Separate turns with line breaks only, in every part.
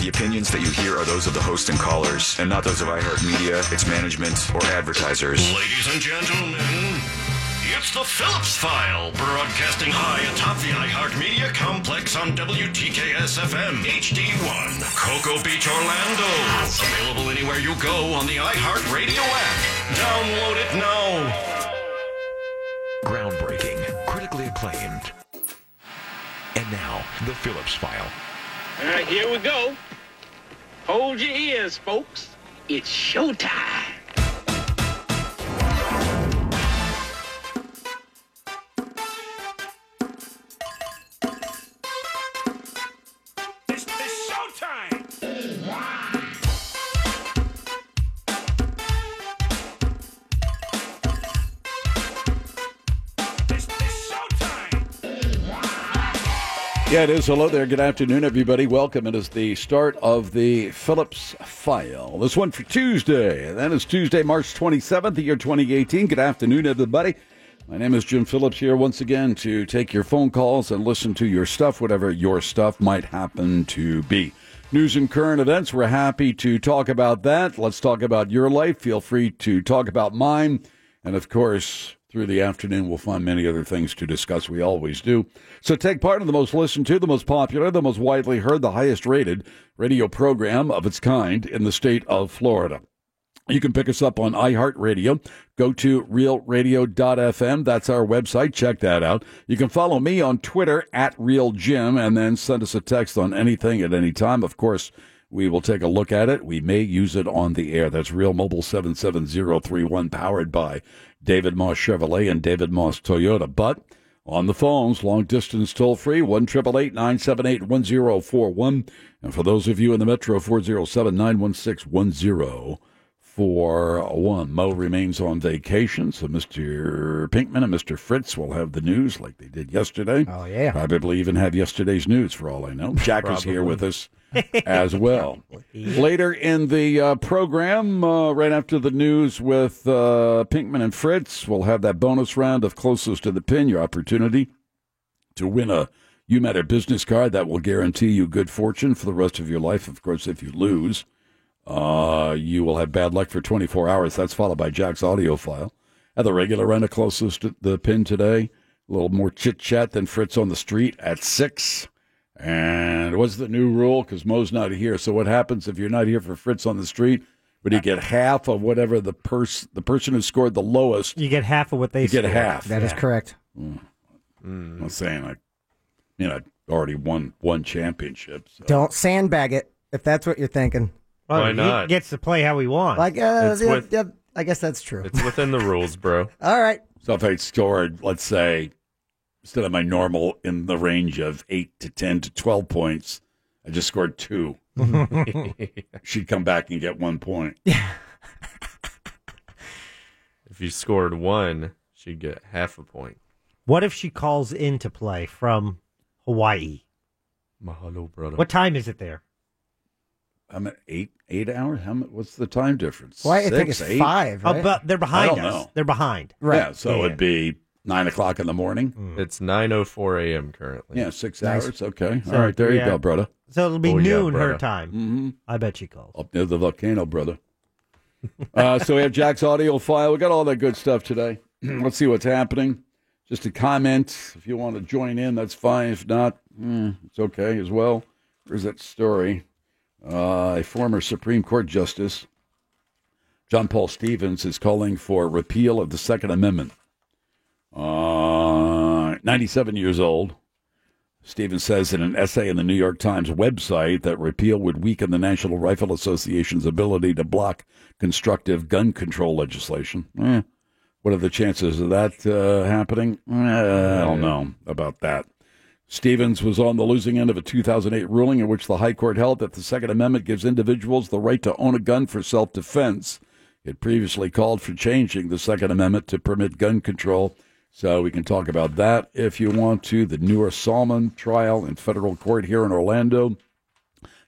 The opinions that you hear are those of the host and callers, and not those of iHeartMedia, its management, or advertisers.
Ladies and gentlemen, it's the Phillips File, broadcasting high atop the iHeartMedia complex on WTKS FM HD1, Cocoa Beach, Orlando. Available anywhere you go on the iHeartRadio app. Download it now.
Groundbreaking, critically acclaimed. And now, the Phillips File.
All right, here we go. Hold your ears, folks. It's showtime.
It's, it's showtime! It's, it's showtime!
Yeah, it is. Hello there. Good afternoon, everybody. Welcome. It is the start of the Phillips File. This one for Tuesday. That is Tuesday, March 27th, the year 2018. Good afternoon, everybody. My name is Jim Phillips here once again to take your phone calls and listen to your stuff, whatever your stuff might happen to be. News and current events. We're happy to talk about that. Let's talk about your life. Feel free to talk about mine. And of course, through the afternoon, we'll find many other things to discuss. We always do. So take part in the most listened to, the most popular, the most widely heard, the highest rated radio program of its kind in the state of Florida. You can pick us up on iHeartRadio. Go to realradio.fm. That's our website. Check that out. You can follow me on Twitter at RealJim and then send us a text on anything at any time. Of course, we will take a look at it. We may use it on the air. That's Real Mobile 77031 powered by David Moss Chevrolet and David Moss Toyota. But on the phones, long distance toll free, 1 978 1041. And for those of you in the metro, 407 916 1041. Mo remains on vacation, so Mr. Pinkman and Mr. Fritz will have the news like they did yesterday. Oh, yeah. Probably even have yesterday's news for all I know. Jack is here with us as well. Later in the uh, program, uh, right after the news with uh, Pinkman and Fritz, we'll have that bonus round of closest to the pin, your opportunity to win a You Matter business card that will guarantee you good fortune for the rest of your life. Of course, if you lose, uh, you will have bad luck for 24 hours. That's followed by Jack's audio file. At the regular run of closest to the pin today, a little more chit chat than Fritz on the street at 6. And what's the new rule? Because Mo's not here. So what happens if you're not here for Fritz on the street? Would you get half of whatever the pers- the person who scored the lowest
You get half of what they
You get
scored.
half.
That is correct.
Mm. I'm not saying I, you know, I already won one championship. So.
Don't sandbag it if that's what you're thinking.
Well,
Why
he
not?
gets to play how he wants.
Like, uh,
It's
yeah,
with-
yeah, I guess that's true.
It's within the rules, bro.
All right.
So if I scored, let's say, instead of my normal in the range of eight to ten to twelve points, I just scored two. She'd come back and get one point.
If you scored one, she'd get half a point.
what if she calls in to play from Hawaii?
Mahalo, brother.
What time is it there?
I'm at eight eight hours. How much, what's the time difference?
Well, I
Six,
think it's
eight?
five, right?
Oh, but they're behind
I don't
us.
know.
They're behind.
right.
Yeah, so
Yeah.
it'd be nine o'clock in the morning.
Mm-hmm. It's 9.04 a.m. currently.
Yeah, six
Nice.
hours. Okay.
So
All right, there you
yeah.
go, brother.
So it'll be
Oh, yeah,
noon her
brother.
time.
Mm-hmm.
I bet she calls.
Up near the volcano, brother. uh, so we have Jack's audio file. We got all that good stuff today. Let's see what's happening. Just a comment. If you want to join in, that's fine. If not, mm, it's okay as well. There's that story. Uh, a former Supreme Court Justice, John Paul Stevens, is calling for repeal of the Second Amendment. Uh, 97 years old. Stevens says in an essay in the New York Times website that repeal would weaken the National Rifle Association's ability to block constructive gun control legislation. Eh, what are the chances of that uh, happening? Eh, I don't know about that. Stevens was on the losing end of a 2008 ruling in which the High Court held that the Second Amendment gives individuals the right to own a gun for self defense. It previously called for changing the Second Amendment to permit gun control. So we can talk about that if you want to. The newer Salmon trial in federal court here in Orlando.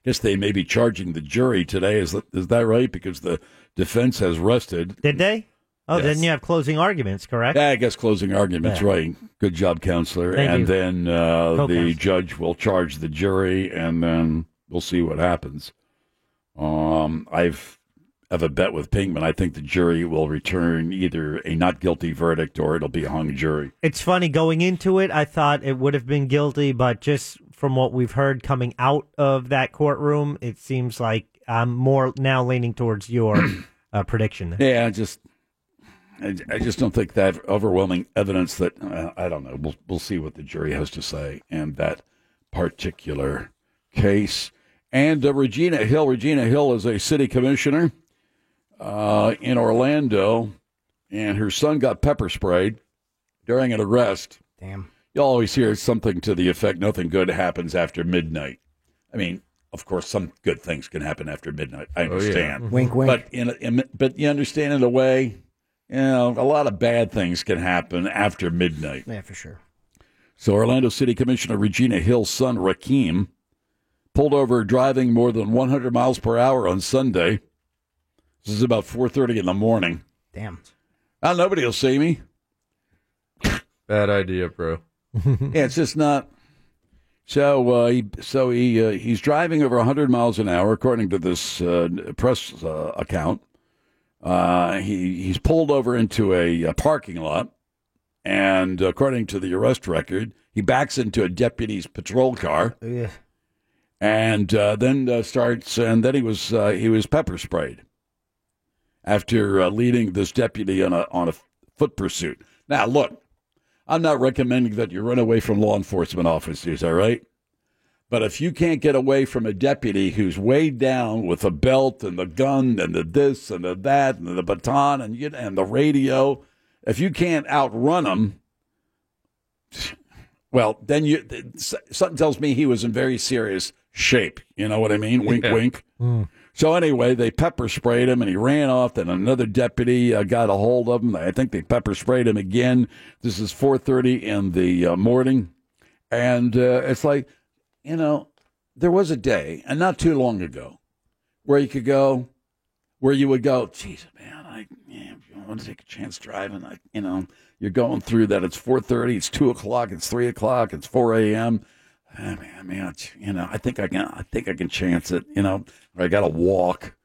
guess they may be charging the jury today. Is that, is that right? Because the defense has rested.
Did they? Oh, then
Yes.
you have closing arguments, correct?
Yeah, I guess closing arguments,
Yeah.
right. Good job, counselor.
Thank
and
you.
then uh, the
Co-counsel.
judge will charge the jury, and then We'll see what happens. Um, I've have a bet with Pinkman. I think the jury will return either a not guilty verdict or it'll be a hung jury.
It's funny going into it. I thought it would have been guilty, but just from what we've heard coming out of that courtroom, it seems like I'm more now leaning towards your uh, prediction. There.
Yeah, I just I, I just don't think that overwhelming evidence that uh, I don't know. We'll we'll see what the jury has to say in that particular case. And uh, Regina Hill. Regina Hill is a city commissioner uh, in Orlando, and her son got pepper sprayed during an arrest.
Damn.
You always hear something to the effect nothing good happens after midnight. I mean, of course, some good things can happen after midnight. I
yeah.
understand.
Wink, wink.
But in, in but you understand in a way, you know, a lot of bad things can happen after midnight.
yeah, for sure.
So Orlando City Commissioner Regina Hill's son Rakeem pulled over driving more than 100 miles per hour on Sunday. This is about 4:30 in the morning.
Damn.
Oh, nobody will see me.
Bad idea, bro.
Yeah, it's just not. So uh, he so he uh, he's driving over 100 miles an hour, according to this uh, press uh, account. Uh, he he's pulled over into a, uh parking lot, and according to the arrest record, he backs into a deputy's patrol car,
Ugh.
and uh, then uh, starts and then he was uh, he was pepper sprayed after uh, leading this deputy on a on a foot pursuit. Now look, I'm not recommending that you run away from law enforcement officers, all right? But if you can't get away from a deputy who's weighed down with a belt and the gun and the this and the that and the baton and you, and the radio, if you can't outrun him, well, then you s- something tells me he was in very serious shape. You know what I mean? Wink, wink.
Mm.
So anyway, they pepper sprayed him, and he ran off. Then another deputy uh, got a hold of him. I think they pepper sprayed him again. This is four thirty in the uh, morning, and uh, it's like, you know, there was a day, and not too long ago, where you could go, where you would go, Jesus, man, I, yeah, I want to take a chance driving. I, you know, you're going through that. It's four thirty. It's two o'clock. It's three o'clock. It's four a.m. I mean, I mean, it's- you know, I think I can, I think I can chance it. You know, or I got to walk.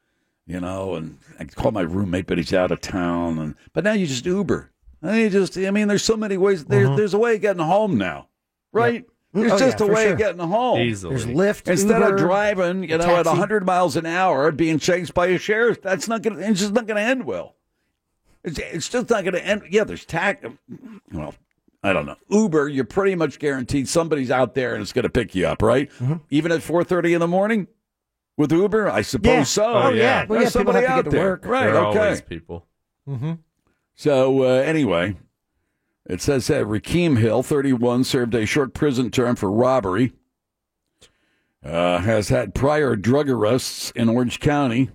You know, and I can call my roommate, but he's out of town. And but now you just Uber. I mean, just, I mean, there's so many ways. There, There's a way of getting home now, right? There's
Oh,
just
yeah,
a
for
way
sure.
of getting home.
Easily.
There's Lyft.
Instead
Uber,
of driving, you know, at
taxi.
100 miles an hour, being chased by a sheriff, that's not going. to It's just not going to end well. It's, it's just not going to end. Yeah, there's tax. Well, I don't know. Uber, you're pretty much guaranteed somebody's out there and it's going to pick you up, right?
Mm-hmm.
Even at 4:30 in the morning with Uber, I suppose
Yeah.
so.
Oh, yeah.
There's
Well, yeah, people
somebody
have to
out
get to
there,
work. Mm-hmm.
right?
there are
okay.
always people.
So uh, anyway, it says that Rakeem Hill, 31, served a short prison term for robbery. Uh, has had prior drug arrests in Orange County,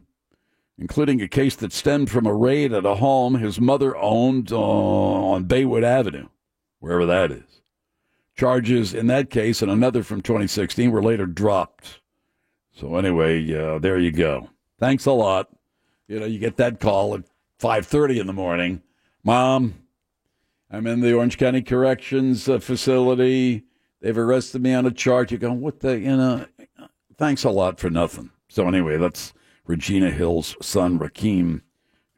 including a case that stemmed from a raid at a home his mother owned uh, on Baywood Avenue, wherever that is. Charges in that case and another from 2016 were later dropped. So anyway, uh, there you go. Thanks a lot. You know, you get that call at 5:30 in the morning. Mom, I'm in the Orange County Corrections uh, facility. They've arrested me on a charge. You're going, what the, you know, thanks a lot for nothing. So anyway, that's Regina Hill's son, Rakeem,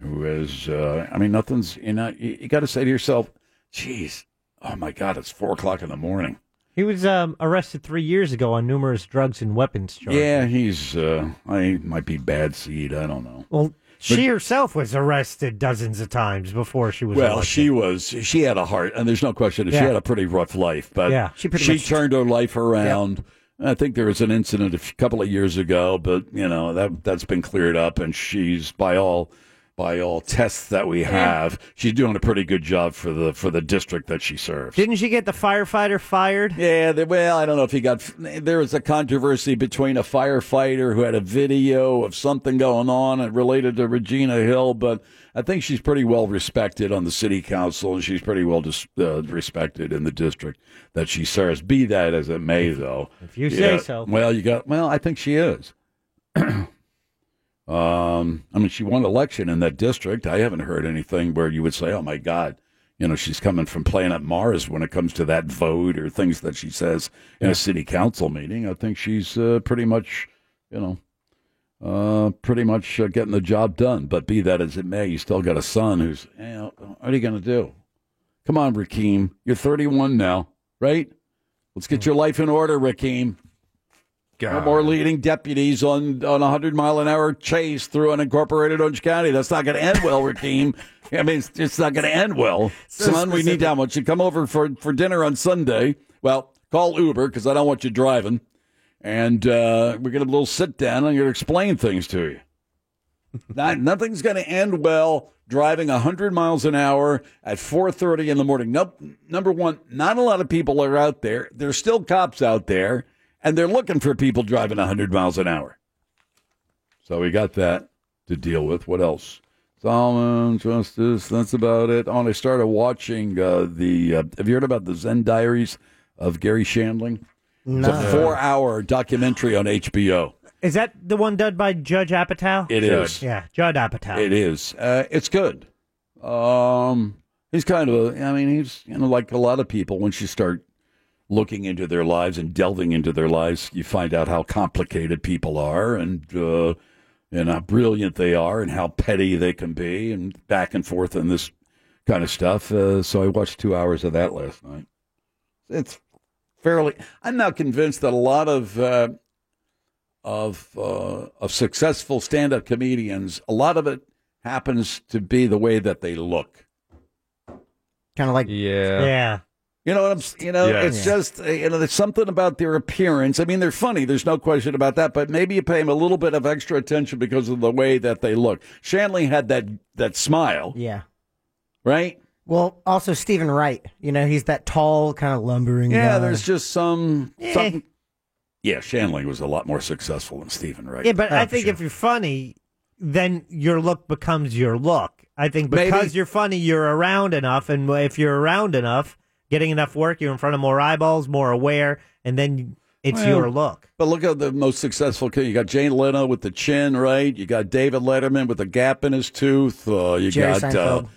who is, uh, I mean, nothing's, you know, you, you got to say to yourself, geez, oh my God, it's four o'clock in the morning.
He was um, arrested three years ago on numerous drugs and weapons charges.
Yeah, he's, uh, I might be bad seed. I don't know.
Well, she herself was arrested dozens of times before she was.
Well,
elected.
she was she had a heart, and there's no question that she
Yeah.
had a pretty rough life. But
Yeah.
she,
She pretty much-
turned her life around. And I think there was an incident a f- couple of years ago, but you know that that's been cleared up, and she's by all by all tests that we have, she's doing a pretty good job for the for the district that she serves.
didn't she get the firefighter fired?
Yeah, they, well, I don't know if he got. There was a controversy between a firefighter who had a video of something going on and related to Regina Hill, but I think she's pretty well respected on the city council, and she's pretty well dis, uh, respected in the district that she serves. Be that as it may, though.
If you say so.
Well, you got. Well, I think she is. um, I mean, she won election in that district. I haven't heard anything where you would say, "Oh my God." you know she's coming from planet mars when it comes to that vote or things that she says in a city council meeting i think she's uh, pretty much you know, uh, pretty much uh, getting the job done. But be that as it may, you still got a son who's, you know, what are you going to do? Come on, Rakeem. You're 31 now, right? Let's get your life in order, Rakeem. No more leading deputies on on a hundred mile an hour chase through unincorporated Orange County. That's not going to end well, Rakeem. I mean, it's, it's not going to end well,
So
son. We need
specific.
to I want you to come over for for dinner on Sunday. Well, call Uber because I don't want you driving, and uh, we're gonna have a little sit down. and I'm gonna explain things to you. Not, nothing's going to end well driving 100 miles an hour at 4.30 in the morning nope, number one not a lot of people are out there there's still cops out there and they're looking for people driving 100 miles an hour so we got that to deal with what else solomon justice that's about it on i started watching uh, the uh, have you heard about the zen diaries of gary shandling
No.
it's a four hour documentary on hbo
Is that the one done by Judge Apatow?
It is.
Yeah, Judd Apatow.
It is. Uh, it's good. Um, he's kind of a. I mean, he's you know like a lot of people. Once you start looking into their lives and delving into their lives, you find out how complicated people are and uh, and how brilliant they are and how petty they can be and back and forth and this kind of stuff. Uh, so I watched two hours of that last night. It's fairly. I'm now convinced that a lot of uh, of uh, of successful stand-up comedians, a lot of it happens to be the way that they look.
Kind of like
yeah,
You know what I'm? s- You know,
Yeah.
it's
Yeah.
just uh, you know, there's something about their appearance. I mean, they're funny. There's no question about that. But maybe you pay them a little bit of extra attention because of the way that they look. Shanley had that that smile,
Yeah.
right?
Well, also Stephen Wright. You know, he's that tall, kind of lumbering.
Yeah,
guy.
there's just some.
Eh.
something. Yeah, Shanley was a lot more successful than Stephen Wright.
Yeah, but
Oh,
I
for
think
sure.
if you're funny, then your look becomes your look. I think
Maybe.
because you're funny, you're around enough, and if you're around enough, getting enough work, you're in front of more eyeballs, more aware, and then it's
Well,
your look.
But look at the most successful kid. You got Jane Leno with the chin, right? You got David Letterman with a gap in his tooth. Uh, you
Jerry
got Uh,
Seinfeld.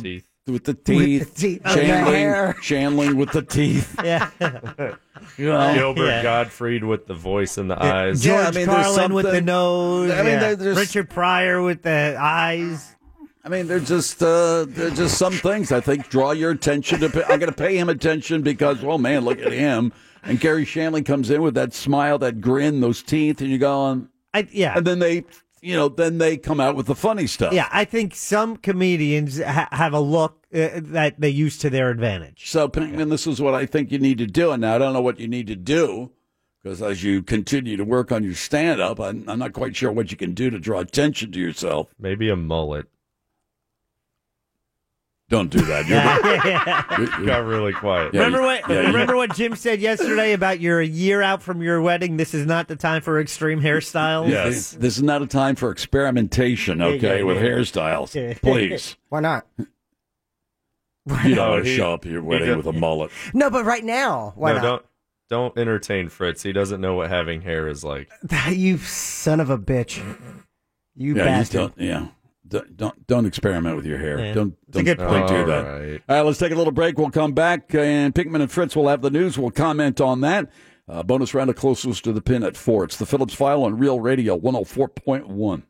Seinfeld with the teeth.
with the
With
teeth.
the teeth. Oh, The
Shanling,
hair.
Shanling with the teeth.
Yeah.
You know?
Gilbert
Yeah.
Gottfried with the voice and the eyes.
George
Yeah, I mean, there's
Carlin with the
something-
nose.
I mean,
yeah.
there- there's-
Richard Pryor with the eyes.
I mean, they're just uh, they're just some things. I think draw your attention to. I'm going to pay him attention because, oh man, look at him. And Gary Shanley comes in with that smile, that grin, those teeth, and you go on.
I, yeah.
And then they, you know, then they come out with the funny stuff.
Yeah, I think some comedians ha- have a look uh, that they use to their advantage.
So, Pinkman, this is what I think you need to do. And now I don't know what you need to do because as you continue to work on your stand up, I'm, I'm not quite sure what you can do to draw attention to yourself.
Maybe a mullet.
Don't do that. You're
It got really quiet.
Yeah,
remember
you-
what?
yeah, you-
remember what Jim said yesterday about you're a year out from your wedding. This is not the time for extreme hairstyles.
This, this is not a time for experimentation, okay,
yeah,
with
yeah.
hairstyles. Please.
Why not?
You don't
No,
want to
he-
show up at your
he
wedding
does-
with a mullet.
No, but right now, why
no,
not?
don't don't entertain Fritz. He doesn't know what having hair is like.
you son of a bitch. You
Yeah, you
bastard.
don't, yeah. Don't, don't don't experiment with your hair.
Yeah.
Don't
a
don't,
good
don't do
point.
that.
All right.
All right, let's take a little break. We'll come back, and Pinkman and Fritz will have the news. We'll comment on that. Uh, bonus round of closest to the pin at four. It's the Phillips File on Real Radio 104.1.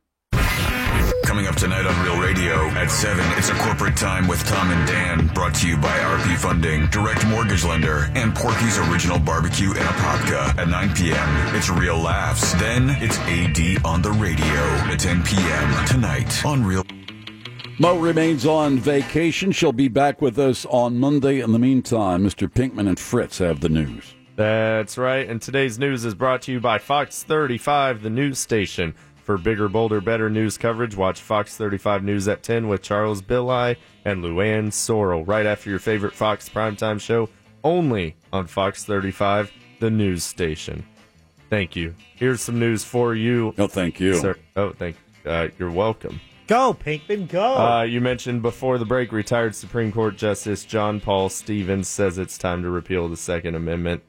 Coming up tonight on Real Radio at 7, it's a corporate time with Tom and Dan, brought to you by RP Funding, Direct Mortgage Lender, and Porky's Original Barbecue in Apopka. At 9 p.m., it's Real Laughs. Then it's AD on the radio at 10 p.m. tonight on Real.
Mo remains on vacation. She'll be back with us on Monday. In the meantime, Mr. Pinkman and Fritz have the news.
That's right. And today's news is brought to you by Fox 35, the news station. For bigger, bolder, better news coverage, watch Fox 35 News at 10 with Charles Billi and Luann Sorrell right after your favorite Fox primetime show, only on Fox 35, the news station. Thank you. Here's some news for you.
No, thank you.
Sir. Oh, thank. Uh, you're welcome.
Go, Pinkman, go.
Uh, you mentioned before the break, retired Supreme Court Justice John Paul Stevens says it's time to repeal the Second Amendment.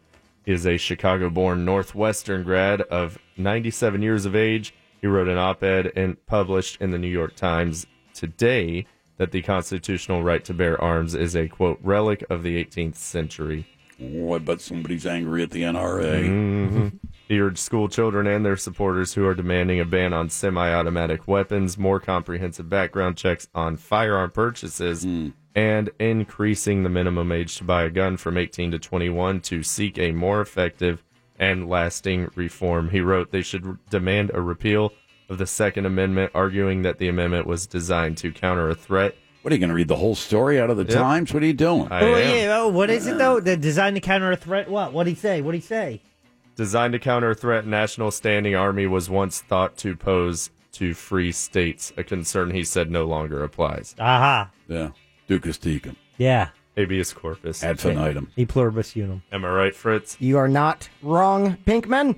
He is a Chicago born Northwestern grad of 97 years of age. He wrote an op ed and published in the New York Times today that the constitutional right to bear arms is a quote relic of the 18th century.
Oh, I bet somebody's angry at the NRA.
He urged Mm-hmm. school children and their supporters who are demanding a ban on semi automatic weapons, more comprehensive background checks on firearm purchases,
Hmm.
and increasing the minimum age to buy a gun from 18 to 21 to seek a more effective and lasting reform. He wrote they should demand a repeal of the Second Amendment, arguing that the amendment was designed to counter a threat.
What are you going to read the whole story out of the
Yep.
Times? What are you doing?
I
Oh,
am.
yeah. Oh, what is it though? The design to counter a threat. What? What would he say? What would he say?
Designed to counter a threat, National Standing Army was once thought to pose to free states, a concern he said no longer applies.
Aha.
Yeah. Ducas tecum.
Yeah.
Habeas corpus.
Ad infinitum.
E pluribus unum.
Am I right, Fritz?
You are not wrong, Pinkman.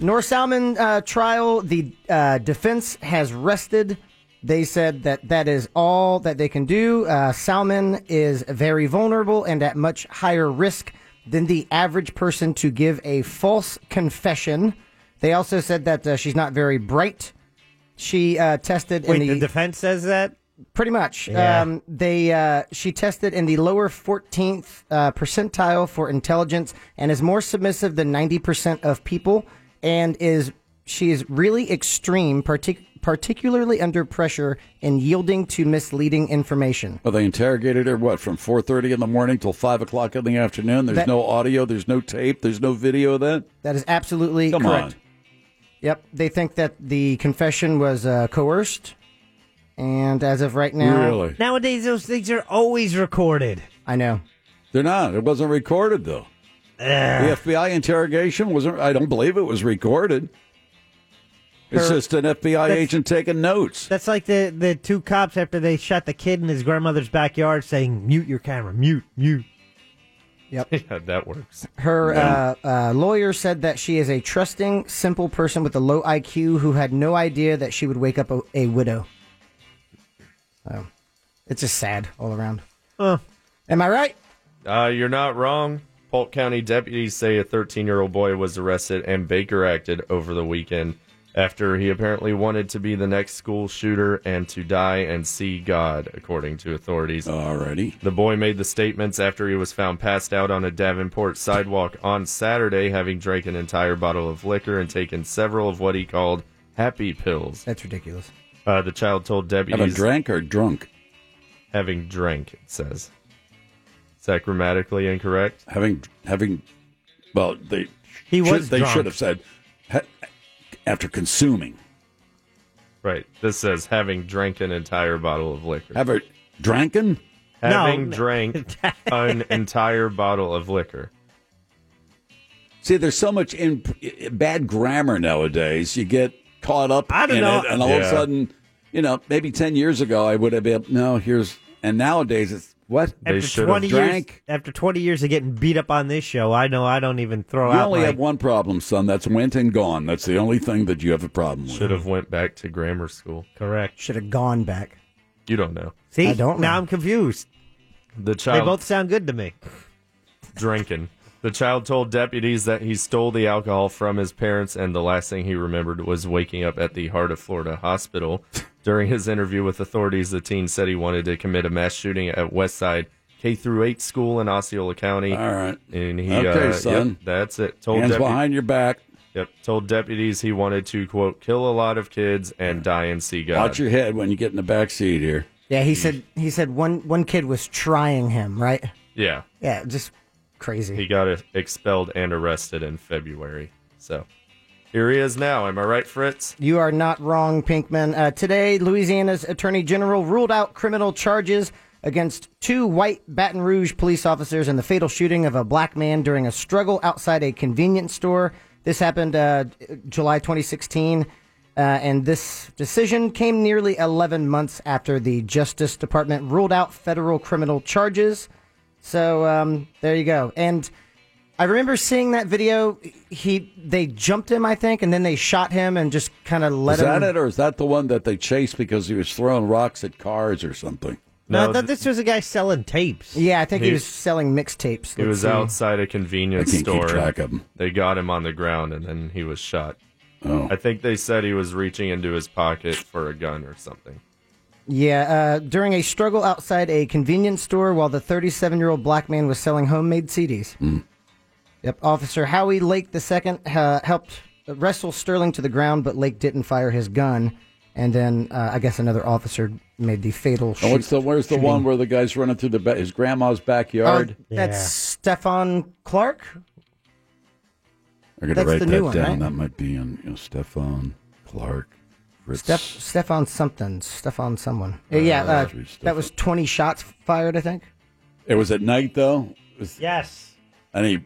North Salmon uh, trial, the uh, defense has rested. They said that that is all that they can do. Uh, Salmon is very vulnerable and at much higher risk than the average person to give a false confession. They also said that uh, she's not very bright. She uh, tested
Wait,
in
the defense says that.
Pretty much.
Yeah.
Um, they uh, she tested in the lower 14th uh, percentile for intelligence and is more submissive than 90% of people and is she is really extreme partic- particularly under pressure and yielding to misleading information.
Well, they interrogated her what from four thirty in the morning till five o'clock in the afternoon. There's
That-
no audio. There's no tape. There's no video of that.
That is absolutely
Come
correct.
on.
Yep, they think that the confession was uh, coerced and as of right now
Nowadays, those things are always recorded.
I know.
They're not. It wasn't recorded though. The FBI interrogation wasn't. I don't believe it was recorded. It's
Her-
just an FBI
That's-
agent taking notes.
That's like the the two cops after they shot the kid in his grandmother's backyard, saying, "Mute your camera, mute, mute."
Yeah, that works.
Her uh, uh, lawyer said that she is a trusting, simple person with a low IQ who had no idea that she would wake up a, a widow. So, it's just sad all around.
Uh.
Am I right?
Uh, you're not wrong. Polk County deputies say a 13 year old boy was arrested and Baker acted over the weekend after he apparently wanted to be the next school shooter and to die and see God, according to authorities.
Alrighty.
The boy made the statements after he was found passed out on a Davenport sidewalk on Saturday, having drank an entire bottle of liquor and taken several of what he called happy pills.
That's ridiculous.
Uh, the child told
Having
deputies
drank or drunk?
having drank, it says. Is that grammatically incorrect?
Having having. Well, they.
He
should-
was
They
drunk.
should have said ha, after consuming.
Right. This says having drank an entire bottle of liquor.
Have a drinking.
having
No.
drank an entire bottle of liquor.
See, there's so much in, bad grammar nowadays. You get caught up
I don't
in
know.
it, and all of a
Yeah.
sudden, you know, maybe 10 years ago, I would have been, no, here's, and nowadays it's, what?
They
After
should
twenty
have
years,
drank.
after twenty years of getting beat up on this show, I know I don't even throw
you
out.
only
my-
have one problem, son. That's went and gone. That's the only thing that you have a problem with.
Should have went back to grammar school.
Correct.
Should have gone back.
You don't know.
See,
I don't
now
know.
I'm confused.
The
They
child
both sound good to me.
drinking. The child told deputies that he stole the alcohol from his parents, and the last thing he remembered was waking up at the Heart of Florida Hospital. During his interview with authorities, the teen said he wanted to commit a mass shooting at Westside K through 8 school in Osceola County.
All right.
And he,
Okay,
uh, yep,
son.
that's it. Told
Hands
depu-
behind your back.
Yep, told deputies he wanted to quote kill a lot of kids and die and see God.
Watch your head when you get in the back seat here.
Yeah, he said. He said one one kid was trying him. Right?
yeah,
Yeah, just crazy.
he got uh, expelled and arrested in February. So here he is now. Am I right, Fritz?
You are not wrong, Pinkman. Uh, today, Louisiana's Attorney General ruled out criminal charges against two white Baton Rouge police officers in the fatal shooting of a black man during a struggle outside a convenience store. This happened uh, July 2016, uh, and this decision came nearly 11 months after the Justice Department ruled out federal criminal charges. So um, there you go. And I remember seeing that video. He they jumped him, I think, and then they shot him and just kind of let
Is that
him.
it, or is that the one that they chased because he was throwing rocks at cars or something?
No, I
No,
thought this was a guy selling tapes.
Yeah, I think he,
He-
was selling mixtapes.
He was
Let's see.
outside a
I
convenience
can't
store.
keep track of them.
They got him on the ground and then he was shot.
Oh.
I think they said he was reaching into his pocket for a gun or something.
Yeah, uh, during a struggle
Mm.
outside a convenience store while the 37 year old black man was selling homemade CDs. Yep. Officer Howie Lake II uh, helped wrestle Sterling to the ground, but Lake didn't fire his gun. And then uh, I guess another officer made the fatal.
Oh, what's
shoot-
the, where's the
shooting.
one where the guy's running through the ba- his grandma's backyard?
Oh, that's Stefan Clark.
I'm gonna
that's
write
the
that
new one,
down.
right?
That might be on you know, Stefan Clark. Fritz.
Steph, Stefan something. Stefan someone. Uh, yeah,
Uh,
uh,
geez, Stefan.
that was 20 shots fired, I think.
It was at night though. It was-
Yes.
and he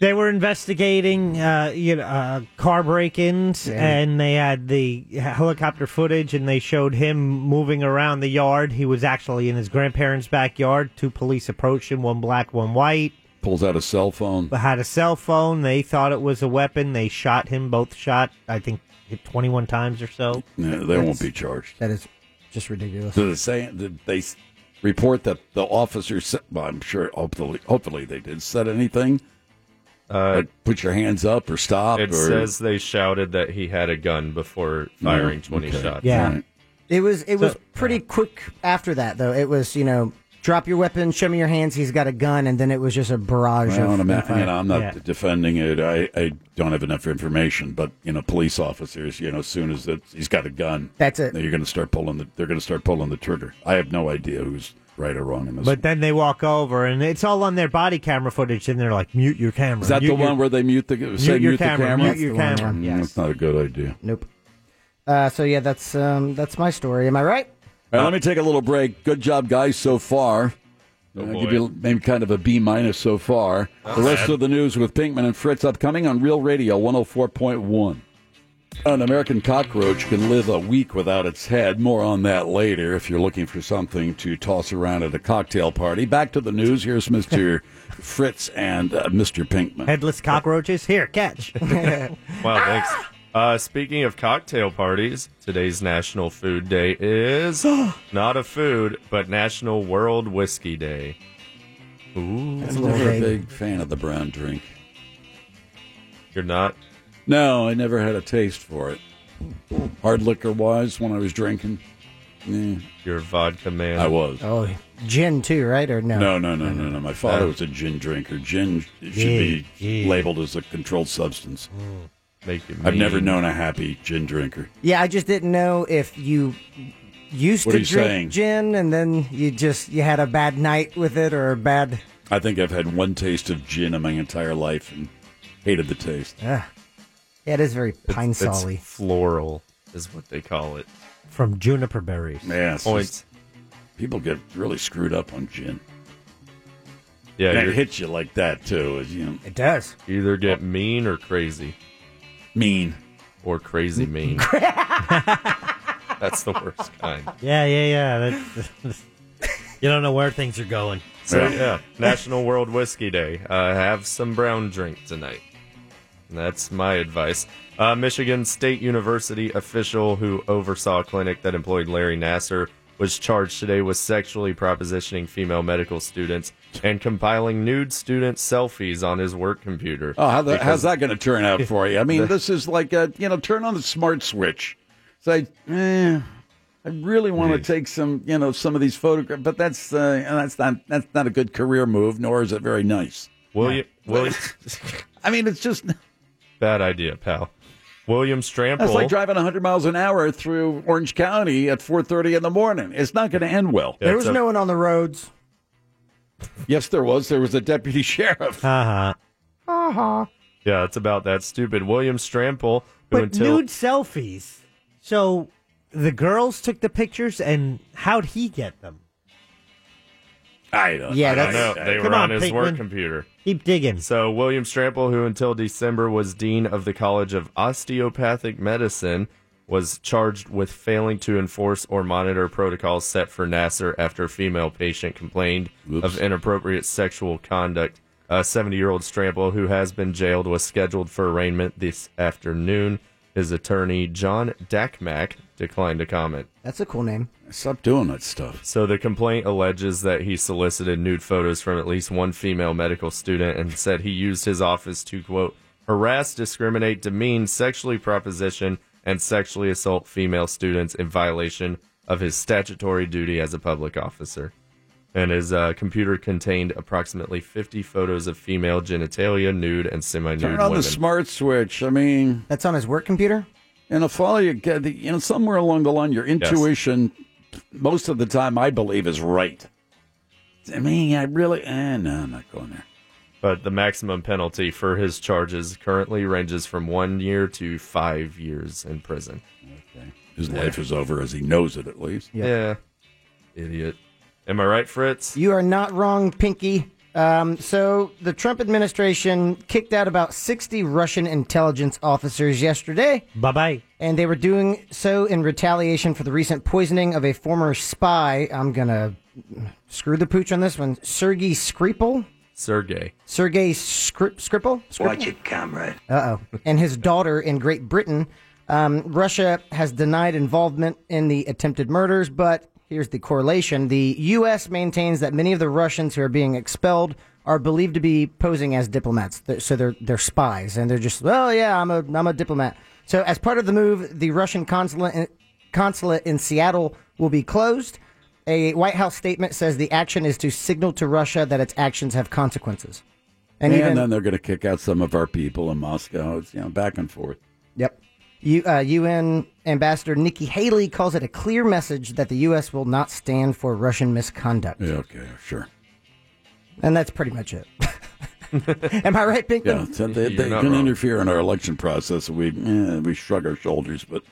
They were investigating, uh, you know, uh, car break-ins, and they had the helicopter footage, and they showed him moving around the yard. He was actually in his grandparents' backyard. Two police approached him, one black, one white.
pulls out a cell phone.
Had a cell phone. They thought it was a weapon. They shot him. Both shot. I think hit twenty-one times or so.
No, they won't be charged.
That is just ridiculous.
So they say did they s- report that the officer said? Well, I'm sure. Hopefully, hopefully they did said anything.
Uh,
Like, put your hands up or stop.
it
or,
says they shouted that he had a gun before
No,
firing 20
okay,
shots.
Yeah.
all right.
It was it was pretty quick after that though. It was you know drop your weapon, show me your hands. He's got a gun, and then it was just a barrage
Well,
of
and I'm, not-
gunfire.
you know, I'm not
Yeah.
defending it. I, I don't have enough information, but you know, police officers, you know, as soon as it, he's got a gun,
That's it.
then you're going to start pulling the. They're going to start pulling the trigger. I have no idea who's right or wrong in this.
But then they walk over, and it's all on their body camera footage, and they're like, "Mute your camera."
is that
mute
the
your-
one where they mute the say
mute your
mute
camera,
the camera?
Mute your
That's the
camera.
one,
Mm,
Yes.
That's not a good idea.
Nope. Uh, so yeah, that's um, that's my story. Am I right?
All right, let me take a little break. Good job, guys, so far.
Oh,
I'll
boy.
give you maybe kind of a B minus so far. the rest
bad.
of the news with Pinkman and Fritz upcoming on Real Radio 104.1. An American cockroach can live a week without its head. More on that later if you're looking for something to toss around at a cocktail party. Back to the news. Here's Mr. Fritz and uh, Mr. Pinkman.
Headless cockroaches. Here, catch.
Wow, thanks. Uh, speaking of cocktail parties, today's National Food Day is not a food, but National World Whiskey Day. Ooh,
That's
I'm never a big fan of the brown drink.
you're not?
No, I never had a taste for it. Hard liquor wise, when I was drinking, eh,
You're a vodka man.
I was.
Oh, gin too, right? Or no?
No, no, no, no, no. My father
Uh,
was a gin drinker. Gin should be
Yeah.
labeled as a controlled substance.
Hmm.
Make you
I've
mean.
never known a happy gin drinker.
Yeah, I just didn't know if you used
What
to
are you
drink
saying?
gin and then you just you had a bad night with it or a bad.
I think I've had one taste of gin in my entire life and hated the taste.
Uh, yeah, it is very pine
It's
solly.
floral is what they call it.
From juniper berries.
Yeah, it's
Points.
just- people get really screwed up on gin.
Yeah,
and
you're-
it hits you like that too. Is you know,
It does.
you either get mean or crazy,
mean.
or crazy mean. That's the worst kind.
Yeah, yeah, yeah. That's, you don't know where things are going.
So
Yeah.
yeah, National World Whiskey Day. Uh, have some brown drink tonight. That's my advice. Uh, Michigan State University official who oversaw a clinic that employed Larry Nasser was charged today with sexually propositioning female medical students and compiling nude student selfies on his work computer.
Oh, how the, how's that going to turn out for you? I mean, this is like a you know, turn on the smart switch. Say, eh, I really want to take some you know some of these photographs, but that's uh, that's not that's not a good career move, nor is it very nice.
William, William,
I mean, it's just that's
bad idea, pal. William Strample.
like driving 100 miles an hour through Orange County at 4:30 in the morning. It's not going to end well.
Yeah,
there
it's
was
a-
no one on the roads.
Yes, there was there was a deputy sheriff.
Uh huh.
Yeah, it's about that stupid William Strample. Who
But
until
nude selfies. So the girls took the pictures, and how'd he get them?
I don't.
Yeah,
I don't
that's-
no,
know.
they
Come
were
on,
on, his work
Pinkman.
computer.
Keep digging.
So, William Strample, who until December was dean of the College of Osteopathic Medicine, was charged with failing to enforce or monitor protocols set for Nasser after a female patient complained
Whoops.
of inappropriate sexual conduct. A 70 year old Strample, who has been jailed, was scheduled for arraignment this afternoon. His attorney, John Dakmak, declined to comment.
That's a cool name.
Stop doing that stuff.
So the complaint alleges that he solicited nude photos from at least one female medical student and said he used his office to quote harass, discriminate, demean, sexually proposition, and sexually assault female students in violation of his statutory duty as a public officer. and his uh, computer contained approximately 50 photos of female genitalia, nude, and semi-nude
Turn on
women.
the smart switch. I mean,
that's on his work computer.
And if all you get, you know, somewhere along the line, your intuition, most of the time, I believe, is right. I mean, I really, eh, no, I'm not going there.
but the maximum penalty for his charges currently ranges from one year to five years in prison.
His life is over as he knows it, at least.
Yeah. Idiot. Am I right, Fritz?
You are not wrong, Pinky. Um, so the Trump administration kicked out about 60 Russian intelligence officers yesterday.
Bye bye.
And they were doing so in retaliation for the recent poisoning of a former spy. I'm going to screw the pooch on this one. Sergei Skripal.
Sergey.
Sergei Skri- Skripal? Skripal? Watch it, comrade. Uh oh. And his daughter in Great Britain. Um, Russia has denied involvement in the attempted murders, but here's the correlation. The U.S. maintains that many of the Russians who are being expelled are believed to be posing as diplomats. They're- so they're, they're spies, and they're just, well, yeah, I'm a, I'm a diplomat. So, as part of the move, the Russian consulate in, consulate in Seattle will be closed. A White House statement says the action is to signal to Russia that its actions have consequences.
And,
And even-
then they're going to kick out some of our people in Moscow. It's, you know, back and forth.
Yep. U, uh, UN Ambassador Nikki Haley calls it a clear message that the U.S. will not stand for Russian misconduct.
Yeah, okay, sure.
And that's pretty much it. Am I right, Pinkman?
Yeah, so they,
You're
they're
not
going to
wrong.
interfere in our election process. We, eh, we shrug our shoulders, but,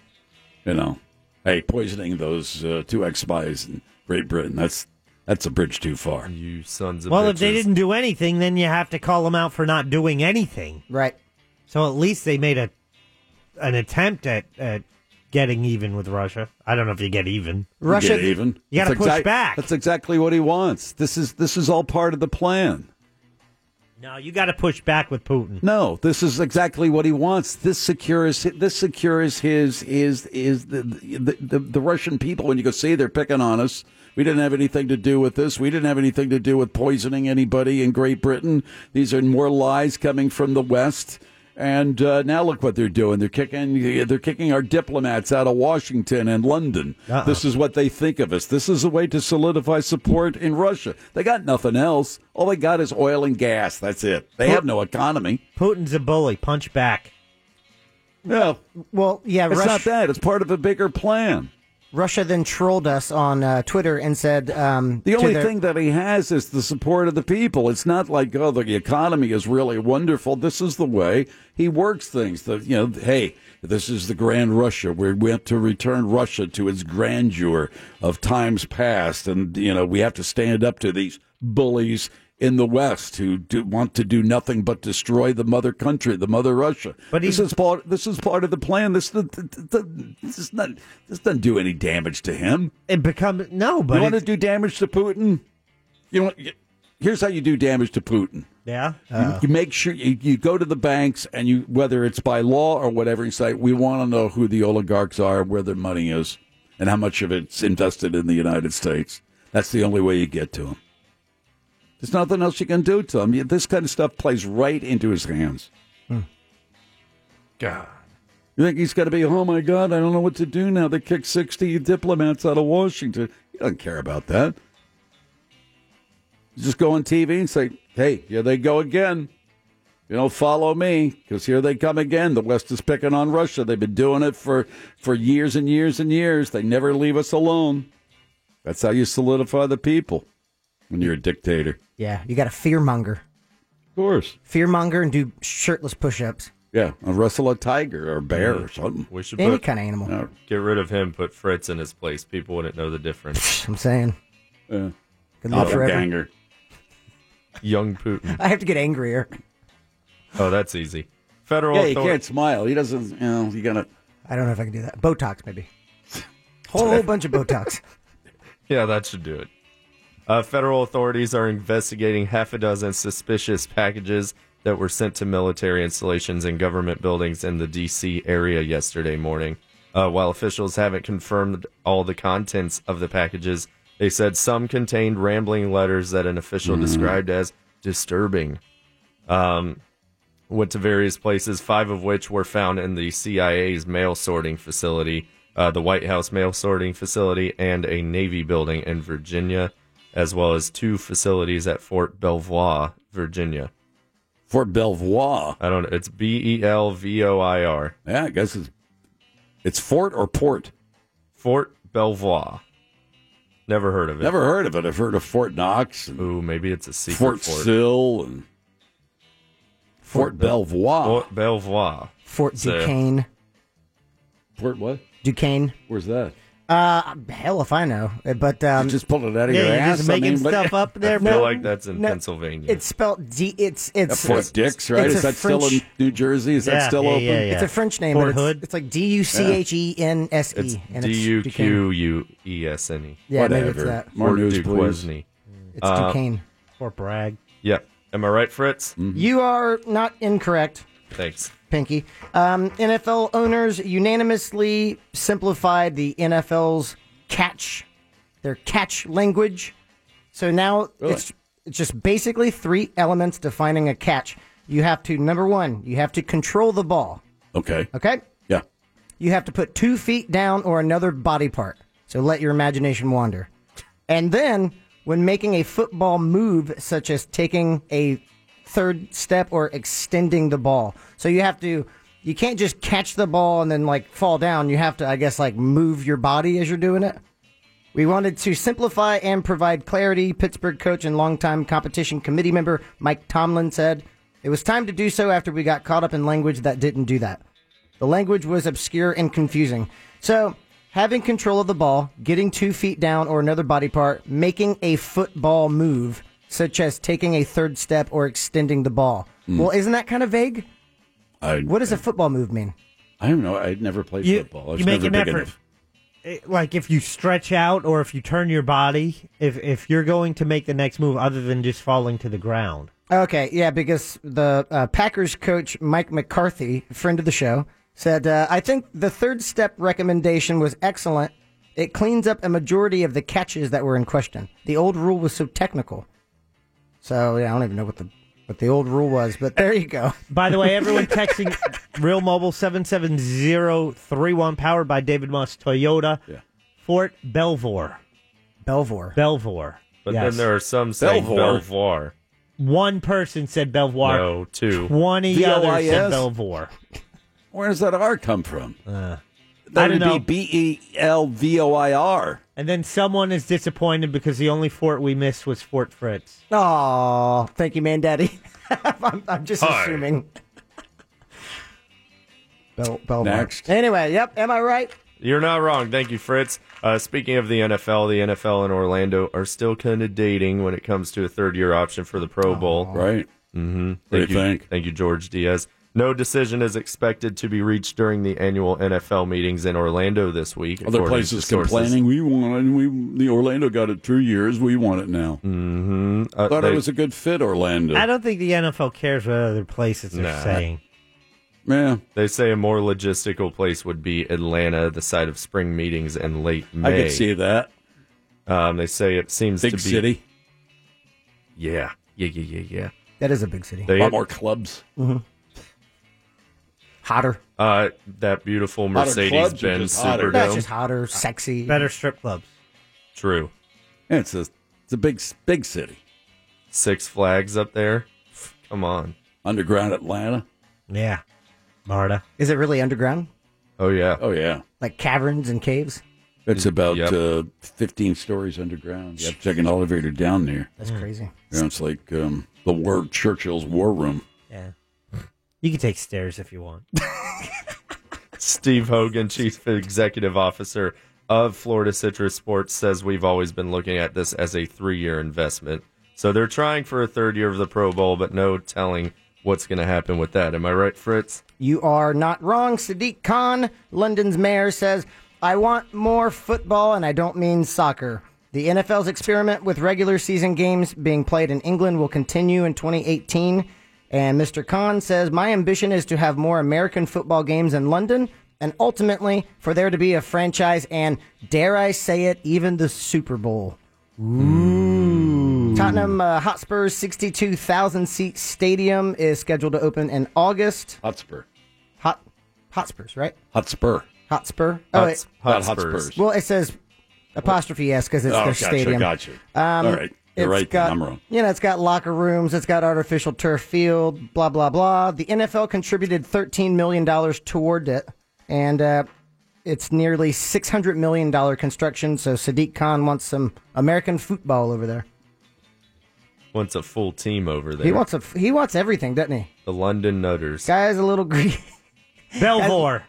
you know, hey, poisoning those uh, two ex spies in Great Britain, that's, that's a bridge too far.
You sons of
Well, if they
bitches.
didn't do anything, then you have to call them out for not doing anything.
Right.
So at least they made a an attempt at, at getting even with Russia. I don't know if you get even.
Russia.
get even.
You gotta
That's
push back.
That's exactly what he wants. This is this is all part of the plan.
No, you got to push back with Putin.
No, this is exactly what he wants. This secures this secures his is is the the, the the Russian people. When you go see they're picking on us. We didn't have anything to do with this. We didn't have anything to do with poisoning anybody in Great Britain. These are more lies coming from the West. And uh, now look what they're doing. They're kicking they're kicking our diplomats out of Washington and London.
Uh-uh.
This is what they think of us. This is a way to solidify support in Russia. They got nothing else. All they got is oil and gas. That's it. They have no economy.
Putin's a bully. Punch back.
No,
Well, yeah,
it's not
Russia,
that. It's part of a bigger plan.
Russia then trolled us on uh, Twitter and said um,
The
to
only
their-
thing that he has is the support of the people. It's not like oh, the economy is really wonderful. This is the way he works things. The you know, hey, this is the grand Russia. We're, we have to return Russia to its grandeur of times past, and you know we have to stand up to these bullies in the West who do, want to do nothing but destroy the mother country, the mother Russia.
But
this
he-
is part. This is part of the plan. This th- th- th- this is not. This doesn't do any damage to him
It becomes no,
you
but
want to
it's-
do damage to Putin? You know, you- here's how you do damage to Putin.
yeah. uh,
You, you make sure you, you go to the banks and you, whether it's by law or whatever, you say we want to know who the oligarchs are, where their money is, and how much of it's invested in the United States. That's the only way you get to him. There's nothing else you can do to him. You- This kind of stuff plays right into his hands.
God.
You think he's going to be, oh my God, I don't know what to do now. They kicked 60 diplomats out of Washington. He doesn't care about that. Just go on TV and say, hey, here they go again. You know, follow me because here they come again. The West is picking on Russia. They've been doing it for, for years and years and years. They never leave us alone. That's how you solidify the people when you're a dictator.
yeah, you got a fearmonger,
Of course.
fearmonger, and do shirtless push-ups.
Yeah, or wrestle a tiger or a bear or something.
We should
Any
put,
kind of animal.
No.
get rid of him, put Fritz in his place. People wouldn't know the difference.
I'm saying.
Yeah.
Good luck forever.
Doppelganger.
Young Putin.
I have to get angrier.
Oh, that's easy. Federal
Yeah, he
author-
can't smile. He doesn't, you know, you got to.
I don't know if I can do that. Botox, maybe. Whole bunch of Botox.
Yeah, that should do it. Uh, federal authorities are investigating half a dozen suspicious packages that were sent to military installations and government buildings in the D.C. area yesterday morning. Uh, while officials haven't confirmed all the contents of the packages, they said some contained rambling letters that an official described as disturbing. Um, went to various places, five of which were found in the CIA's mail sorting facility, uh, the White House mail sorting facility, and a Navy building in Virginia. as well as two facilities at Fort Belvoir, Virginia.
Fort Belvoir.
I don't know. It's B E L V O I R.
Yeah, I guess it's it's Fort or Port.
Fort Belvoir. Never heard of it.
Never heard of it. I've heard of Fort Knox and
Ooh, maybe it's a secret
Fort,
fort.
Sill and Fort, Belvoir.
Fort Belvoir.
Fort
So-
Duquesne.
Fort what?
Duquesne.
Where's that?
Uh, hell if I know. Uh, But um,
you just pulled it out of your
Yeah, you're
ass.
just
I
making
mean, but-
stuff up there,
I feel
bro.
like that's in
no,
Pennsylvania.
it's spelled D. It's it's
Fort
it's-
Dix, right?
it's
Is
a
that still in
French-
New Jersey? Is that
Yeah,
still
yeah,
open?
yeah, yeah.
It's a French name.
Fort
but it's,
Hood?
It's like D U C H E N S
It's
E. and
D U
Duquesne.
Q U E S N E.
Yeah, maybe it's
Whatever.
that.
More
Fort
news, please.
Duquesne.
It's
uh,
Duquesne.
Or brag.
Yep. Am I right, Fritz?
Mm.
You are not incorrect.
Thanks.
Pinky. Um, NFL owners unanimously simplified the NFL's catch, their catch language. So now
Really?
it's, it's just basically three elements defining a catch. You have to, number one, you have to control the ball.
Okay.
Okay?
Yeah.
You have to put two feet down or another body part. So let your imagination wander. And then, when making a football move, such as taking a third step or extending the ball, so you have to, you can't just catch the ball and then like fall down. You have to, I guess, like move your body as you're doing it. We wanted to simplify and provide clarity, Pittsburgh coach and longtime competition committee member Mike Tomlin said. It was time to do so after we got caught up in language that didn't do that. The language was obscure and confusing. So, having control of the ball, getting two feet down or another body part, making a football move, such as taking a third step or extending the ball. Well, isn't that kind of vague?
I,
What does a football move mean?
I don't know. I never played
You-
football. I was
you make
never
an
big
effort.
enough.
It- eh, like if you stretch out or if you turn your body, if if you're going to make the next move other than just falling to the ground.
Okay, yeah, because the uh, Packers coach Mike McCarthy, friend of the show, said, uh, "I think the third step recommendation was excellent. It cleans up a majority of the catches that were in question. The old rule was so technical. So yeah, I don't even know what the what the old rule was, but there you go.
By the way, everyone texting Real Mobile 77031 powered by David Moss Toyota.
Yeah.
Fort Belvoir.
Belvoir.
Belvoir.
But
yes.
then there are some saying
Belvoir.
Belvoir.
one person said Belvoir.
No, two.
20 others
V O I S?
said Belvoir.
Where does that R come from?
Uh, I
that
don't
would
know.
be B E L V O I R.
And then someone is disappointed because the only fort we missed was Fort Fritz.
Oh, thank you, man, daddy. I'm, I'm just
Hi.
assuming. Bel- Belvoir.
Next.
Anyway, yep. Am I right?
You're not wrong. Thank you, Fritz. Uh, speaking of the NFL, the NFL and Orlando are still kind of dating when it comes to a third year option for the Pro Bowl.
Oh.
Mm-hmm.
Right. What do
Thank
you think?
Thank you, George Diaz. No decision is expected to be reached during the annual NFL meetings in Orlando this week.
Other
according
places
to sources.
complaining. We want it. We the Orlando got it two years. We want it now.
Uh,
Thought
they-
it was a good fit, Orlando.
I don't think the NFL cares what other places are
Nah.
saying.
yeah,
They say a more logistical place would be Atlanta, the site of spring meetings in late May.
I could see that
Um, they say it seems
big
to be
city,
Yeah, yeah, yeah, yeah, yeah.
That is a big city.
a
They
lot more clubs.
Mm-hmm. Hotter.
uh, that beautiful
Hotter clubs
Mercedes
are
Benz
just hotter.
That's
Superdome.
just hotter, sexy.
Better strip clubs.
True.
Yeah, it's a it's a big big city.
Six Flags up there. Come on.
Underground Atlanta.
Yeah. Marta.
Is it really underground?
Oh yeah. Mm-hmm.
Oh yeah,
Like caverns and caves?
it's about
Yep.
uh, fifteen stories underground. You have to take an elevator down there.
That's
Mm.
crazy.
You know, it's like um, the War Churchill's War Room.
Yeah. You can take stairs if you want.
Steve Hogan, Chief Executive Officer of Florida Citrus Sports, says we've always been looking at this as a three-year investment. So they're trying for a third year of the Pro Bowl, but no telling what's going to happen with that. Am I right, Fritz?
You are not wrong. Sadiq Khan, London's mayor, says, I want more football, and I don't mean soccer. The NFL's experiment with regular season games being played in England will continue in 2018. And Mr. Khan says, My ambition is to have more American football games in London, and ultimately for there to be a franchise and, dare I say it, even the Super Bowl.
Hmm.
Tottenham uh, Hotspur's 62,000 seat stadium is scheduled to open in August.
Hotspur.
Hot Hotspurs, right?
Hotspur.
Hotspur. Oh,
Hots-
it,
Not
Hotspurs.
Hotspurs.
well, it says Apostrophe S because it's
Oh,
their
gotcha,
stadium.
gotcha.
Um,
All right.
it's
You're right then.
Got,
I'm wrong.
You know, it's got locker rooms. It's got artificial turf field. Blah blah blah. The NFL contributed thirteen million dollars toward it, and uh, it's nearly six hundred million dollar construction. So Sadiq Khan wants some American football over there.
Wants a full team over there.
He wants a he wants everything, doesn't he?
the London Nutters.
Guy's a little greedy.
Belvor.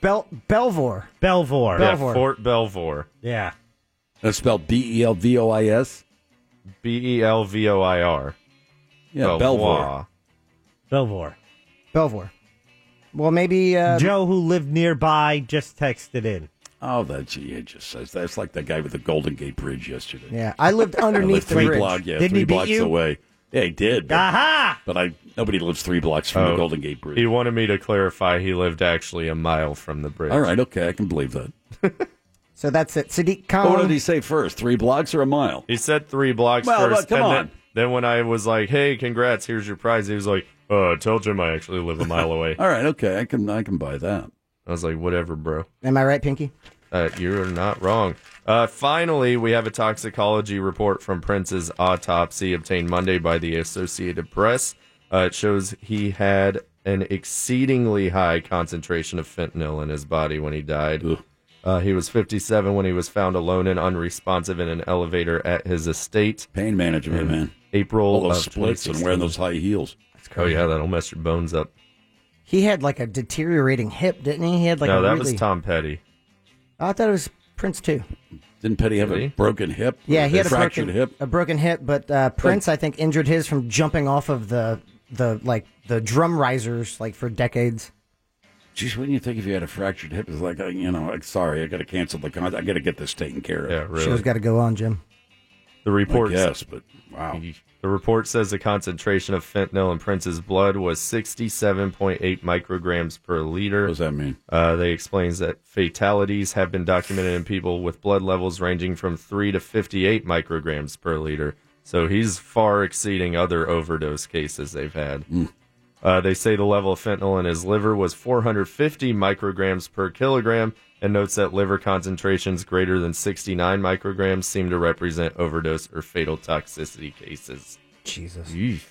Bel Belvor.
Belvor.
Yeah,
Belvoir.
Fort Belvoir.
yeah.
That's spelled B E L V O I S.
B E L V O I R.
Yeah, Belvoir.
Belvor.
Belvor. Well, maybe uh,
Joe, who lived nearby, just texted in.
Oh, that's yeah, it just says that's like that guy with the Golden Gate Bridge yesterday.
yeah. I lived
I live
underneath the
three
bridge.
block, yeah,
Didn't
three
he beat
blocks
you?
away. Yeah, he did. But,
Aha!
but I nobody lives three blocks from the
Oh.
Golden Gate Bridge.
He wanted me to clarify he lived actually a mile from the bridge.
All right, okay, I can believe that.
So that's it. Sadiq
But what
Khan.
did Oh, he say first? Three blocks or a mile?
He said three blocks
Well,
first.
but
and
come on.
Then, then when I was like, hey, congrats, here's your prize, he was like, oh, I told Jim I actually live a mile away.
All right, okay, I can I can buy that.
I was like, whatever, bro.
Am I right, Pinky?
Uh, you're not wrong. Uh, finally, we have a toxicology report from Prince's autopsy obtained Monday by the Associated Press. Uh, it shows he had an exceedingly high concentration of fentanyl in his body when he died. Uh, he was 57 when he was found alone and unresponsive in an elevator at his estate.
Pain management, man.
April
All
of
those splits and wearing those high heels.
Oh yeah, that'll mess your bones up.
He had like a deteriorating hip, didn't he? He had like
no,
a
that
really...
was Tom Petty.
I thought it was Prince too.
Didn't Petty have
Really?
a broken hip?
Yeah, he had a
fractured
broken,
hip. Oh.
A broken hip, but uh, Prince, I think, injured his from jumping off of the the like the drum risers like for decades.
Jeez, wouldn't you think if you had a fractured hip, it's like, uh, you know, like, sorry, I got to cancel the contract. I got to get this taken care of.
Yeah,
Show's
really.
got to go on, Jim.
The
I
report
guess, but wow.
The report says the concentration of fentanyl in Prince's blood was 67.8 micrograms per
What
liter.
does that mean?
Uh, they explains that fatalities have been documented in people with blood levels ranging from 3 to 58 micrograms per liter. So he's far exceeding other overdose cases they've had. Uh, they say the level of fentanyl in his liver was 450 micrograms per kilogram, and notes that liver concentrations greater than 69 micrograms seem to represent overdose or fatal toxicity cases.
Jesus,
Yeesh.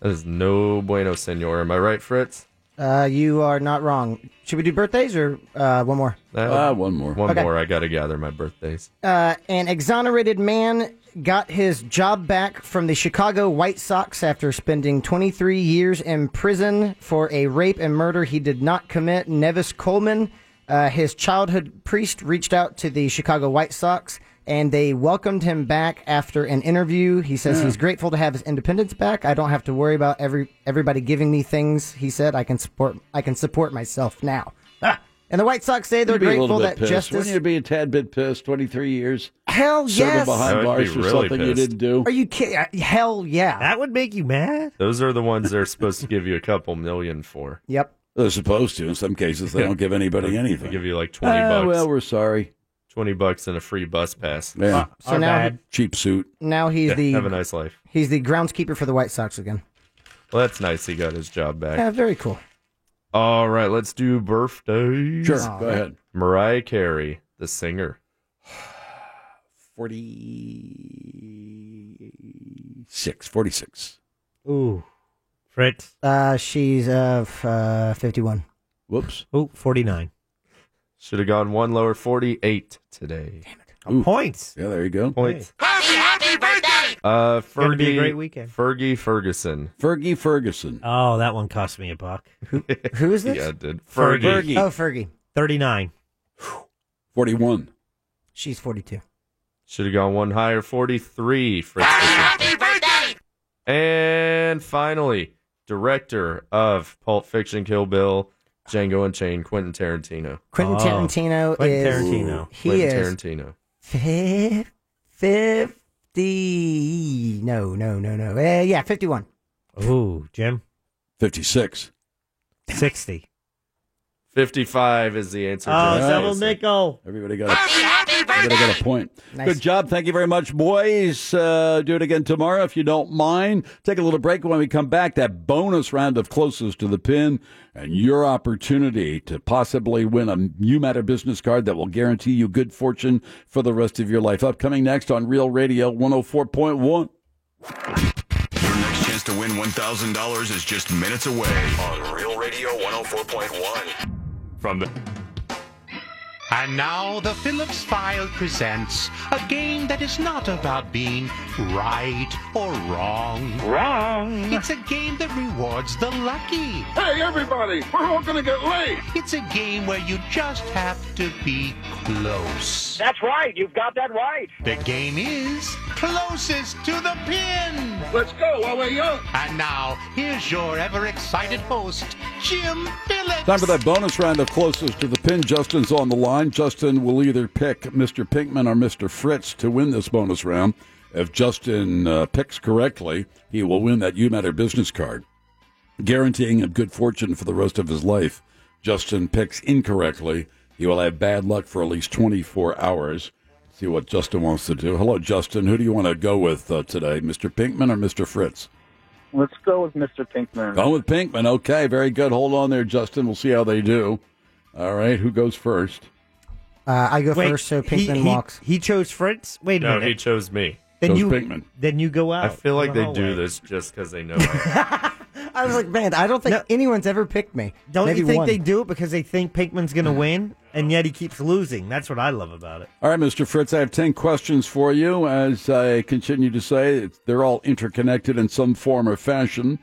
That is no bueno, senor. Am I right, Fritz?
uh, you are not wrong. Should we do birthdays or uh, one more?
That-
Ah, one more.
one
Okay.
more. I got to gather my birthdays.
Uh, an exonerated man got his job back from the Chicago White Sox after spending 23 years in prison for a rape and murder he did not commit. Nevis Coleman, uh, his childhood priest, reached out to the Chicago White Sox and they welcomed him back after an interview. He says he's grateful to have his independence back. I don't have to worry about every everybody giving me things. He said I can support I can support myself now. Ah. And the White Sox say they're
You'd be a
grateful
little
that
bit pissed.
justice.
Wouldn't you be a tad bit pissed? Twenty-three years
Hell
serving
yes.
I
behind
would
bars
be
for
really
something you
pissed.
didn't do.
Are you kidding? Uh, Hell yeah.
That would make you mad?
Those are the ones they're supposed to give you a couple million for.
yep.
They're supposed to. In some cases, they don't give anybody anything.
They give you like 20
Ah,
bucks.
Well, we're sorry.
20 bucks and a free bus pass.
Yeah.
So
Our
now
bad.
Cheap suit.
now he's
Yeah, have a
the
nice life.
he's the groundskeeper for the White Sox again.
Well, that's nice. He got his job back.
Yeah, very cool.
All right, let's do birthdays.
Sure. Go ahead.
Mariah Carey, the singer.
Forty-six. Forty-six.
Ooh. Fritz.
Uh, she's uh, f- uh, 51.
Whoops.
Ooh, 49.
Should have gone one lower, 48 today.
Ooh.
Oh, Points.
Yeah, there you go.
Points.
Happy birthday!
Uh, Fergie,
gonna be a great weekend.
Fergie Ferguson.
Fergie Ferguson.
Oh, that one cost me a buck.
Who is this?
Yeah, it did.
Fergie.
Fergie.
Oh, Fergie.
39.
Forty-one.
She's 42.
Should have gone one higher, 43. Fritz. And finally, director of Pulp Fiction, Kill Bill, Django Unchained, Quentin Tarantino.
Quentin
Oh.
Tarantino
Quentin
is.
Tarantino.
He
Quentin
is
Tarantino.
fif- 50. No, no, no, no. Uh, yeah, 51.
Ooh, Jim.
Fifty-six.
60.
55 is the answer.
Oh,
Jason.
double nickel.
Everybody got a, everybody got a point. Good job. Thank you very much, boys. Uh, do it again tomorrow if you don't mind. Take a little break when we come back. That bonus round of closest to the pin and your opportunity to possibly win a You Matter business card that will guarantee you good fortune for the rest of your life. Upcoming next on Real Radio 104.1.
Your next chance to win $1,000 is just minutes away on Real Radio 104.1.
From the.
And now the Phillips File presents a game that is not about being right or wrong. Wrong. It's a game that rewards the lucky. Hey, everybody, we're all going to get late. It's a game where you just have to be close.
That's right. You've got that right.
The game is closest to the pin. Let's go while we're young. And now, here's your ever excited host, Jim Phillips.
Time for that bonus round of closest to the pin. Justin's on the line. Justin will either pick Mr. Pinkman or Mr. Fritz to win this bonus round. If Justin uh, picks correctly, he will win that You Matter business card, guaranteeing him good fortune for the rest of his life. Justin picks incorrectly, he will have bad luck for at least 24 hours. See what Justin wants to do. Hello, Justin. Who do you want to go with uh, today, Mr. Pinkman or Mr. Fritz?
Let's go with Mr. Pinkman.
Going with Pinkman. Okay, very good. Hold on there, Justin. We'll see how they do. All right, who goes first?
Uh, I go
Wait,
first, so
he-
Pinkman
he-
walks.
He chose Fritz. Wait a
No,
minute.
he chose me.
Then
Chose
you.
Pinkman.
Then you go out.
I feel like
in
they
the
do
hallway.
this just because they know.
I was like, man, I don't think anyone's ever picked me.
Don't
Maybe
you think
one. Mm.
they do it because they think Pinkman's going to win, and yet he keeps losing? That's what I love about it.
All right, Mr. Fritz, I have 10 questions for you. As I continue to say, it's- they're all interconnected in some form or fashion.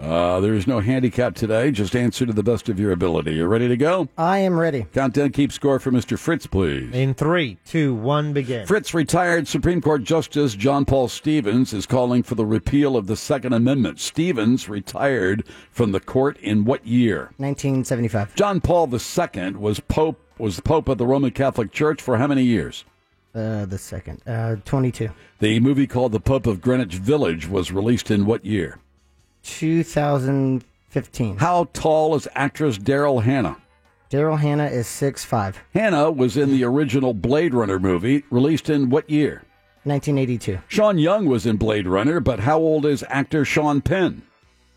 Uh, there is no handicap today. Just answer to the best of your ability. You ready to go?
I am ready.
Countdown, keep score for Mr. Fritz, please.
In three, two, one, begin.
Fritz, retired Supreme Court Justice John Paul Stevens, is calling for the repeal of the Second Amendment. Stevens retired from the court in what year?
1975.
John Paul II was Pope was the Pope of the Roman Catholic Church for how many years?
Uh, the second. Uh, 22.
The movie called The Pope of Greenwich Village was released in what year?
2015.
How tall is actress Daryl Hannah?
Daryl Hannah is six five.
Hannah was in the original Blade Runner movie, released in what year?
1982.
Sean Young was in Blade Runner, but how old is actor Sean Penn?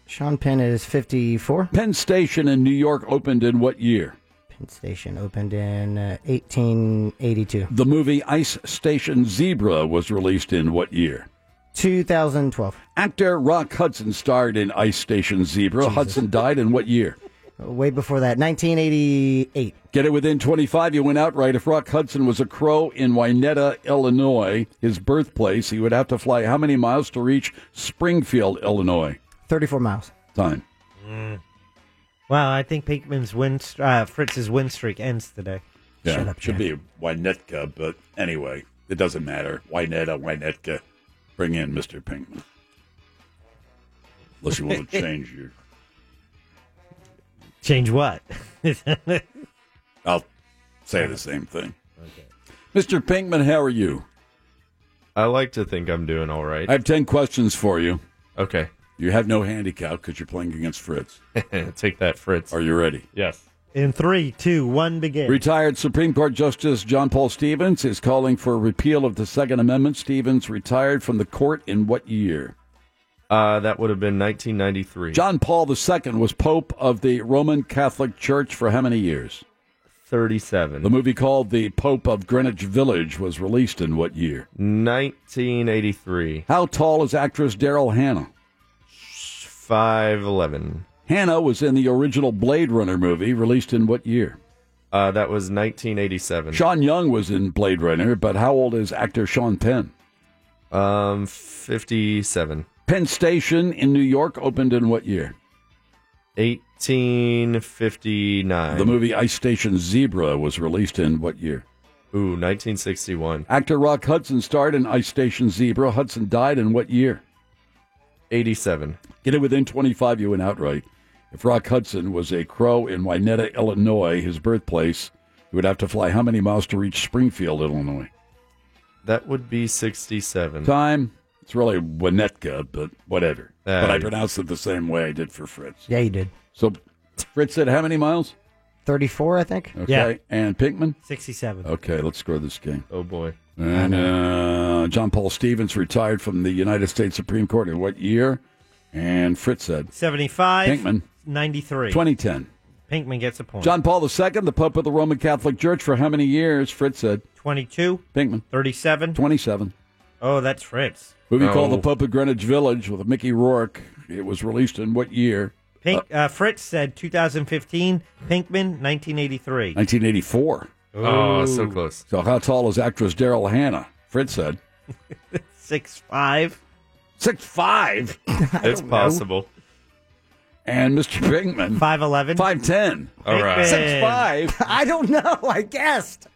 Sean Penn is 54.
Penn Station in New York opened in what year?
Penn Station opened in uh, 1882.
The movie Ice Station Zebra was released in what year?
2012.
Actor Rock Hudson starred in Ice Station Zebra. Hudson died in what year?
Uh, Way before that, 1988.
Get it within 25, you went outright. If Rock Hudson was a crow in Wineta, Illinois, his birthplace, he would have to fly how many miles to reach Springfield, Illinois?
34 miles.
Time. Mm.
Wow, I think Pinkman's win, uh, Fritz's win streak ends today.
Yeah, should be Wynetka, but anyway, it doesn't matter. Wynetta, Wynetka. Bring in Mr. Pinkman. Unless you want to change your.
Change what?
I'll say the same thing. Mr. Pinkman, how are you?
I like to think I'm doing all right.
I have 10 questions for you.
Okay,
You have no handicap because you're playing against Fritz.
take that, Fritz.
Are you ready?
Yes.
In three, two, one, begin.
Retired Supreme Court Justice John Paul Stevens is calling for a repeal of the Second Amendment. Stevens retired from the court in what year?
Uh, that would have been 1993.
John Paul II was Pope of the Roman Catholic Church for how many years?
37.
The movie called The Pope of Greenwich Village was released in what year?
1983.
How tall is actress Daryl Hannah?
511.
Hannah was in the original Blade Runner movie, released in what year?
Uh, that was 1987.
Sean Young was in Blade Runner, but how old is actor Sean Penn?
Um, 57.
Penn Station in New York opened in what year?
1859.
The movie Ice Station Zebra was released in what year?
Ooh, 1961.
Actor Rock Hudson starred in Ice Station Zebra. Hudson died in what year?
87.
Get it within 25, you win outright. If Rock Hudson was a crow in Wineta, Illinois, his birthplace, he would have to fly how many miles to reach Springfield, Illinois?
That would be 67.
Time? It's really Winnetka, but whatever.
Uh,
but I pronounced it the same way I did for Fritz.
Yeah, you did.
So Fritz said how many miles?
34, I think.
Okay. And Pinkman?
67.
Okay, let's score this game.
Oh, boy.
And uh, John Paul Stevens retired from the United States Supreme Court in what year? And Fritz said
75.
Pinkman.
93.
2010.
Pinkman gets a point.
John Paul II, the Pope of the Roman Catholic Church, for how many years? Fritz said
22.
Pinkman.
37.
27.
Oh, that's Fritz.
Movie called The Pope of Greenwich Village with Mickey Rourke. It was released in what year?
Pink, uh, Fritz said 2015. Pinkman, 1983.
1984.
Oh, so
close.
So, how tall is actress Daryl Hannah? Fritz said
Six five.
Six five.
It's possible.
And Mr. Pinkman.
5'11.
5'10.
All right.
Pinkman.
Five.
I don't know. I guessed.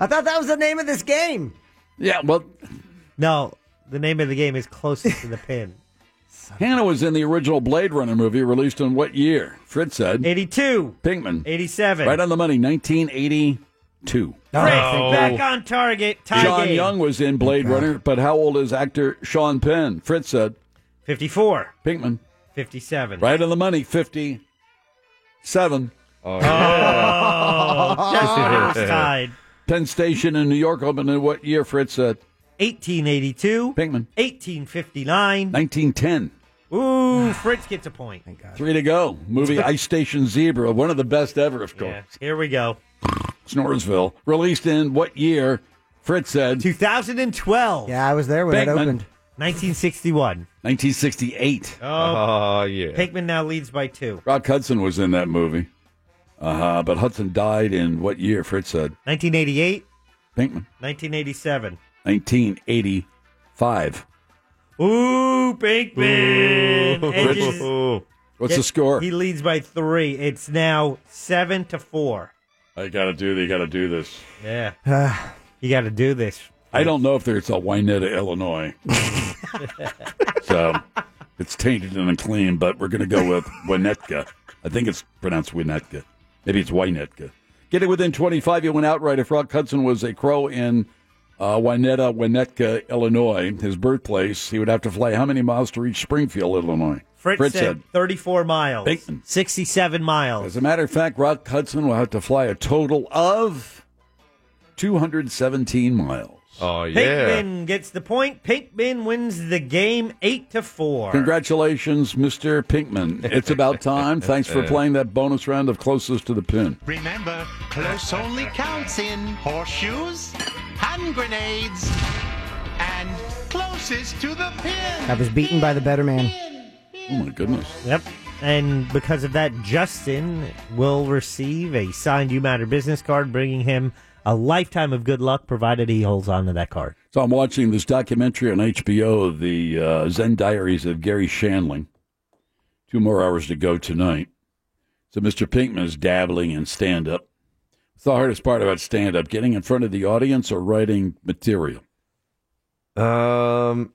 I thought that was the name of this game.
Yeah, well.
No, the name of the game is closest to the pin.
Hannah was in the original Blade Runner movie released in what year? Fritz said
82.
Pinkman
87.
Right on the money, 1982.
Fritz,
Oh.
back on target. Tie
John
game.
Young was in Blade Runner, but how old is actor Sean Penn? Fritz said
54.
Pinkman
57.
right on the money, 57. Oh,
Oh, just about tied.
Penn Station in New York opened in what year? Fritz said
1882.
Pinkman
1859.
1910.
Ooh, Fritz gets a point. Thank God.
Three to go. Movie Ice Station Zebra, one of the best ever, of course.
Here we go.
Snoresville, released in what year? Fritz said
2012.
Yeah, I was there when it
Pinkman.
opened.
1961.
1968.
Oh,
yeah.
Pinkman now leads by two.
Rock Hudson was in that movie. Uh-huh, but Hudson died in what year? Fritz said
1988,
Pinkman,
1987.
1985.
Ooh, Pinkman.
Ooh.
edges-
What's the score?
He leads by three. It's now seven to four.
I gotta do. You gotta do this.
Yeah. you got to do this.
I don't know if there's a Wineta, Illinois, so it's tainted and unclean. But we're gonna go with Winnetka. I think it's pronounced Winnetka. Maybe it's Winetka. Get it within 25. You went outright. If Rock Hudson was a crow in uh, Wineta, Winnetka, Illinois, his birthplace, he would have to fly how many miles to reach Springfield, Illinois?
Fritz, said, 34 miles. 67 miles.
As a matter of fact, Rock Hudson will have to fly a total of 217 miles.
Oh,
Pinkman gets the point. Pinkman wins the game 8 to 4.
Congratulations, Mr. Pinkman. It's about time. Thanks for playing that bonus round of closest to the pin.
Remember, close only counts in horseshoes, hand grenades, and closest to the pin.
I was beaten by the better man.
Oh, my goodness.
Yep. And because of that, Justin will receive a signed You Matter business card, bringing him a lifetime of good luck, provided he holds on to that card.
So I'm watching this documentary on HBO, the uh, Zen Diaries of Gary Shandling. Two more hours to go tonight. So Mr. Pinkman is dabbling in stand up. It's the hardest part about stand up getting in front of the audience or writing material.
Um,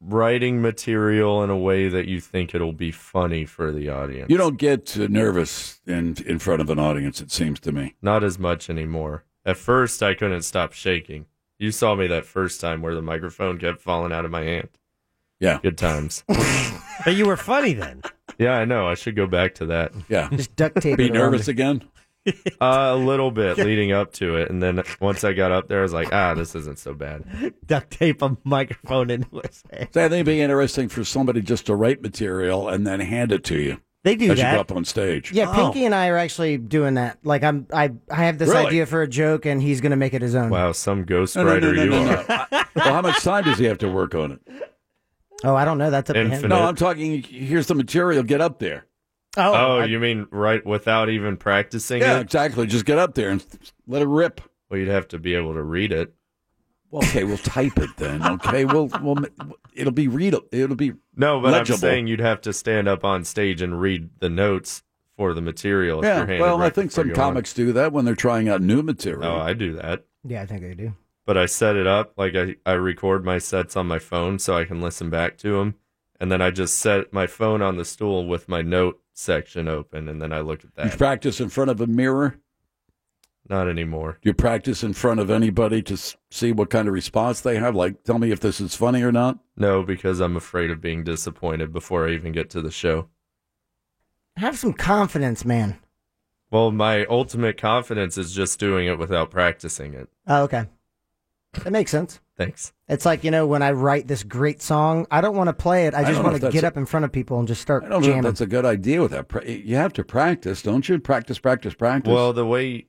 writing material in a way that you think it'll be funny for the audience.
You don't get uh, nervous in, in front of an audience, it seems to me.
Not as much anymore. At first, I couldn't stop shaking. You saw me that first time where the microphone kept falling out of my hand.
Yeah.
Good times.
But you were funny then.
yeah, I know. I should go back to that.
Yeah.
Just duct tape.
Be
it around
nervous
it.
again?
Uh, a little bit leading up to it. And then once I got up there, I was like, ah, this isn't so bad.
Duct tape a microphone into his hand.
So I think it'd be interesting for somebody just to write material and then hand it to you
They do
as you
that.
go up on stage.
Yeah,
Oh.
Pinky and I are actually doing that. Like I'm, I, I have this
Really?
idea for a joke, and he's going to make it his own.
Wow, some
No, no,
ghostwriter
no, no,
you
no,
are.
no. well, how much time does he have to work on it?
Oh, I don't know. That's up to him.
Infinite.
No, I'm talking. Here's the material. Get up there.
Oh,
Oh,
I-
you mean right without even practicing
Yeah,
it?
exactly. Just get up there and let it rip.
Well, you'd have to be able to read it.
Well, okay, we'll type it then. Okay, we'll, we'll it'll be read. It'll be
No, but
Legible.
I'm saying you'd have to stand up on stage and read the notes for the material. if
yeah.
you're handed
Well, I
right
think
before
some
you go on.
comics do that when they're trying out new material.
Oh, I do that.
yeah, I think I do.
But I set it up like I, I record my sets on my phone so I can listen back to them, and then I just set my phone on the stool with my note section open, and then I look at
you
that.
practice in front of a mirror.
Not anymore.
Do you practice in front of anybody to s- see what kind of response they have? Like, tell me if this is funny or not.
No, because I'm afraid of being disappointed before I even get to the show.
Have some confidence, man.
Well, my ultimate confidence is just doing it without practicing it.
Oh, okay. That makes sense.
Thanks.
It's like, you know, when I write this great song, I don't want to play it. I
I
just
don't know
want
if
to
that's
get
a-
up in front of people and just start
I don't know if
jamming.
that's a good idea with that. pra- You have to practice, don't you? Practice, practice, practice.
Well, the way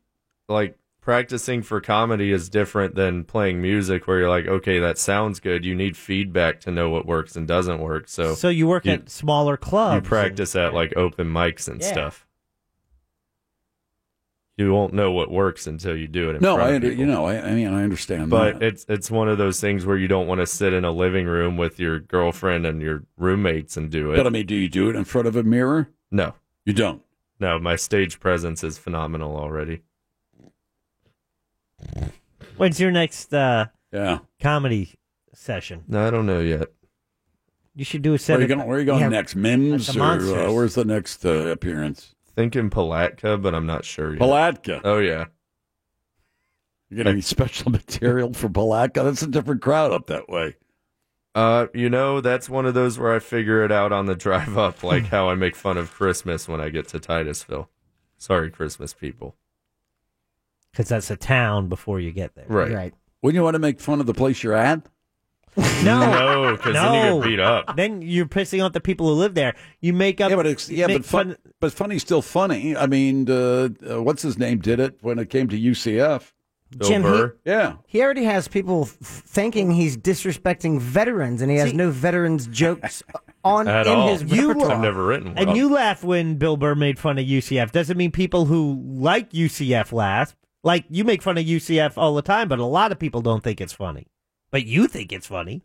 like practicing for comedy is different than playing music where you're like, okay, that sounds good. You need feedback to know what works and doesn't work. So
So you work
you,
at smaller
you
clubs.
practice at like open mics and
Yeah.
stuff. You won't know what works until you do it in
no,
front
I
of
under,
people.
you know, I, I mean, I understand
But
that.
it's it's one of those things where you don't want to sit in a living room with your girlfriend and your roommates and do it.
But I mean, do you do it in front of a mirror?
No.
You don't.
No, my stage presence is phenomenal already.
When's your next uh,
yeah.
comedy session?
No, I don't know yet.
You should do a set.
Where are you
at-
going? Where are you going
yeah,
next?
at
Mims
the
or uh,
Monsters.
where's the next uh, appearance?
Thinking Palatka, but I'm not sure yet.
Palatka.
Oh yeah.
You get any special material for Palatka? That's a different crowd up that way.
Uh, you know, that's one of those where I figure it out on the drive up, like how I make fun of Christmas when I get to Titusville. Sorry, Christmas people.
Because that's a town before you get there.
Right.
Wouldn't you want to make fun of the place you're at?
No.
No,
Oh,
because then you
No.
get beat up.
Then you're pissing off the people who live there. You make up.
Yeah, but it's, yeah,
make
but fun, but funny's still funny. I mean, uh, uh, what's his name did it when it came to UCF?
Bill Jim, he- Burr?
yeah.
He already has people f- thinking he's disrespecting veterans, and he has no veterans jokes on in his repertoire.
Mm,
And you laugh when Bill Burr made fun of UCF. Doesn't mean people who like UCF laugh. Like you make fun of UCF all the time, but a lot of people don't think it's funny. But you think it's funny.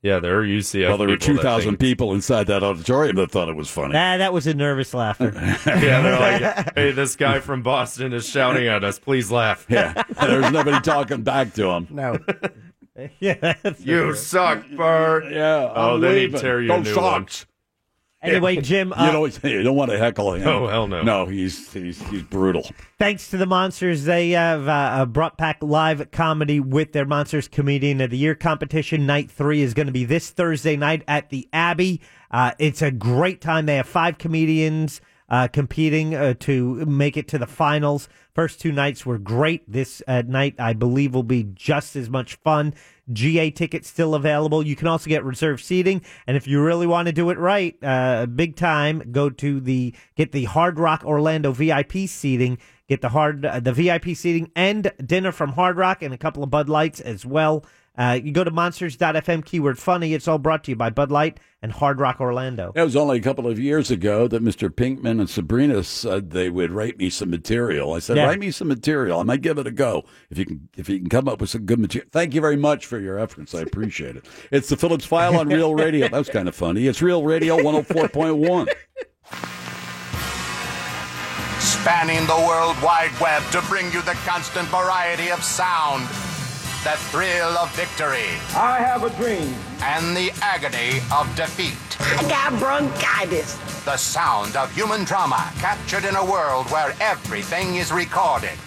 Yeah, there are UCF.
Well, there were
people
two
that
thousand
think-
people inside that auditorium that thought it was funny.
Nah, that was a nervous laughter.
Yeah, they're like, hey, this guy from Boston is shouting at us. Please laugh.
Yeah, there's nobody talking back to him.
No.
yeah. that's-
You suck, Burr.
Yeah.
Oh,
I'm
then he'd
leaving.
tear you a
Those
new
socks.
Anyway, Jim. Uh,
you don't you don't want to heckle him.
Oh, hell no.
No, he's he's he's brutal.
Thanks to the Monsters, they have uh, uh, brought back live comedy with their Monsters Comedian of the Year competition. Night three is going to be this Thursday night at the Abbey. Uh, it's a great time. They have five comedians uh, competing uh, to make it to the finals. First two nights were great. This uh, night, I believe, will be just as much fun. GA tickets still available. You can also get reserved seating. And if you really want to do it right, uh, big time, go to the get the Hard Rock Orlando VIP seating. Get the hard uh, the VIP seating and dinner from Hard Rock and a couple of Bud Lights as well. Uh, you go to monsters.fm keyword funny. It's all brought to you by Bud Light and Hard Rock Orlando.
That was only a couple of years ago that Mr. Pinkman and Sabrina said they would write me some material. I said,
Yeah.
write me some material. I might give it a go if you can if you can come up with some good material. Thank you very much for your efforts. I appreciate it. It's the Phillips File on Real Radio. That was kind of funny. It's Real Radio 104.1.
spanning the World Wide Web to bring you the constant variety of sound, the thrill of victory. I have a dream. And the agony of defeat. I got bronchitis. The sound of human drama captured in a world where everything is recorded.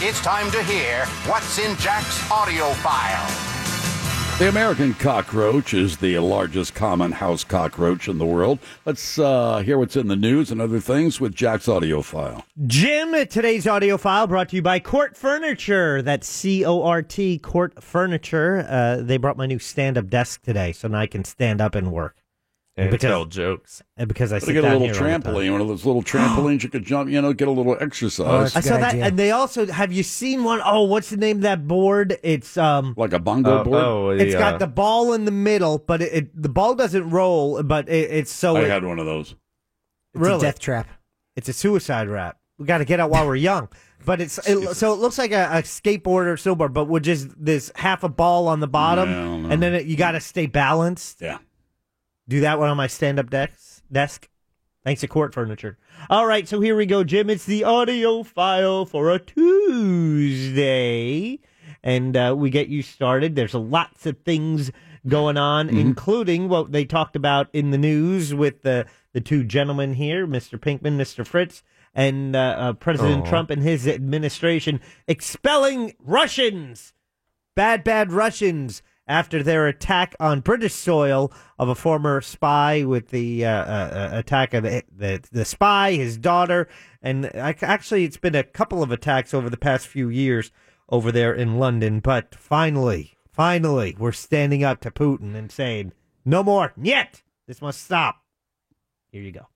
It's time to hear what's in Jack's audio file.
The American cockroach is the largest common house cockroach in the world. Let's uh, hear what's in the news and other things with Jack's audio file.
Jim, today's audio file brought to you by Court Furniture. That's C O R T, Court Furniture. Uh, they brought my new stand up desk today, so now I can stand up and work.
And tell jokes.
and because I
Gotta
sit
get a
down
little
here all the time. Oh,
trampoline, one of those little trampolines you could jump, you know, get a little exercise.
I saw that, and they also have you seen one? Oh, what's the name of that board? It's um
like a bongo
Oh, board? oh,
It's
the,
got
uh,
the ball in the middle, but it, it the ball doesn't roll. But it, it's so
I
it-
had one of those.
It's a death trap.
It's a suicide rap. We got to get out while we're young. But it's it, so it looks like a, a skateboard or snowboard, but with just this half a ball on the bottom,
No, no.
and then it, you got to stay balanced.
Yeah.
Do that one on my stand-up desk. Desk. Thanks to Court Furniture. All right, so here we go, Jim. It's the audio file for a Tuesday, and uh, we get you started. There's lots of things going on, including what they talked about in the news with the the two gentlemen here, Mr. Pinkman, Mr. Fritz, and uh, uh, President
Aw.
Trump and his administration expelling Russians, bad bad Russians. after their attack on British soil of a former spy with the uh, uh, uh, attack of the, the, the spy, his daughter, and I, actually it's been a couple of attacks over the past few years over there in London. But finally, finally, we're standing up to Putin and saying, no more, yet. This must stop. Here you go.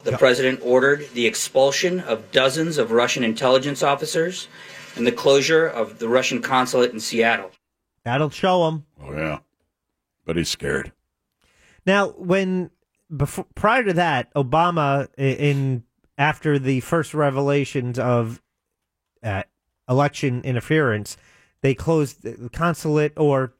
The president ordered the expulsion of dozens of Russian intelligence officers and the closure of the Russian consulate in Seattle.
That'll show him.
Oh yeah, but he's scared.
Now, when before prior to that, Obama i- in after the first revelations of uh, election interference, they closed the consulate or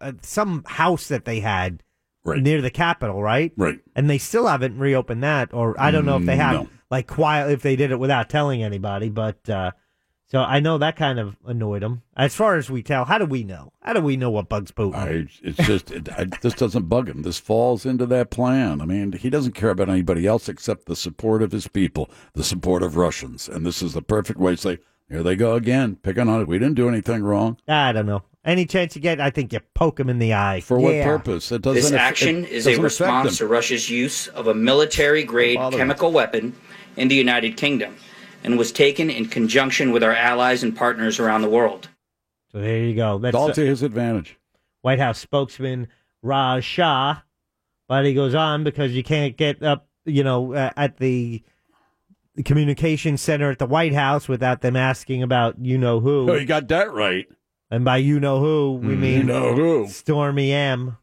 uh, some house that they had near the Capitol, right?
Right.
And they still haven't reopened that, or I don't know if they
Mm,
have
no.
like quiet if they did it without telling anybody. But uh, so I know that kind of annoyed them. As far as we tell, how do we know? How do we know what bugs Putin?
I, it's just it, I, this doesn't bug him. This falls into that plan. I mean, he doesn't care about anybody else except the support of his people, the support of Russians, and this is the perfect way to say, "Here they go again, picking on it. We didn't do anything wrong."
I don't know. Any chance you get, I think you poke him in the eye.
For what purpose? It doesn't
this
aff-
action
it
is a
doesn't affect
response to
them.
Russia's use of a military grade
Bother.
chemical weapon in the United Kingdom and was taken in conjunction with our allies and partners around the world.
So there you go. That's
all
uh,
to his advantage.
White House spokesman Raj Shah, but he goes on because you can't get up, you know, uh, at the the communications center at the White House without them asking about you know who.
Oh, you got that right.
And by you know who, we
Mm,
mean
you know who.
Stormy M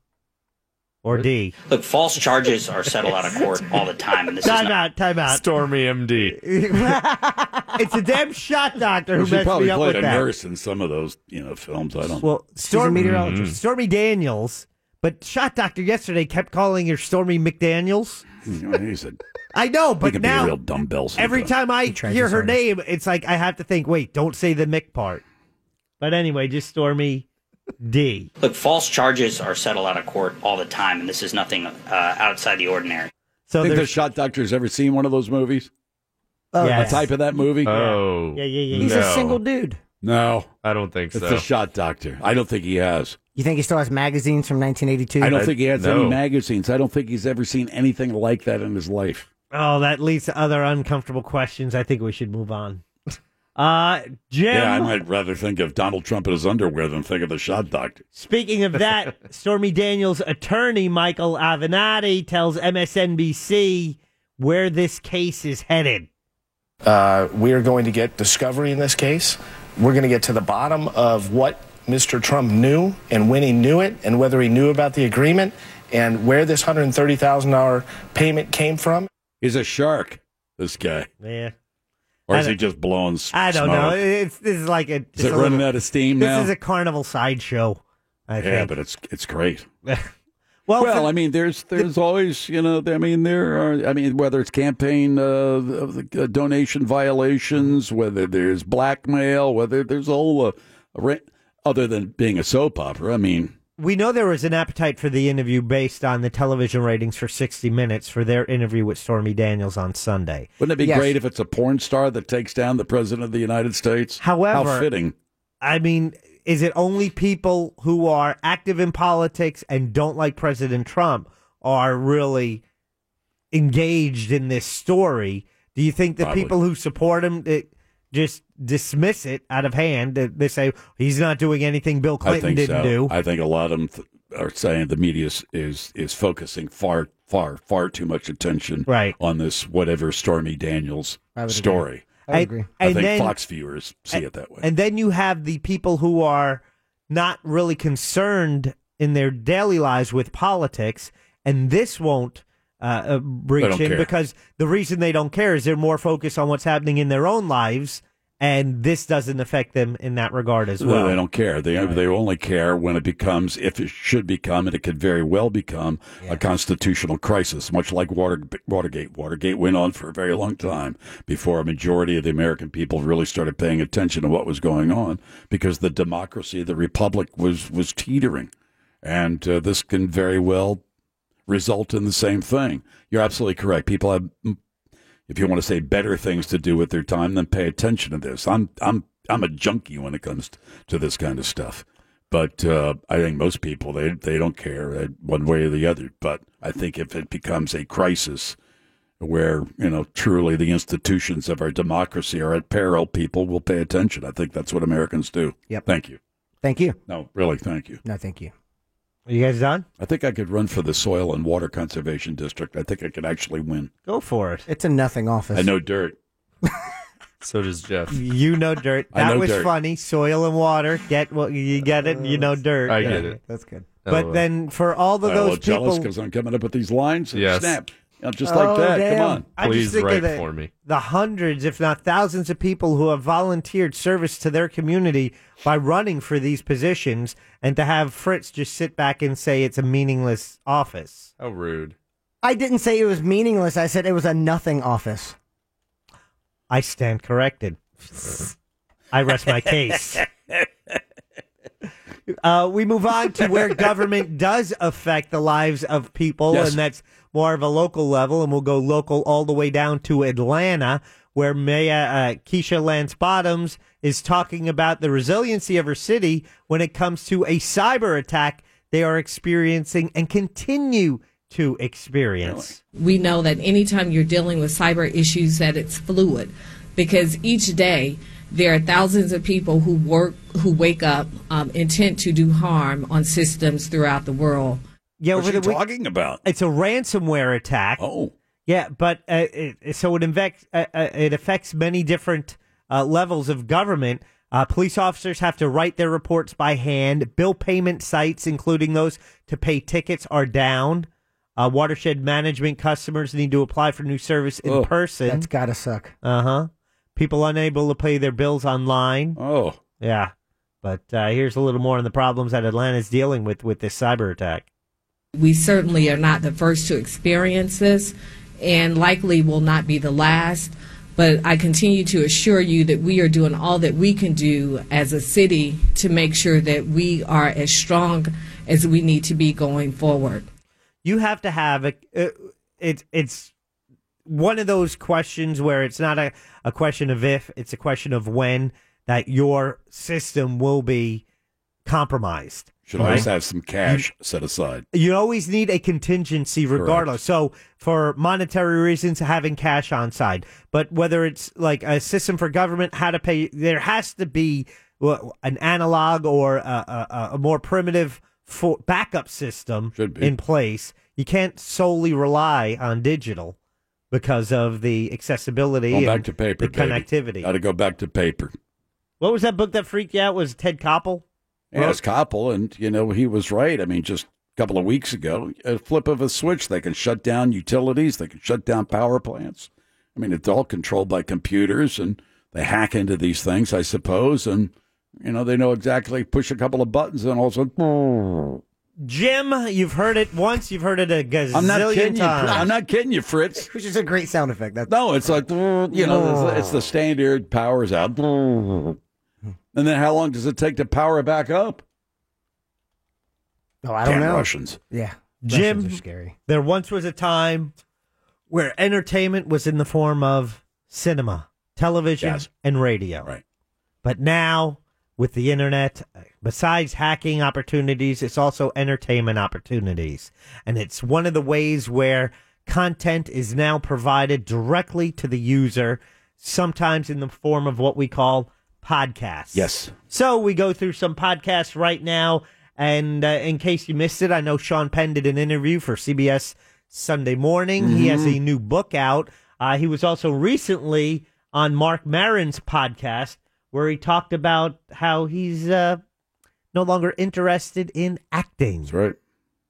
or D.
Look, false charges are settled out of court all the time, and this is
Time
not
out, time out.
Stormy MD.
it's a damn shot doctor who
She
messed
probably
me up
played
with
a
that.
nurse in some of those, you know, films. I don't.
Well, Stormy Stormy Daniels, but shot doctor yesterday kept calling her Stormy McDaniels.
Mm-hmm. He's a
I know, but
can be a
now
real dumbbell
Every
sometimes.
time I
He tries
hear
his
her
hardest.
name, it's like I have to think. Wait, don't say the Mick part. But anyway, just Stormy D.
Look, false charges are settled out of court all the time, and this is nothing uh, outside the ordinary.
So
think the
there's-
shot doctor's ever seen one of those movies.
Oh,
yeah.
yes.
The type of that movie.
Oh.
Yeah, yeah,
He's a single dude.
No,
I don't think
it's
so.
a shot doctor. I don't think he has.
You think he still has magazines from 1982?
I don't think he has any
magazines.
magazines. I don't think he's ever seen anything like that in his life.
Oh, that leads to other uncomfortable questions. I think we should move on. Uh, Jim.
Yeah, I might rather think of Donald Trump in his underwear than think of the shot doctor.
Speaking of that, Stormy Daniels' attorney, Michael Avenatti, tells MSNBC where this case is headed.
Uh, we are going to get discovery in this case. We're going to get to the bottom of what Mr. Trump knew and when he knew it and whether he knew about the agreement and where this $130,000 payment came from.
He's a shark, this guy.
Yeah.
Or
I
is he
don't-
just blowing s-
I don't
smoke?
know. It's this is like a.
Is
just
it
a
running
little-
out of steam
This
now?
is a carnival sideshow. I
yeah,
think.
but it's it's great.
well,
I mean, there's there's always you know, I mean, there are, I mean, whether it's campaign uh, the- the, uh, donation violations, whether there's blackmail, whether there's all uh, ra- other than being a soap opera. I mean,
we know there was an appetite for the interview based on the television ratings for 60 Minutes for their interview with Stormy Daniels on Sunday.
wouldn't it be
Yes.
great if it's a porn star that takes down the president of the United States?
However,
how fitting.
I mean, is it only people who are active in politics and don't like President Trump are really engaged in this story? Do you think the
Probably.
people who support him it, just dismiss it out of hand? That They say he's not doing anything Bill Clinton
I think
didn't
so.
do.
I think a lot of them th- are saying the media is, is is focusing far, far, far too much attention
right.
on this whatever Stormy Daniels
I would agree.
story.
I would agree.
I
And
think
then-
Fox viewers see it that way.
And then you have the people who are not really concerned in their daily lives with politics, and this won't uh, uh, breach
don't
in
care.
because the reason they don't care is they're more focused on what's happening in their own lives, and this doesn't affect them in that regard as well.
No, they don't care. They they only care when it becomes, if it should become, and it could very well become a constitutional crisis, much like Water, Watergate. Watergate went on for a very long time before a majority of the American people really started paying attention to what was going on because the democracy, the republic, was was teetering, and uh, this can very well result in the same thing. You're absolutely correct. People have if you want to say better things to do with their time, then pay attention to this. I'm I'm I'm a junkie when it comes to this kind of stuff. But uh, I think most people they they don't care uh, one way or the other. But I think if it becomes a crisis where you know truly the institutions of our democracy are at peril, people will pay attention. I think that's what Americans do.
Yep.
Thank you.
Thank you.
No, really, thank you.
No, thank you.
Are you guys done?
I think I could run for the Soil and Water Conservation District. I think I could actually win.
Go for it.
It's a nothing office.
I know dirt.
so does Jeff.
You know dirt.
I
That
know
was
dirt.
funny. Soil and water. Get what you get it. You know dirt.
I get it.
That's good.
But then for all of
I'm a
those
little jealous
people-
because I'm coming up with these lines. And
Yes.
Snap. You know, Just
Oh,
like that.
damn.
Come on.
I just think of the- The hundreds, if not thousands, of people who have volunteered service to their community by running for these positions, and to have Fritz just sit back and say it's a meaningless office.
How rude!
I didn't say it was meaningless. I said it was a nothing office.
I stand corrected. I rest my case. Uh, we move on to where government does affect the lives of people,
Yes.
and that's more of a local level. And we'll go local all the way down to Atlanta, where Mayor uh, Keisha Lance Bottoms is talking about the resiliency of her city when it comes to a cyber attack they are experiencing and continue to experience.
We know that anytime you're dealing with cyber issues that it's fluid because each day there are thousands of people who work who wake up um, intent to do harm on systems throughout the world.
Yeah,
What's
over
she
the week-
talking
about?
It's a ransomware attack.
Oh,
yeah, but uh, it, so it affects uh, uh, it affects many different uh, levels of government. Uh, police officers have to write their reports by hand. Bill payment sites, including those to pay tickets, are down. Uh, watershed management customers need to apply for new service in
Oh,
Ugh,
person.
That's gotta suck.
Uh huh. People unable to pay their bills online.
Oh.
Yeah. But uh, here's a little more on the problems that Atlanta's dealing with with this cyber attack.
We certainly are not the first to experience this and likely will not be the last. But I continue to assure you that we are doing all that we can do as a city to make sure that we are as strong as we need to be going forward.
You have to have a. Uh, it's it's one of those questions where it's not a, a question of if, it's a question of when that your system will be compromised.
Should always
right?
have some cash set aside.
You always need a contingency regardless. So for monetary reasons, having cash on side. But whether it's like a system for government, how to pay, there has to be well, an analog or a, a, a more primitive for backup system in place. You can't solely rely on digital because of the accessibility
Going
and
back to paper.
the connectivity.
Got to go back to paper.
What was that book that freaked you out? Was Ted Koppel?
Yeah, it's Koppel, and you know he was right. I mean, just a couple of weeks ago, a flip of a switch, they can shut down utilities, they can shut down power plants. I mean, it's all controlled by computers, and they hack into these things, I suppose, and you know they know exactly. Push a couple of buttons, and all of a sudden,
Jim, you've heard it once. You've heard it a gazillion
I'm not kidding you.
times.
I'm not kidding you, Fritz.
Which is a great sound effect. That's
No, it's like you know, it's, it's the standard powers out, and then how long does it take to power back up?
Oh, I don't
Damn
know.
Russians.
Yeah.
Jim,
Russians are scary.
There once was a time where entertainment was in the form of cinema, television,
Yes.
and radio.
Right.
But now, with the internet, besides hacking opportunities, it's also entertainment opportunities. And it's one of the ways where content is now provided directly to the user, sometimes in the form of what we call podcasts.
Yes.
So we go through some podcasts right now. And uh, in case you missed it, I know Sean Penn did an interview for CBS Sunday Morning. He has
Mm-hmm.
a new book out. Uh, he was also recently on Mark Marin's podcast where he talked about how he's uh, no longer interested in acting. That's
right.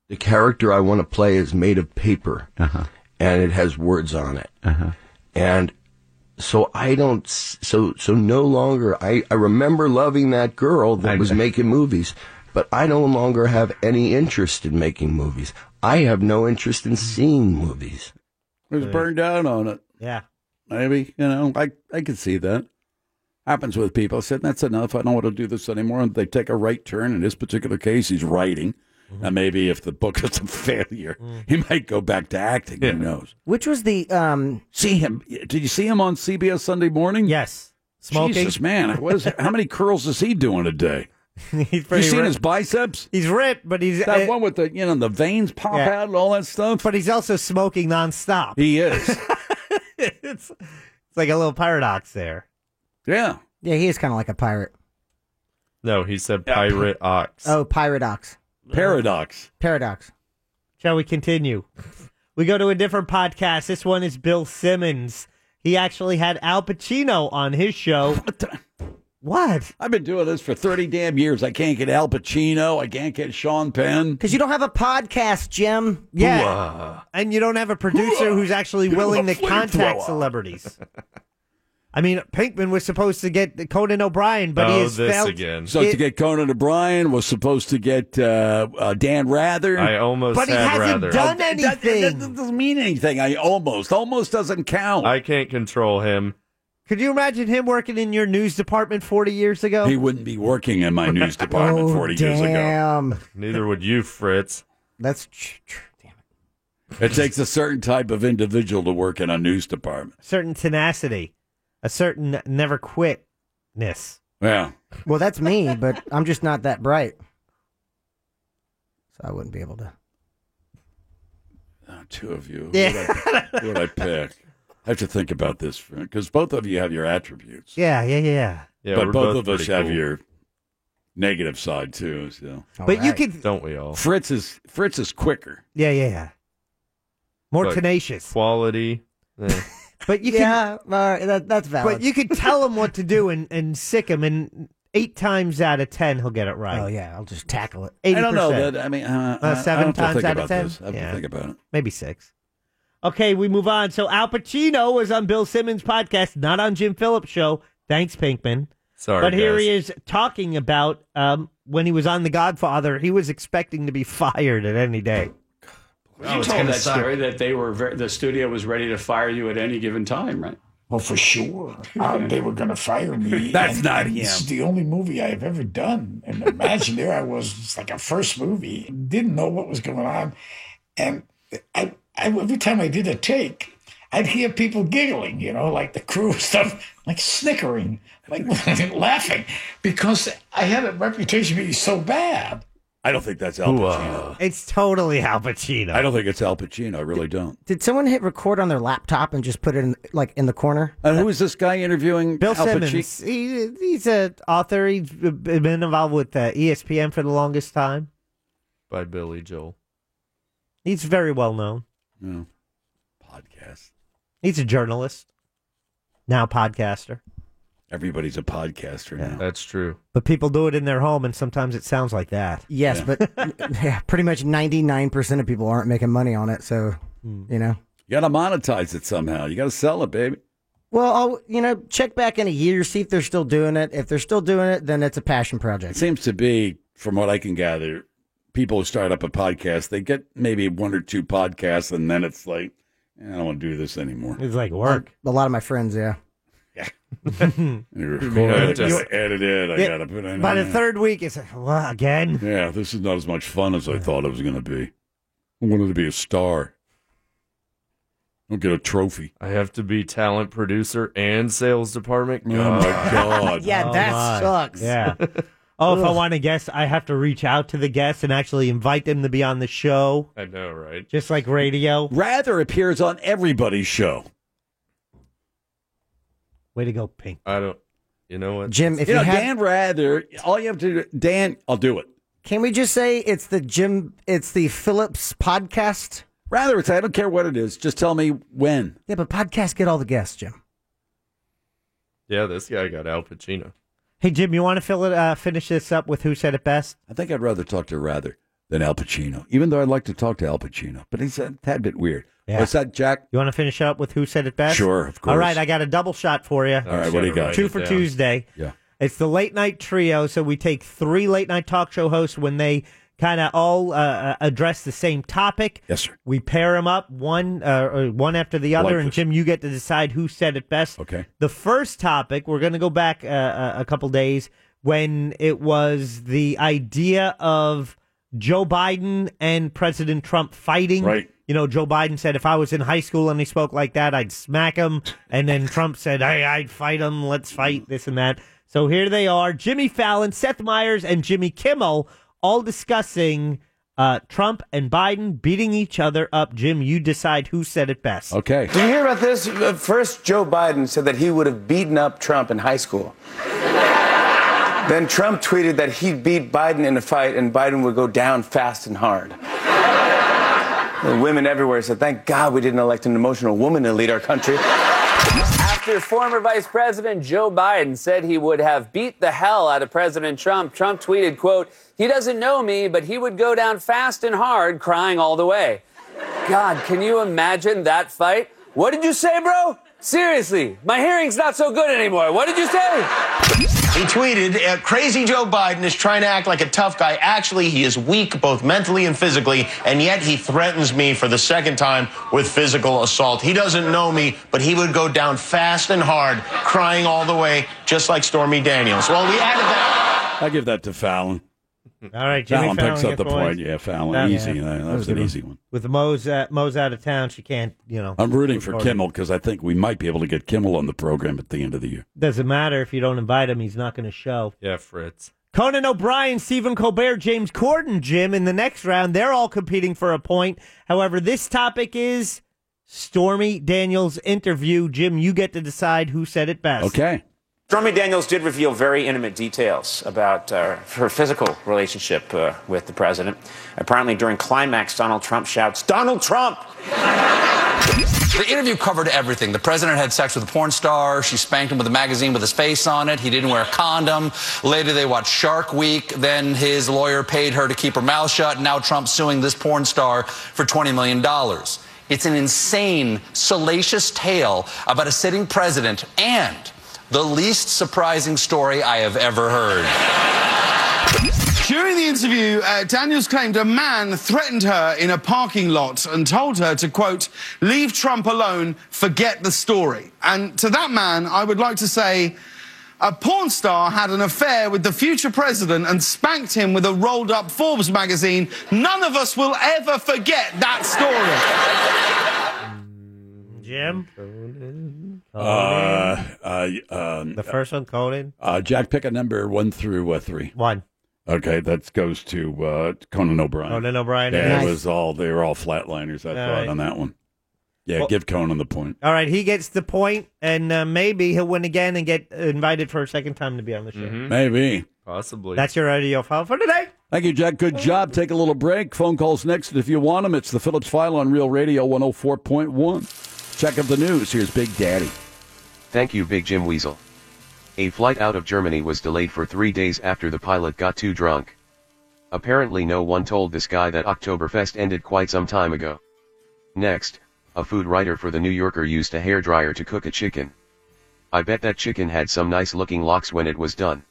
The character I want to play is made of paper, and it has words on it, and so I don't. s- So so no longer. I I remember loving that girl that was making movies, but I no longer have any interest in making movies. I have no interest in seeing movies.
It was burned out on it.
Yeah.
Maybe, you know, I, I could see that. Happens with people. I said, that's enough. I don't want to do this anymore. And they take a right turn. In this particular case, he's writing.
Mm-hmm.
And maybe if the book is a failure,
Mm.
he might go back to acting. Who knows?
Which was the um
See him. Did you see him on CBS Sunday morning?
Yes. Smoking.
Jesus, man. What is, how many curls is he doing a day?
he's
You
pretty
seen
ri-
his biceps?
He's ripped, but he's
that
uh,
one with the you know the veins pop
Yeah.
out and all that stuff.
But he's also smoking nonstop.
He is.
it's, it's like a little paradox there.
Yeah.
Yeah, he is kind of like a pirate.
No, he said pirate ox.
Oh, pyradox.
Paradox.
Paradox.
Shall we continue? We go to a different podcast. This one is Bill Simmons. He actually had Al Pacino on his show. What?
Oh. I've been doing this for thirty damn years. I can't get Al Pacino. I can't get Sean Penn.
Because you don't have a podcast, Jim.
Yeah.
uh,
Hoo-ah.
And you don't have a producer who's actually
You don't
willing to
have a
contact
flamethrower.
celebrities. I mean, Pinkman was supposed to get Conan O'Brien,
oh,
Oh,
but he has failed.
So to get Conan O'Brien was supposed to get uh, uh, Dan Rather.
I almost But he had hasn't Rather. done
Oh, that- that- That,
anything.
that doesn't mean anything. I almost almost doesn't count.
I can't control him.
Could you imagine him working in your news department 40 years ago?
He wouldn't be working in my news department
Oh,
forty years ago.
Damn.
Neither would you, Fritz.
That's
It takes a certain type of individual to work in a news department.
certain tenacity, a certain never quitness.
Yeah.
Well, that's me, but I'm just not that bright. So I wouldn't be able to.
Oh, Two of you.
Yeah.
What would I pick? I have to think about this because both of you have your attributes.
Yeah, yeah, yeah.
but both, of us have your negative side too. So,
But you Alright. could-
don't we all?
Fritz is Fritz is quicker.
Yeah, yeah, yeah. More
But
tenacious.
Quality. eh.
But you
yeah, can, that, that's valid.
But you could tell him what to do and, and sick him, and eight times out of ten he'll get it right.
Oh yeah, I'll just tackle it.
80%.
I don't know that. I mean, uh,
Uh,
I-
seven
I have to
times
think
out of
about
10?
This. I have
Yeah.
to think about it.
Maybe six. Okay, we move on. So Al Pacino was on Bill Simmons' podcast, not on Jim Phillips' show. Thanks, Pinkman.
Sorry,
but here
guys.
he is talking about um, when he was on The Godfather. He was expecting to be fired at any day.
You told that story that they were ver the studio was ready to fire you at any given time, right?
Oh,
Well, for sure, Uh, they were going to fire me.
That's
And
not
It's
him.
the only movie I have ever done, and imagine there I was. It's like a first movie. Didn't know what was going on, and I, I every time I did a take, I'd hear people giggling. You know, like the crew and stuff, like snickering, like laughing, because I had a reputation of being so bad.
I don't think that's Al
uh,
uh,
Pacino.
It's totally Al Pacino.
I don't think it's Al Pacino. I really don't.
Did someone hit record on their laptop and just put it in, like in the corner?
And Uh, who is this guy interviewing?
Bill
Al Pacino?
Simmons. He, he's an author. He's been involved with uh, ESPN for the longest time.
By Billy Joel.
He's very well known.
No. Podcast.
He's a journalist, now podcaster.
Everybody's a podcaster now.
That's true.
But people do it in their home, and sometimes it sounds like that.
Yes, but yeah, pretty much 99% of people aren't making money on it. So, you know.
You got to monetize it somehow. You got to sell it, baby.
Well, I'll, you know, check back in a year, see if they're still doing it. If they're still doing it, then it's a passion
It
project.
seems to be, from what I can gather, people who start up a podcast, they get maybe one or two podcasts, and then it's like, "Eh, I don't want to do this anymore.
It's like work.
A lot of my friends, yeah.
You
mean,
record
I
it,
just-
you edit it. I
Yeah,
got to put it
By the
in.
third week, it's like, well, Uh, again.
Yeah, this is not as much fun as I thought it was going to be. I wanted to be a star. I'll get a trophy.
I have to be talent producer and sales department.
Oh, my God.
Yeah, that sucks.
Oh, Yeah. Oh, if I
Ugh.
want to guess, I have to reach out to the guests and actually invite them to be on the show,
I know, right?
just like radio.
Rather appears on everybody's show.
Way to go, Pink.
I don't. You know what?
Jim, if
you
you,
know,
had,
Dan Rather, all you have to do, Dan, I'll do it.
can we just say it's the Jim, it's the Phillips podcast?
Rather, it's I don't care what it is. Just tell me when.
Yeah, but podcasts get all the guests, Jim.
Yeah, this guy got Al Pacino.
Hey, Jim, you want to fill it, uh, finish this up with who said it best?
I think I'd rather talk to Rather than Al Pacino, even though I'd like to talk to Al Pacino, but he's a tad bit weird.
Yeah.
What's that, Jack?
You want to finish up with who said it best?
Sure, of
All
course.
right, I got a double shot for you.
All right, what do you got?
Two for Tuesday.
Yeah.
It's the late night trio. So we take three late night talk show hosts when they kind of all uh, uh, address the same topic.
Yes, sir.
We pair them up one uh, or one after the other,
like
and
this.
Jim, you get to decide who said it best.
Okay.
The first topic we're going to go back uh, a- a couple days when it was the idea of Joe Biden and President Trump fighting.
Right.
You know, Joe Biden said, if I was in high school and he spoke like that, I'd smack him. And then Trump said, hey, I'd fight him. Let's fight this and that. So here they are Jimmy Fallon, Seth Meyers, and Jimmy Kimmel all discussing uh, Trump and Biden beating each other up. Jim, you decide who said it best.
Okay.
Did you hear about this? Uh, First, Joe Biden said that he would have beaten up Trump in high school. then Trump tweeted that he'd beat Biden in a fight and Biden would go down fast and hard. And women everywhere said, thank God we didn't elect an emotional woman to lead our country.
After former Vice President Joe Biden said he would have beat the hell out of President Trump, Trump tweeted, quote, he doesn't know me, but he would go down fast and hard, crying all the way. God, can you imagine that fight? What did you say, bro? Seriously, my hearing's not so good anymore. What did you say?
He tweeted, uh, Crazy Joe Biden is trying to act like a tough guy. Actually, he is weak both mentally and physically, and yet he threatens me for the second time with physical assault. He doesn't know me, but he would go down fast and hard, crying all the way, just like Stormy Daniels. Well, we added that.
I give that to Fallon.
All right, Jimmy
Fallon,
Fallon
picks up
gets
the
points.
point. Yeah, Fallon.
That-
easy.
yeah. That
That-
was
That's
a
an
good
easy
one.
one.
With Mo's, uh, Mo's out of town, she can't, you know.
I'm rooting for
Or-
Kimmel because I think we might be able to get Kimmel on the program at the end of the year.
Doesn't matter if you don't invite him, he's not going to show.
Yeah, Fritz.
Conan O'Brien, Stephen Colbert, James Corden, Jim, in the next round, they're all competing for a point. However, this topic is Stormy Daniels' interview. Jim, you get to decide who said it best.
Okay.
Stormy Daniels did reveal very intimate details about uh, her physical relationship uh, with the president. Apparently, during climax, Donald Trump shouts, Donald Trump!
The interview covered everything. The president had sex with a porn star. She spanked him with a magazine with his face on it. He didn't wear a condom. Later, they watched Shark Week. Then his lawyer paid her to keep her mouth shut. Now Trump's suing this porn star for $20 million. It's an insane, salacious tale about a sitting president and the least surprising story I have ever heard.
During the interview, uh, Daniels claimed a man threatened her in a parking lot and told her to, quote, leave Trump alone, forget the story. And to that man, I would like to say a porn star had an affair with the future president and spanked him with a rolled up Forbes magazine. None of us will ever forget that story.
Jim? Oh.
Uh, uh, um,
the first one, Conan?
Uh, Jack, pick a number one through uh, three.
One.
Okay, that goes to uh, Conan O'Brien.
Conan O'Brien,
Yeah,
nice.
it was all they were all flatliners. I
All
thought
right.
on that one. Yeah,
Well-
give Conan the point.
All right, he gets the point, and uh, maybe he'll win again and get invited for a second time to be on the show.
Mm-hmm. Maybe.
Possibly.
Hmm? That's your audio file for today.
Thank you, Jack. Good job. Take a little break. Phone calls next if you want them. It's the Phillips File on Real Radio 104.1. Check up the news. Here's Big Daddy.
Thank you, Big Jim Weasel. A flight out of Germany was delayed for three days after the pilot got too drunk. Apparently, no one told this guy that Oktoberfest ended quite some time ago. Next, a food writer for The New Yorker used a hairdryer to cook a chicken. I bet that chicken had some nice looking locks when it was done.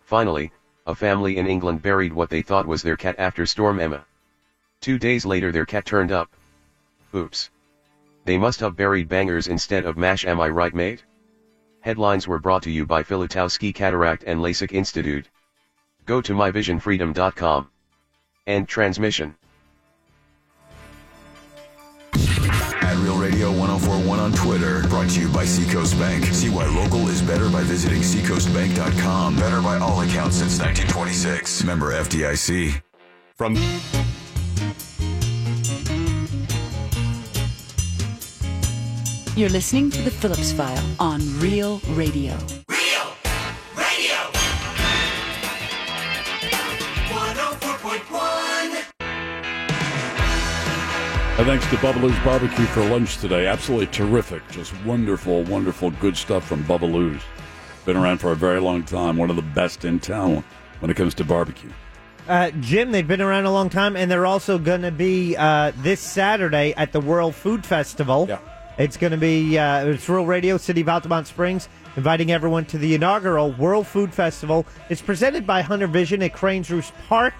Finally, a family in England buried what they thought was their cat after Storm Emma. Two days later, their cat turned up. Oops. They must have buried bangers instead of mash, am I right, mate? Headlines were brought to you by Filatowski Cataract and LASIK Institute. Go to myvisionfreedom.com. End transmission.
At Real Radio 1041 on Twitter, brought to you by Seacoast Bank. See why local is better by visiting seacoastbank.com. Better by all accounts since 1926. Member FDIC. From
You're listening to The Phillips File on Real Radio.
And thanks to Bubba Lou's Barbecue for lunch today. Absolutely terrific. Just wonderful, wonderful, good stuff from Bubba Lou's. Been around for a very long time. One of the best in town when it comes to barbecue.
Uh, Jim, they've been around a long time, and they're also going to be uh, this Saturday at the World Food Festival. Yeah. It's going to be uh, it's Rural Radio, City of Altamont Springs, inviting everyone to the inaugural World Food Festival. It's presented by Hunter Vision at Cranes Roost Park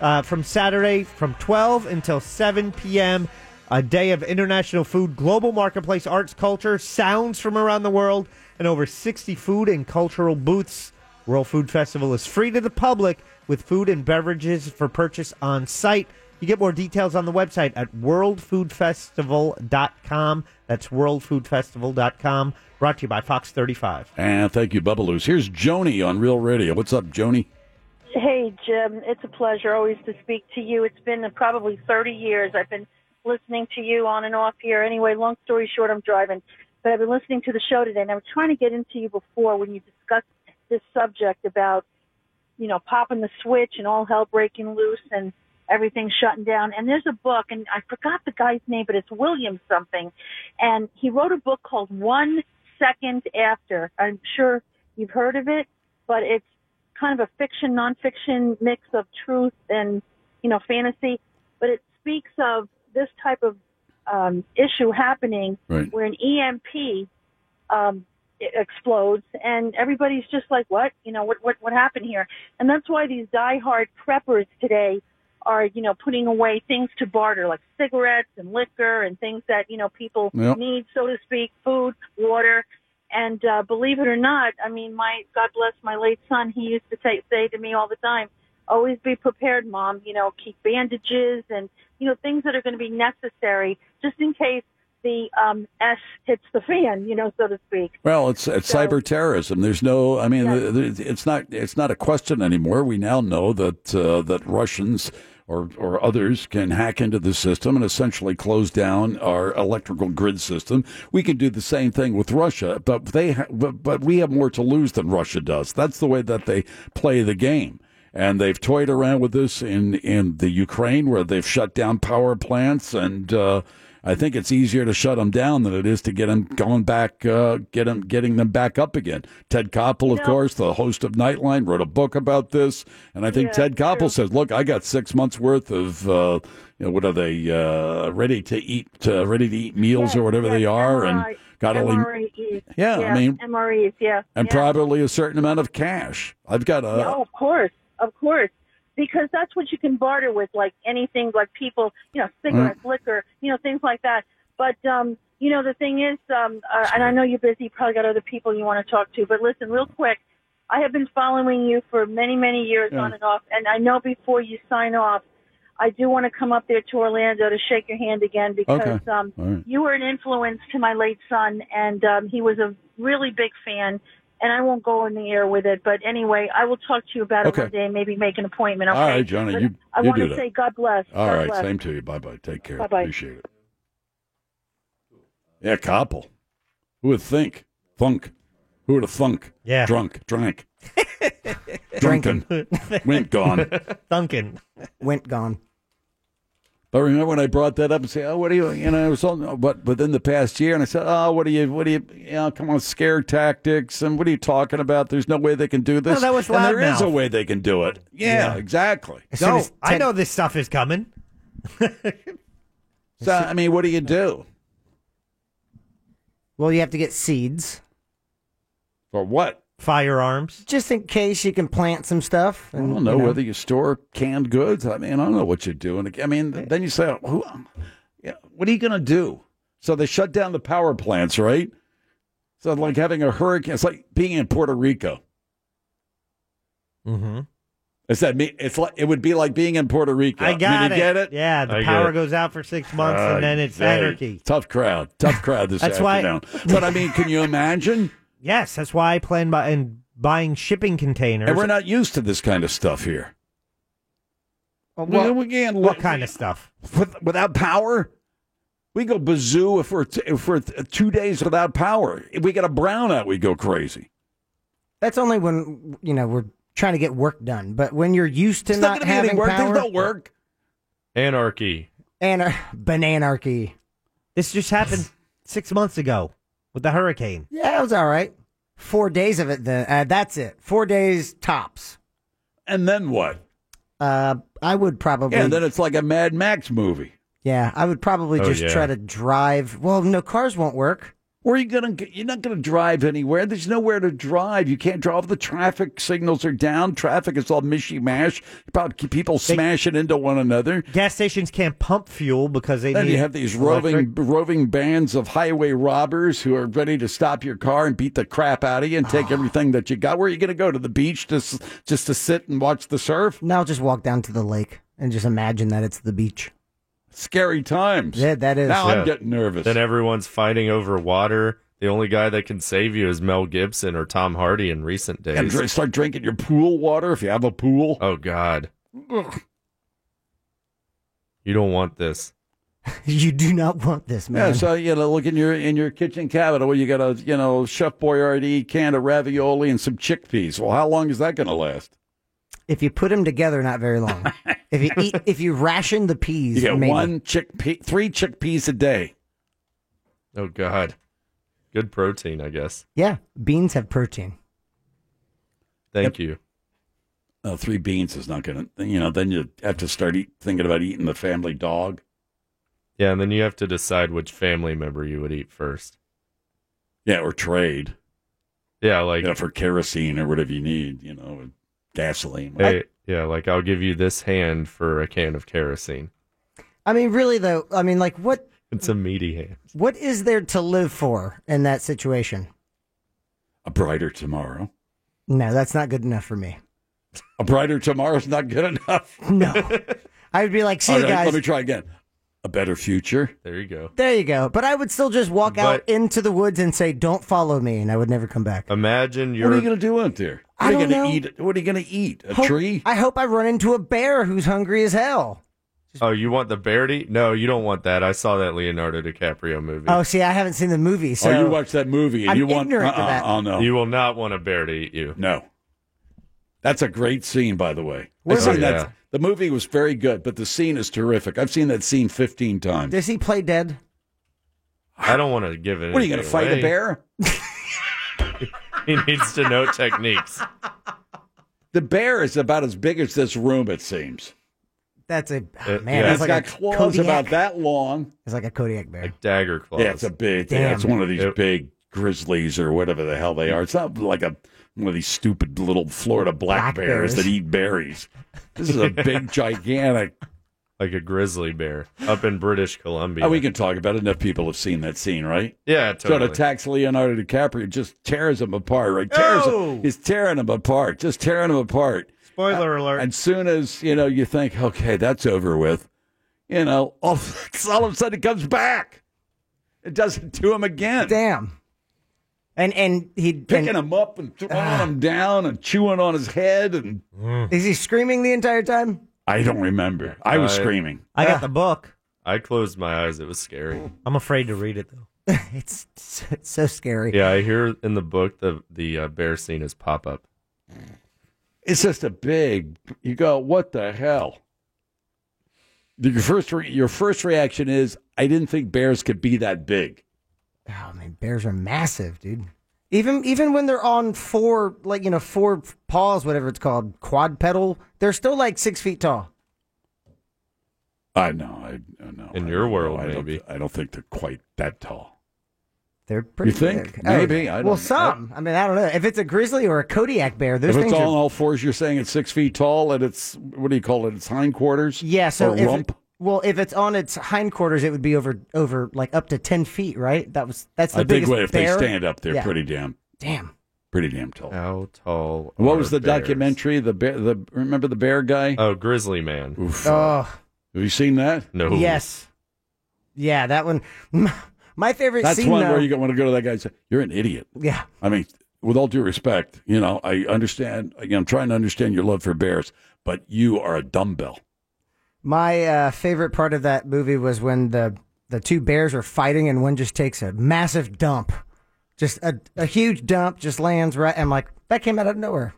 uh, from Saturday from 12 until 7 p.m. A day of international food, global marketplace, arts, culture, sounds from around the world, and over 60 food and cultural booths. World Food Festival is free to the public with food and beverages for purchase on site. You get more details on the website at worldfoodfestival.com. That's worldfoodfestival.com. Brought to you by Fox 35.
And thank you, Bubbaloo's. Here's Joni on Real Radio. What's up, Joni?
Hey, Jim. It's a pleasure always to speak to you. It's been probably 30 years. I've been listening to you on and off here. Anyway, long story short, I'm driving. But I've been listening to the show today, and I was trying to get into you before when you discussed this subject about, you know, popping the switch and all hell breaking loose and everything shutting down. And there's a book, and I forgot the guy's name, but it's William something. And he wrote a book called One Second After. I'm sure you've heard of it, but it's kind of a fiction, nonfiction mix of truth and, you know, fantasy. But it speaks of this type of um, issue happening
Right.
where an EMP um, it explodes and everybody's just like, what? You know, what, what, what happened here? And that's why these diehard preppers today are, you know, putting away things to barter like cigarettes and liquor and things that, you know, people
Yep.
need, so to speak, food, water. And uh, believe it or not, I mean, my God bless my late son. He used to say say to me all the time, "Always be prepared, mom. You know, keep bandages and you know things that are going to be necessary just in case the um, S hits the fan. You know, so to speak."
Well, it's, it's cyber terrorism. There's no, I mean, th- th- it's not it's not a question anymore. We now know that uh, that Russians or or others can hack into the system and essentially close down our electrical grid system. We can do the same thing with Russia, but they ha- but, but we have more to lose than Russia does. That's the way that they play the game. And they've toyed around with this in, in the Ukraine, where they've shut down power plants, and uh, I think it's easier to shut them down than it is to get them going back, uh, get 'em- getting them back up again. Ted Koppel, of course, the host of Nightline, wrote a book about this, and I think
Yeah,
Ted Koppel says, "Look, I got six months worth of uh, you know what are they uh, ready to eat, uh, ready to eat meals or whatever they are, and got only
MREs.
Yeah, I E, mean-
MREs. Yeah,
and
yeah.
probably a certain amount of cash. I've got a
oh, of course, of course, because that's what you can barter with, like anything, like people, you know, cigarettes,
Mm.
liquor, you know, things like that. But um, you know, the thing is, um, uh, and I know you're busy, you probably got other people you want to talk to, but listen, real quick, I have been following you for many, many years
Yeah.
on and off, and I know before you sign off. I do want to come up there to Orlando to shake your hand again because
Okay.
um,
All right.
you were an influence to my late son, and um, he was a really big fan. And I won't go in the air with it, but anyway, I will talk to you about
Okay.
it one day and maybe make an appointment. Okay?
All right, Johnny,
But
you-
I
you
want
do
to
that.
say God bless.
All
God
right,
bless.
same to you. Bye bye. Take care.
Bye-bye.
Appreciate it. Yeah, Koppel. Who would think? Funk. Who would have thunk?
Yeah.
Drunk. Drank. Drunken. Went gone.
Duncan.
Went gone.
But remember when I brought that up and say, "Oh, what do you?" You know, it was all, but within the past year, and I said, "Oh, what do you? What do you? You know, come on, scare tactics, and what are you talking about? There's no way they can do this.
No, that was
and there is
loudmouth.
a way they can do it. Yeah,
Yeah.
exactly.
No, I know this stuff is coming.
So I mean, what do you do
Well, you have to get seeds.
for what?
Firearms.
Just in case you can plant some stuff.
I
And,
don't know,
you
whether you store canned goods. I mean, I don't know what you're doing. I mean, th- then you say, "Who? yeah, What are you going to do?" So they shut down the power plants, right? So like having a hurricane. It's like being in Puerto Rico.
Mm-hmm.
It's that me. It's like it would be like being in Puerto Rico.
I got
I mean,
it.
You get it?
Yeah, the
I get
power
it.
goes out for six months,
Uh,
and then it's
hey,
anarchy.
Tough crowd. Tough crowd this
That's why-
afternoon. But I mean, can you imagine?
Yes, that's why I plan by and buying shipping containers.
And we're not used to this kind of stuff here.
Well,
we can't
what kind of stuff?
With, without power, we go bazoo. If we're t- if we're t- two days without power, if we get a brownout, we go crazy.
That's only when you know we're trying to get work done. But when you're used to
It's
not,
not going to be any
having
work.
power,
There's no work.
Anarchy.
Anar- bananarchy.
This just happened six months ago with the hurricane.
Yeah, it was all right. Four days of it. Then uh, that's it. Four days tops.
And then what?
Uh, I would probably.
Yeah, and then it's like a Mad Max movie.
Yeah, I would probably
Oh,
just
yeah.
try to drive. Well, no, cars won't work.
Where are you gonna? g- You're not gonna drive anywhere. There's nowhere to drive. You can't drive. The traffic signals are down. Traffic is all mishy mash. About people smashing into one another.
Gas stations can't pump fuel because they
Then
need
you have these
electric.
roving roving bands of highway robbers who are ready to stop your car and beat the crap out of you and
Ah.
take everything that you got. Where are you going to go to the beach just just to sit and watch the surf?
Now just walk down to the lake. and just imagine that it's the beach.
Scary times.
Yeah, that is.
Now
Yeah.
I'm getting nervous.
Then everyone's fighting over water. The only guy that can save you is Mel Gibson or Tom Hardy in recent days.
And dr- start drinking your pool water if you have a pool.
Oh God, you don't want this.
you do not want this, man.
Yeah, so you know, look in your in your kitchen cabinet where you got a you know Chef Boyardee can of ravioli and some chickpeas. Well, how long is that going to last?
if you put them together, not very long. if you eat, if you ration the peas,
You get
maybe.
one chickpea, three chickpeas a day.
Oh God, good protein, I guess.
Yeah, beans have protein.
Thank you.
Uh, three beans is not going to you know. Then you have to start eat, thinking about eating the family dog.
Yeah, and then you have to decide which family member you would eat first.
Yeah, or trade.
Yeah, like
for kerosene or whatever you need. You know, gasoline.
Hey, yeah, like I'll give you this hand for a can of kerosene.
I mean, really though, I mean, like what
It's a meaty hand.
what is there to live for in that situation?
A brighter tomorrow.
No, that's not good enough for me.
A brighter tomorrow's not good enough.
No. I would be like, see
All
you
right,
guys.
Let me try again. A better future.
There you go.
There you go. But I would still just walk out
But-
into the woods and say, "Don't follow me," and I would never come back.
Imagine you're
What are you going to do out there?
I
What are you
don't
gonna
know.
eat? What are you going to eat? A
Hope-
tree?
I hope I run into a bear who's hungry as hell.
Oh, you want the bear to eat? No, you don't want that. I saw that Leonardo DiCaprio movie.
Oh, see, I haven't seen the movie, so
oh, you watch that movie and
I'm
you want?
ignorant to
uh-uh,
that.
Oh no,
You will not want a bear to eat you.
No. That's a great scene, by the way.
Where-
I've seen
Oh,
that-
yeah.
The movie was very good, but the scene is terrific. I've seen that scene 15 times.
does he play dead?
I don't want to give it.
What are you going to
anything
fight
away.
a bear?
He needs to know techniques.
The bear is about as big as this room, it seems.
That's a
Uh,
oh, man.
yeah.
That's
It's
like
got
a
claws
Kodiak.
about that long.
It's like a Kodiak bear.
Like dagger claws.
Yeah, it's a big. Yeah,
Damn.
it's one of these big grizzlies or whatever the hell they are. It's not like a one of these stupid little Florida
Black
black,
bears.
bears. that eat berries. This is a big, gigantic.
like a grizzly bear up in British Columbia.
Oh, we can talk about it. Enough people have seen that scene, right?
yeah,
So
totally.
it attacks Leonardo DiCaprio, just tears him apart, right? Tears
Oh!
He's tearing him apart, just tearing him apart.
Spoiler alert.
And soon as, you know, you think, okay, that's over with, you know, all, all of a sudden it comes back. It doesn't do him again.
Damn. And and he
Picking
and,
him up and
Ah.
throwing him down and chewing on his head. And
Is he screaming the entire time?
I don't remember. I was
I-
screaming. Ah.
I got the book.
I closed my eyes. It was scary.
I'm afraid to read it though.
It's so, it's so scary.
Yeah, I hear in the book the the uh, bear scene is pop up.
It's just a big. You go, what the hell? Your first, re- your first reaction is, I didn't think bears could be that big.
Oh man, bears are massive, dude. Even even when they're on four like you know four paws, whatever it's called, quad pedal, they're still like six feet tall.
I know. I, I know.
In
I
your
don't
world,
I don't-
maybe.
I don't think they're quite that tall.
They're pretty.
You think?
big.
Maybe.
Oh,
I don't know.
well, some. I mean, I don't know if it's a grizzly or a Kodiak bear. Those
if it's
things
all on
are.
all fours, you're saying it's six feet tall and it's what do you call it? It's hindquarters.
Yeah. So
or
if it-
rump.
well, if it's on its hindquarters, it would be over over like up to ten feet, right? That was that's the
I think
biggest
wait, if they
bear.
stand up, they're
Yeah.
pretty damn,
Damn.
pretty damn tall.
How tall?
what
are
was the
bears?
documentary? The bear. The remember the bear guy?
Oh, Grizzly Man.
Oof.
Oh
Have you seen that?
No.
yes. Yeah, that one. My favorite
That's
scene
one
though.
where you want to go to that guy and say, "You're an idiot."
yeah.
I mean, with all due respect, you know, I understand. You know, I'm trying to understand your love for bears, but you are a dumbbell.
My uh, favorite part of that movie was when the the two bears are fighting and one just takes a massive dump, just a, a huge dump, just lands right. I'm like, that came out of nowhere.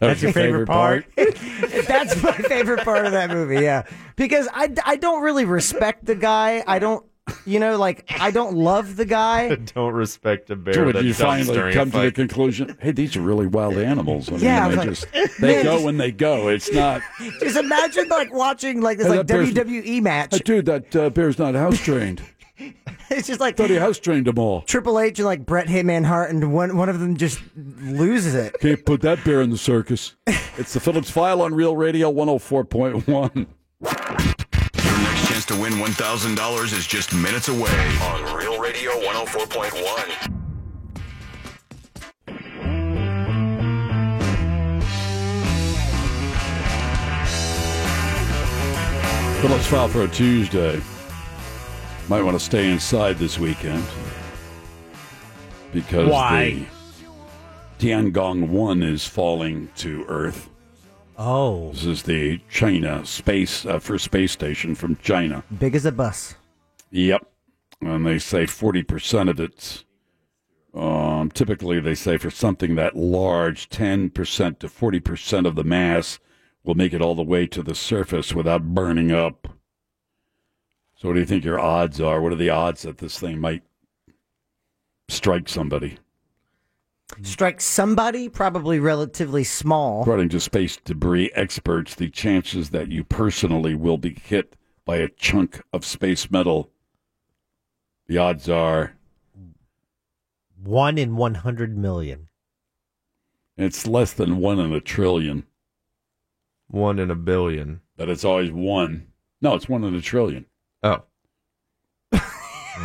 That
That's your favorite part?
That's my favorite part of that movie. Yeah, because I, I don't really respect the guy. I don't, you know, like I don't love the guy.
Don't respect a
So
bear.
when
That
you
you
finally
during a
come to the
fight.
conclusion, hey, these are really wild animals. I mean,
Yeah, I was
they
like,
just they
man,
go
just-
when they go. It's not,
Just imagine like watching like this
Hey,
like
that bear's-
WWE match.
"Oh, dude, that uh, bear's not house trained.
It's just like
Thought he house trained them all.
Triple H and like Bret Hitman Hart, and one one of them just loses it.
Can't put that bear in the circus. It's the Phillips File on Real Radio 104.1.
Your next chance to win $1,000 is just minutes away on Real Radio 104.1.
Phillips File for a Tuesday. Might want to stay inside this weekend because
Why?
the Tiangong 1 is falling to Earth.
Oh.
This is the China space, uh, first space station from China.
Big as a bus.
Yep. And they say 40% of it's. Um, typically, they say for something that large, 10% to 40% of the mass will make it all the way to the surface without burning up. So, what do you think your odds are? What are the odds that this thing might strike somebody?
Strike Mm. somebody, probably relatively small.
According to space debris experts, the chances that you personally will be hit by a chunk of space metal, the odds are
One in 100 million.
it's less than one in a trillion.
One in a billion.
But it's always one. No, it's one in a trillion.
Oh.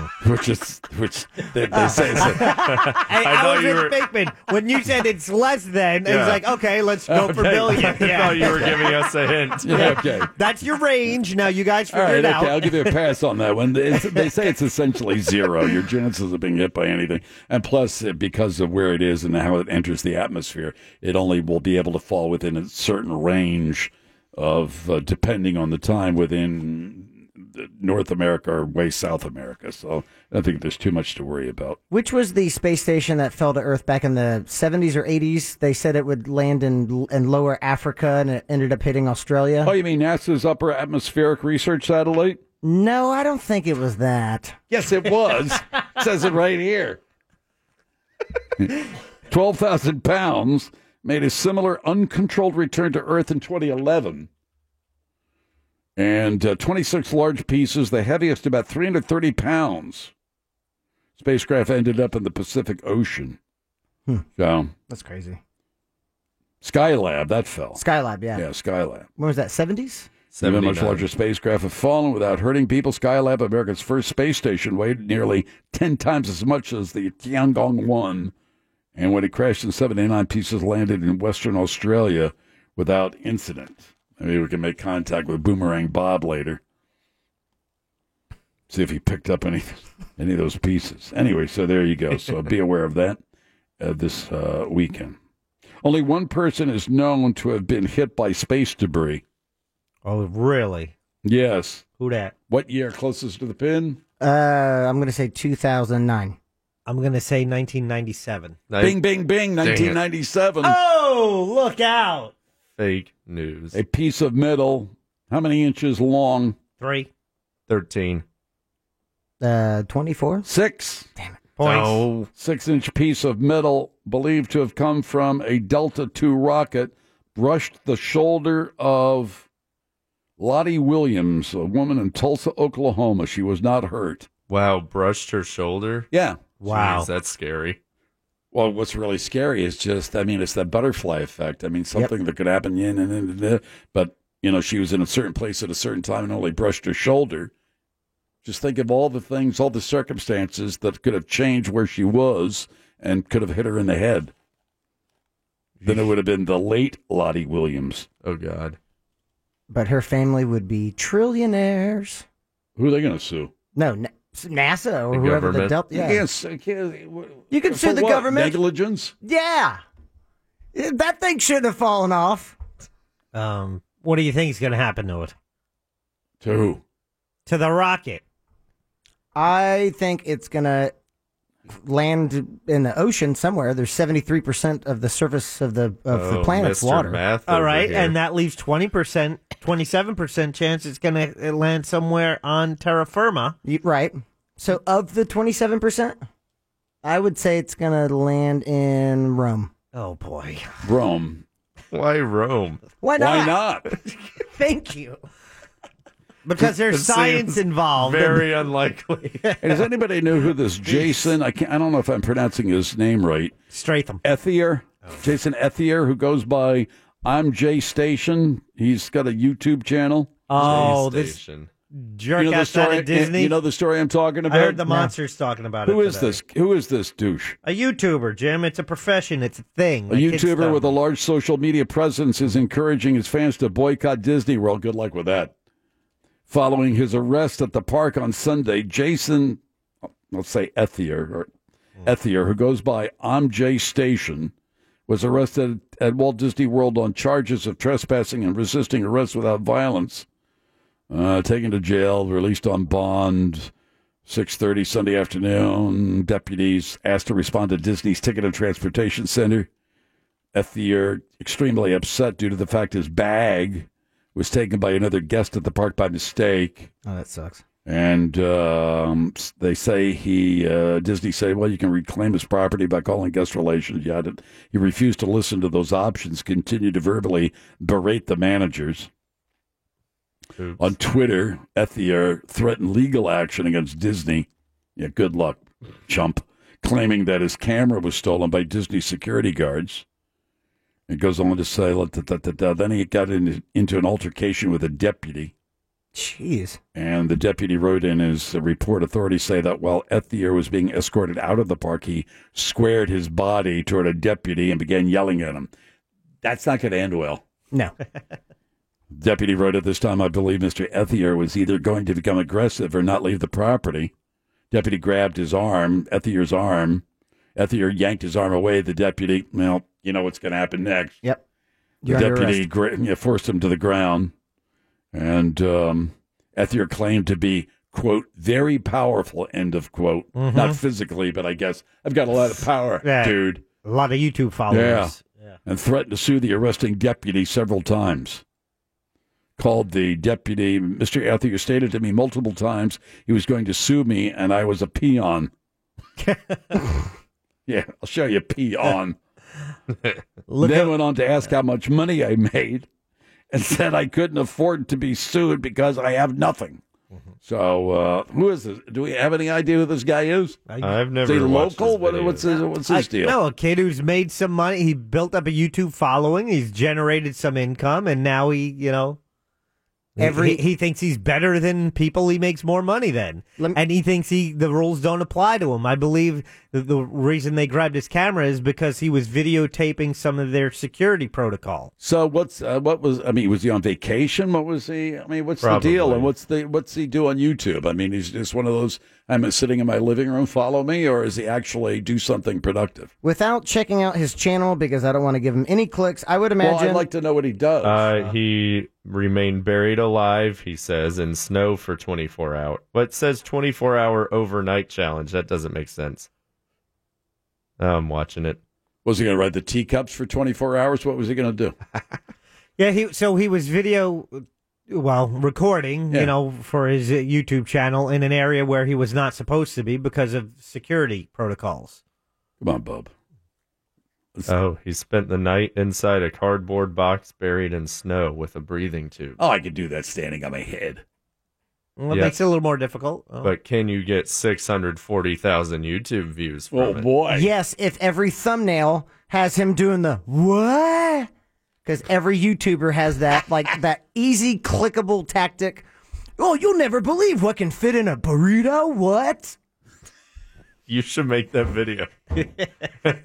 which is which they, they say is a,
I,
I
I
thought
was
you
in
were-
Bakeman when you said it's less than.
Yeah.
It's like okay, let's go for
Okay.
billion.
I
Yeah.
thought you were giving us a hint.
Yeah, okay.
That's your range. Now you guys
All
figure
right,
it
okay,
out.
I'll give you a pass on that one. It's, they say it's essentially zero. Your chances of being hit by anything, and plus, uh, because of where it is and how it enters the atmosphere, it only will be able to fall within a certain range of, uh, depending on the time, within uh, North America or way South America. So I don't think there's too much to worry about.
Which was the space station that fell to Earth back in the 70s or 80s? They said it would land in in lower Africa and it ended up hitting Australia.
Oh, you mean NASA's Upper Atmospheric Research Satellite?
No, I don't think it was that.
Yes, it was. says it right here. 12,000 pounds made a similar uncontrolled return to Earth in 2011. And uh, 26 large pieces, the heaviest about 330 pounds. Spacecraft ended up in the Pacific Ocean.
Hmm.
So,
That's crazy.
Skylab, that fell.
Skylab, yeah.
Yeah, Skylab.
When was that? 70s?
Seven much larger spacecraft have fallen without hurting people. Skylab, America's first space station, weighed nearly 10 times as much as the Tiangong 1. And when it crashed in 79 pieces, landed in Western Australia without incident. Maybe we can make contact with Boomerang Bob later. See if he picked up any, any of those pieces. Anyway, so there you go. So be aware of that uh, this uh, weekend. Only one person is known to have been hit by space debris.
Oh, really?
Yes.
Who that?
What year closest to the pin?
Uh, I'm going to say 2009.
I'm going to say 1997.
bing, bing, bing,
Dang it.
1997.
Oh, look out.
Fake news. A piece of metal, how many inches long?
Three.
13.
Uh, 24?
Six.
Damn it.
Points.
Six inch piece of metal believed to have come from a Delta II rocket brushed the shoulder of Lottie Williams, a woman in Tulsa, Oklahoma. She was not hurt.
Wow, brushed her shoulder.
Yeah.
Jeez, that's scary.
Well, what's really scary is just, I mean, it's that butterfly effect. I mean, something that could happen, in and, and, and, and, but, you know, she was in a certain place at a certain time and only brushed her shoulder. Just think of all the things, all the circumstances that could have changed where she was and could have hit her in the head. Then it would have been the late Lottie Williams. Oh, God.
But her family would be trillionaires.
Who are they going to sue?
No, N- NASA or whoever the Delta. Yeah.
Yes. I can't-
You can
For
sue the
what?
government.
Negligence?
Yeah. Yeah, That thing shouldn't have fallen off.
Um, what do you think is going to happen to it?
To who?
To the rocket.
I think it's going to land in the ocean somewhere. There's 73% of the surface of the of
Oh,
the planet's water.
All right, and that leaves 20%, 27% chance it's going to land somewhere on terra firma.
You- right. So of the 27%, I would say it's going to land in Rome.
Oh, boy.
Rome.
Why Rome?
Why not?
Why not?
Thank you. Because there's
It
science
seems
involved.
Very unlikely.
And does anybody know who this Jason? I can't, I don't know if I'm pronouncing his name right.
Stratham. Oh.
Ethier. Jason Ethier, who goes by I'm Jay Station. He's got a YouTube channel.
Oh, this jerk
You know the
outside
story-
of Disney.
you know the story I'm talking
I
about?
heard the
No.
monsters talking about it.
Who is
today.
this? Who is this douche?
A YouTuber, Jim. It's a profession. It's a thing.
A YouTuber with a large social media presence is encouraging his fans to boycott Disney World. Good luck with that. Following his arrest at the park on Sunday, Jason, let's say Ethier, or Ethier, who goes by I'm Jay Station, was arrested at Walt Disney World on charges of trespassing and resisting arrest without violence. Uh, taken to jail, released on bond, 6.30 Sunday afternoon. Deputies asked to respond to Disney's Ticket and Transportation Center. Ethier extremely upset due to the fact his bag was taken by another guest at the park by mistake.
Oh, that sucks.
And um, they say he, uh, Disney say, well, you can reclaim his property by calling guest relations. Yeah, he refused to listen to those options, continued to verbally berate the managers. On Twitter, Ethier threatened legal action against Disney. Yeah, good luck, chump. Claiming that his camera was stolen by Disney security guards. It goes on to say, "La- da- da- da- da." then he got in, into an altercation with a deputy.
Jeez.
And the deputy wrote in his report authorities say that while Ethier was being escorted out of the park, he squared his body toward a deputy and began yelling at him. That's not going to end well.
No.
Deputy wrote at this time, I believe Mr. Ethier was either going to become aggressive or not leave the property. Deputy grabbed his arm, Ethier's arm. Ethier yanked his arm away. The deputy, well, you know what's going to happen next.
Yep.
The
You're under
deputy gra- yeah, forced him to the ground. And um, Ethier claimed to be, quote, very powerful, end of quote.
Mm-hmm.
Mhm.
Not physically, but I guess I've got a lot of power,
Yeah.
dude.
A lot of YouTube followers.
Yeah. And threatened to sue the arresting deputy several times. Called the deputy. Mr. Ethier stated to me multiple times he was going to sue me and I was a peon. yeah, I'll show you peon. then went on to ask how much money I made and said I couldn't afford to be sued because I have nothing. So, uh, who is this? Do we have any idea who this guy is?
I've never
Is he
watched
local?
his
What, what's his, what's his
I-
deal?
No, a kid who's made some money. He built up a YouTube following. He's generated some income, and now he, you know, he-
Every-
he, he thinks he's better than people. He makes more money than, and he thinks he the rules don't apply to him. I believe the, the reason they grabbed his camera is because he was videotaping some of their security protocol.
So what's uh, what was I mean was he on vacation? What was he? I mean, what's
Probably.
the deal? And what's the what's he do on YouTube? I mean, he's just one of those. I'm sitting in my living room, follow me, or is he actually do something productive?
Without checking out his channel because I don't want to give him any clicks, I would imagine.
Well, I'd like to know what he does.
Uh, he remained buried alive, he says, in snow for 24 hour. But it says 24 hour overnight challenge. That doesn't make sense. I'm watching it.
Was he going to ride the teacups for 24 hours? What was he going to do?
Yeah, he so he was video, well, recording,
Yeah.
you know, for his uh, YouTube channel in an area where he was not supposed to be because of security protocols.
Come on, Bob.
Oh, he spent the night inside a cardboard box buried in snow with a breathing tube.
Oh, I could do that standing on my head.
Well, it
Yeah.
makes it a little more difficult. Oh.
But can you get 640,000 YouTube views from
Oh,
it?
Yes, if every thumbnail has him doing the what? Because every YouTuber has that, like that easy clickable tactic. Oh, you'll never believe what can fit in a burrito. What?
You should make that video.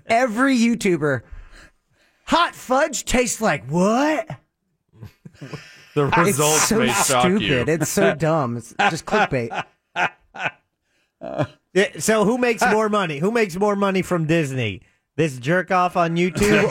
Every YouTuber. Hot fudge tastes like what?
The results
it's so
may shock
stupid.
you.
It's so dumb. It's just clickbait.
Yeah, so who makes more money? Who makes more money from Disney? This jerk off on YouTube,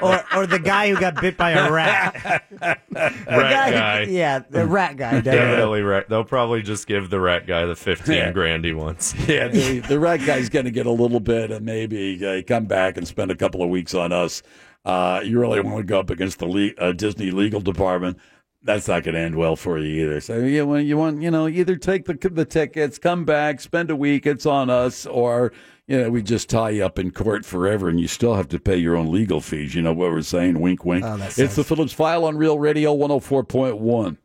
or or the guy who got bit by a rat?
rat guy.
Yeah, the rat guy. definitely.
Definitely rat. They'll probably just give the rat guy the 15
Yeah.
grand he wants.
Yeah, the, the rat guy's going to get a little bit and maybe uh, come back and spend a couple of weeks on us. Uh, you really want to go up against the le- uh, Disney legal department. That's not going to end well for you either. So you want, you want, you know, either take the the tickets, come back, spend a week, it's on us, or you know, we just tie you up in court forever, and you still have to pay your own legal fees. You know what we're saying? Wink, wink.
Oh, that
oh it's the Phillips File on Real Radio 104.1.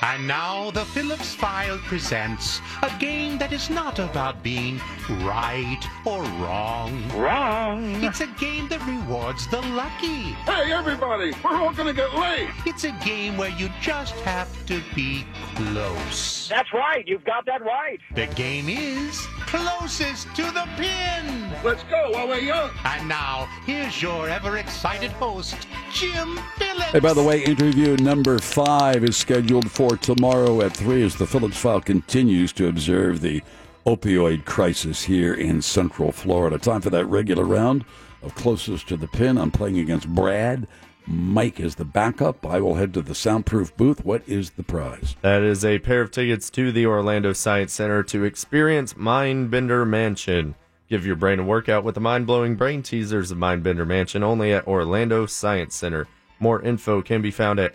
And now the Phillips File presents a game that is not about being right or wrong. Wrong. It's a game that rewards the lucky. Hey, everybody, we're all going to get late. It's a game where you just have to be close.
That's right. You've got that right.
The game is closest to the pin. Let's go while we're young. And now, here's your ever excited host, Jim Phillips.
Hey, by the way, interview number five is scheduled for tomorrow at three as the Phillips file continues to observe the opioid crisis here in Central Florida. Time for that regular round of closest to the pin. I'm playing against Brad. Mike is the backup. I will head to the soundproof booth. What is the prize?
That is a pair of tickets to the Orlando Science Center to experience Mindbender Mansion. Give your brain a workout with the mind blowing brain teasers of Mindbender Mansion only at Orlando Science Center. More info can be found at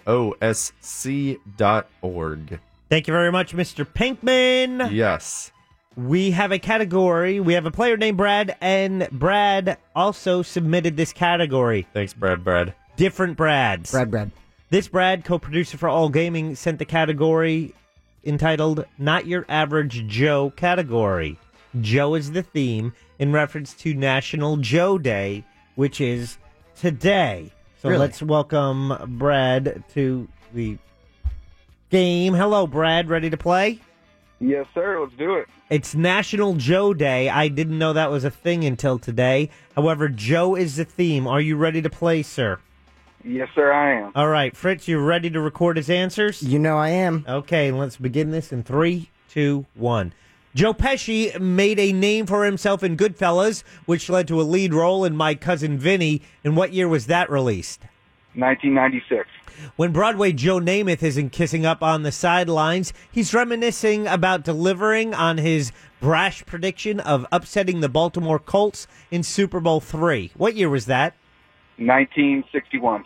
osc.org.
Thank you very much, Mr. Pinkman.
Yes.
We have a category. We have a player named Brad, and Brad also submitted this category.
Thanks, Brad. Brad.
Different Brads.
Brad, Brad.
This Brad, co producer for All Gaming, sent the category entitled Not Your Average Joe category. Joe is the theme in reference to National Joe Day, which is today. So
Really?
let's welcome Brad to the game. Hello, Brad. Ready to play?
Yes, sir. Let's do it.
It's National Joe Day. I didn't know that was a thing until today. However, Joe is the theme. Are you ready to play, sir?
Yes, sir. I am.
All right, Fritz, you ready to record his answers? You
know I am.
Okay, let's begin this in three, two, one. Joe Pesci made a name for himself in Goodfellas, which led to a lead role in My Cousin Vinny. In what year was that released?
1996.
When Broadway Joe Namath isn't kissing up on the sidelines, he's reminiscing about delivering on his brash prediction of upsetting the Baltimore Colts in Super Bowl III. What year was that?
1961.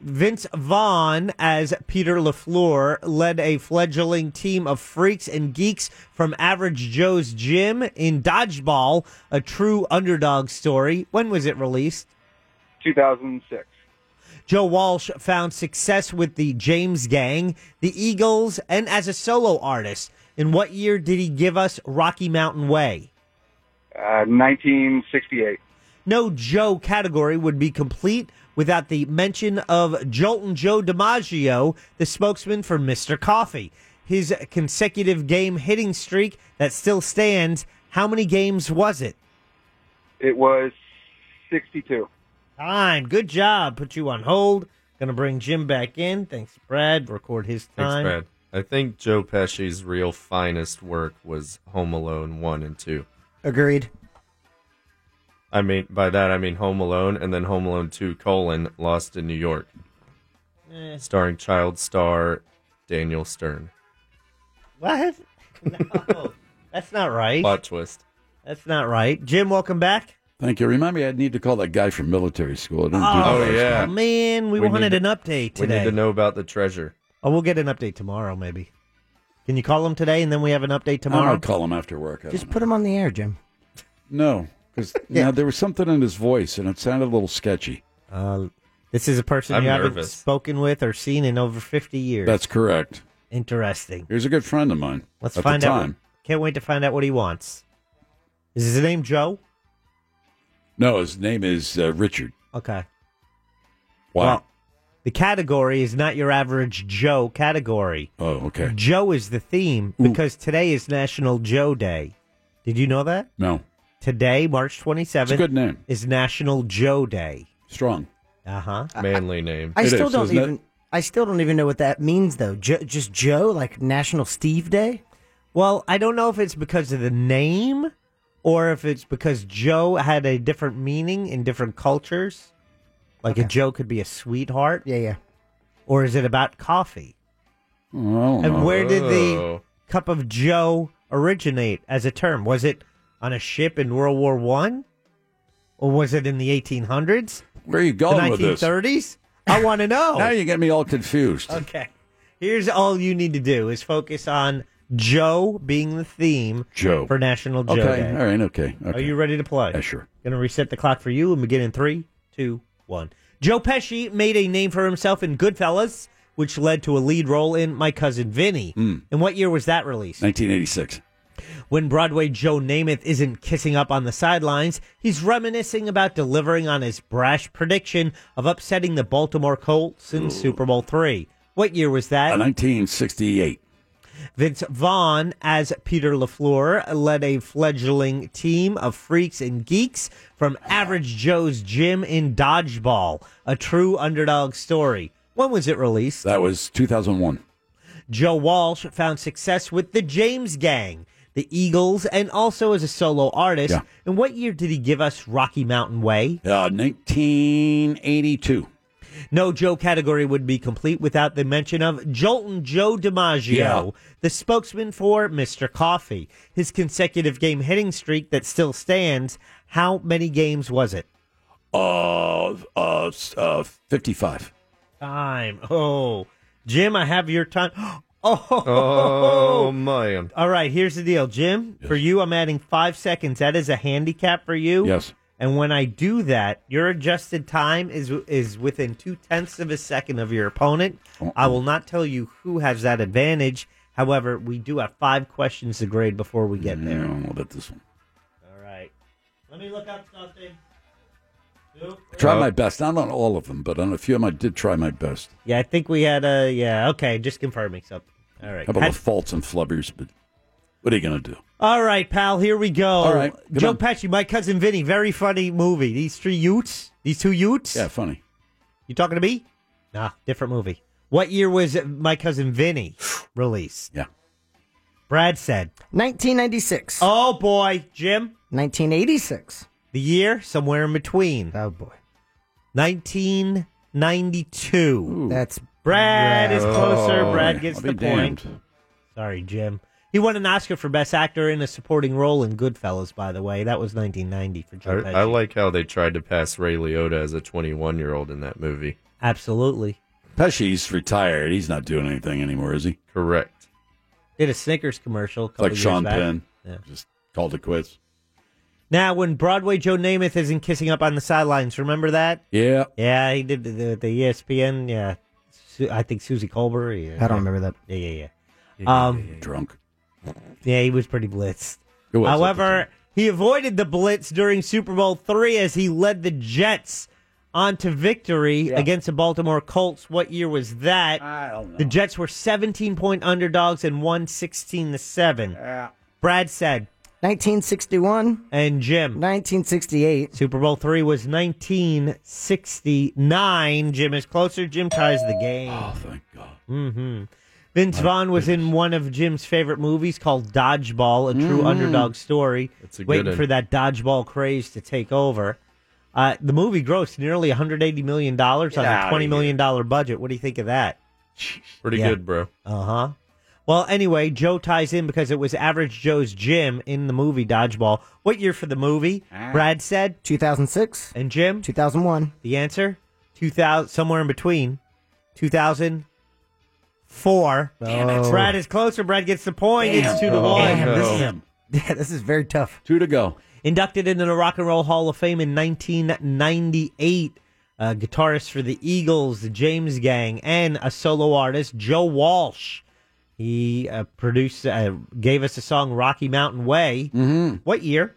Vince Vaughn, as Peter LaFleur, led a fledgling team of freaks and geeks from Average Joe's Gym in Dodgeball, a true underdog story. When was it released?
2006.
Joe Walsh found success with the James Gang, the Eagles, and as a solo artist. In what year did he give us Rocky Mountain Way?
Uh, 1968.
No Joe category would be complete without the mention of Jolton Joe DiMaggio, the spokesman for Mr. Coffee. His consecutive game hitting streak that still stands, how many games was it?
It was 62.
Time. Good job. Put you on hold. Gonna bring Jim back in. Thanks, Brad. Record his
Thanks,
time.
Brad. I think Joe Pesci's real finest work was Home Alone 1 and 2.
Agreed.
I mean, by that I mean Home Alone and then Home Alone 2 colon Lost in New York.
Eh.
Starring child star Daniel Stern.
What? No, that's not right.
Plot twist.
That's not right. Jim, welcome back.
Thank you. Remind me, I'd need to call that guy from military school. I didn't do that
Oh,
last
yeah.
time.
man, we wanted an
need-
update
We need
today.
to know about the treasure.
Oh, we'll get an update tomorrow, maybe. Can you call him today and then we have an update tomorrow?
I'll call him after work. I
Just
don't
put him on the air, Jim.
know. No, because
Yeah.
now there was something in his voice, and it sounded a little sketchy.
Uh, this is a person
I'm
you haven't
nervous.
spoken with or seen in over 50 years.
That's correct.
Interesting.
Here's a good friend of mine.
Let's
at
find
the
out.
time.
Can't wait to find out what he wants. Is his name Joe?
No, his name is uh, Richard.
Okay.
Wow.
Well, the category is not your average Joe category.
Oh, okay.
Joe is the theme because today is National Joe Day. Did you know that?
No.
Today, March 27th,
It's a good name.
is National Joe Day.
Strong.
Uh huh.
Manly name.
I still don't even. I still don't even know what that means, though. Jo- just Joe, like National Steve Day.
Well, I don't know if it's because of the name or if it's because Joe had a different meaning in different cultures. Like a Joe could be a sweetheart.
Yeah, yeah.
Or is it about coffee?
Oh,
And where did the
Oh.
cup of Joe originate as a term? Was it on a ship in World War One, or was it in the 1800s?
Where are you going
the
with this?
1930s? I want to know.
Now you get me all confused.
Okay. Here's all you need to do is focus on Joe being the theme
Joe.
for National Joe
okay.
Day.
All right. Okay. okay.
Are you ready to play?
Yeah, sure.
Gonna reset the clock for you and begin in three, two, one. Joe Pesci made a name for himself in Goodfellas, which led to a lead role in My Cousin Vinny.
Hmm.
And what year was that released?
1986.
When Broadway Joe Namath isn't kissing up on the sidelines, he's reminiscing about delivering on his brash prediction of upsetting the Baltimore Colts in Super Bowl III. What year was
Uh,
that?
1968.
Vince Vaughn, as Peter LaFleur, led a fledgling team of freaks and geeks from Average Joe's Gym in Dodgeball, a true underdog story. When was it released?
That was 2001.
Joe Walsh found success with the James Gang, the Eagles, and also as a solo artist.
Yeah.
And what year did he give us Rocky Mountain Way?
Uh, 1982.
No Joe category would be complete without the mention of Jolton Joe DiMaggio,
Yeah.
the spokesman for Mr. Coffee. His consecutive game hitting streak that still stands. How many games was it?
Uh, uh, s- uh, 55.
Time. Oh, Jim, I have your time. Oh,
Oh, man.
All right, here's the deal, Jim. For you, I'm adding five seconds. That is a handicap for you.
Yes.
And when I do that, your adjusted time is is within two tenths of a second of your opponent.
Uh-uh.
I will not tell you who has that advantage. However, we do have five questions to grade before we get there.
I'll bet this one.
All right. Let me look up something.
I tried
Oh.
my best. Not on all of them, but on a few of them, I did try my best.
Yeah, I think we had a yeah. Okay, just confirming something. All
How
right.
about
Had-
the faults and flubbers? But what are you going to do?
All right, pal. Here we go.
All right, come
Joe
on.
Pesci, my cousin Vinny. Very funny movie. These three Utes. These two Utes.
Yeah, funny.
You talking to me? Nah, different movie. What year was my cousin Vinny released?
Yeah.
Brad said
1996.
Oh boy, Jim.
1986.
the year somewhere in between.
Oh boy.
1992.
That's
Brad is
Brad.
closer.
Oh,
Brad
yeah.
gets
I'll
the
be
point. Sorry, Jim. He won an Oscar for Best Actor in a Supporting Role in Goodfellas, by the way. That was 1990 for Joe Pesci.
I, I like how they tried to pass Ray Liotta as a 21 year old in that movie.
Absolutely.
Pesci's retired. He's not doing anything anymore, is he?
Correct.
Did a Snickers commercial. A couple
Like
years
Sean
back.
Penn.
Yeah.
Just called it quits.
Now, when Broadway Joe Namath isn't kissing up on the sidelines, remember that?
Yeah.
Yeah, he did the, the, E the ESPN. Yeah, Su- I think Susie Colbert. Yeah,
I don't remember that.
Yeah, yeah, yeah.
Yeah,
Um,
drunk.
Yeah, he was pretty blitzed.
He was at the
However, he avoided the blitz during Super Bowl three as he led the Jets on to victory against the Baltimore Colts. What year was that? I
don't know.
The Jets were 17 point underdogs and won 16 to seven. Brad said
1961.
And Jim.
1968.
Super Bowl three was 1969. Jim is closer. Jim ties the game. Oh,
thank God.
hmm Vince Vaughn was in one of Jim's favorite movies called Dodgeball, a true
Mm-hmm.
Mhm.
underdog story.
a good
waiting
one.
for that dodgeball craze to take over. Uh, the movie grossed nearly 180 million dollars on
Get
a
outta
20 million dollar budget. What do you think of that?
Pretty
Yeah.
good, bro.
Uh huh. Well, anyway, Joe ties in because it was Average Joe's gym in the movie Dodgeball. What year for the movie?
Ah.
Brad said
2006.
And Jim
2001.
the answer 2000 somewhere in between 2004.
Damn it.
Brad is closer. Brad gets the point.
Damn.
It's 2 to
Oh,
1.
damn, this is- Damn. Yeah, this is very tough.
Two to go.
Inducted into the Rock and Roll Hall of Fame in 1998. Uh, guitarist for the Eagles, the James Gang, and a solo artist, Joe Walsh. He uh, produced, uh, gave us the song "Rocky Mountain Way."
Mm-hmm.
What year?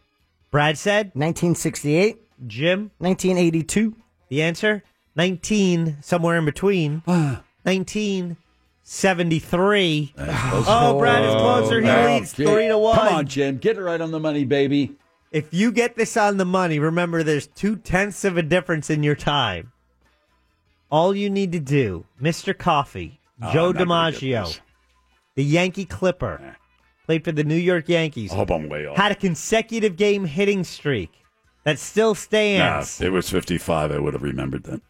Brad said
1968.
Jim
1982.
The answer 19, somewhere in between. 1973. Oh, Brad is closer. He
Oh,
leads
gee.
three to one.
Come on, Jim. Get it right on the money, baby.
If you get this on the money, remember there's two tenths of a difference in your time. All you need to do, Mr. Coffee,
Oh,
Joe
I'm not gonna get
DiMaggio,
this.
the Yankee Clipper, played for the New York Yankees.
I hope I'm way off.
Had a consecutive game hitting streak that still
Nah,
stands.
if it was 55, I would have remembered that.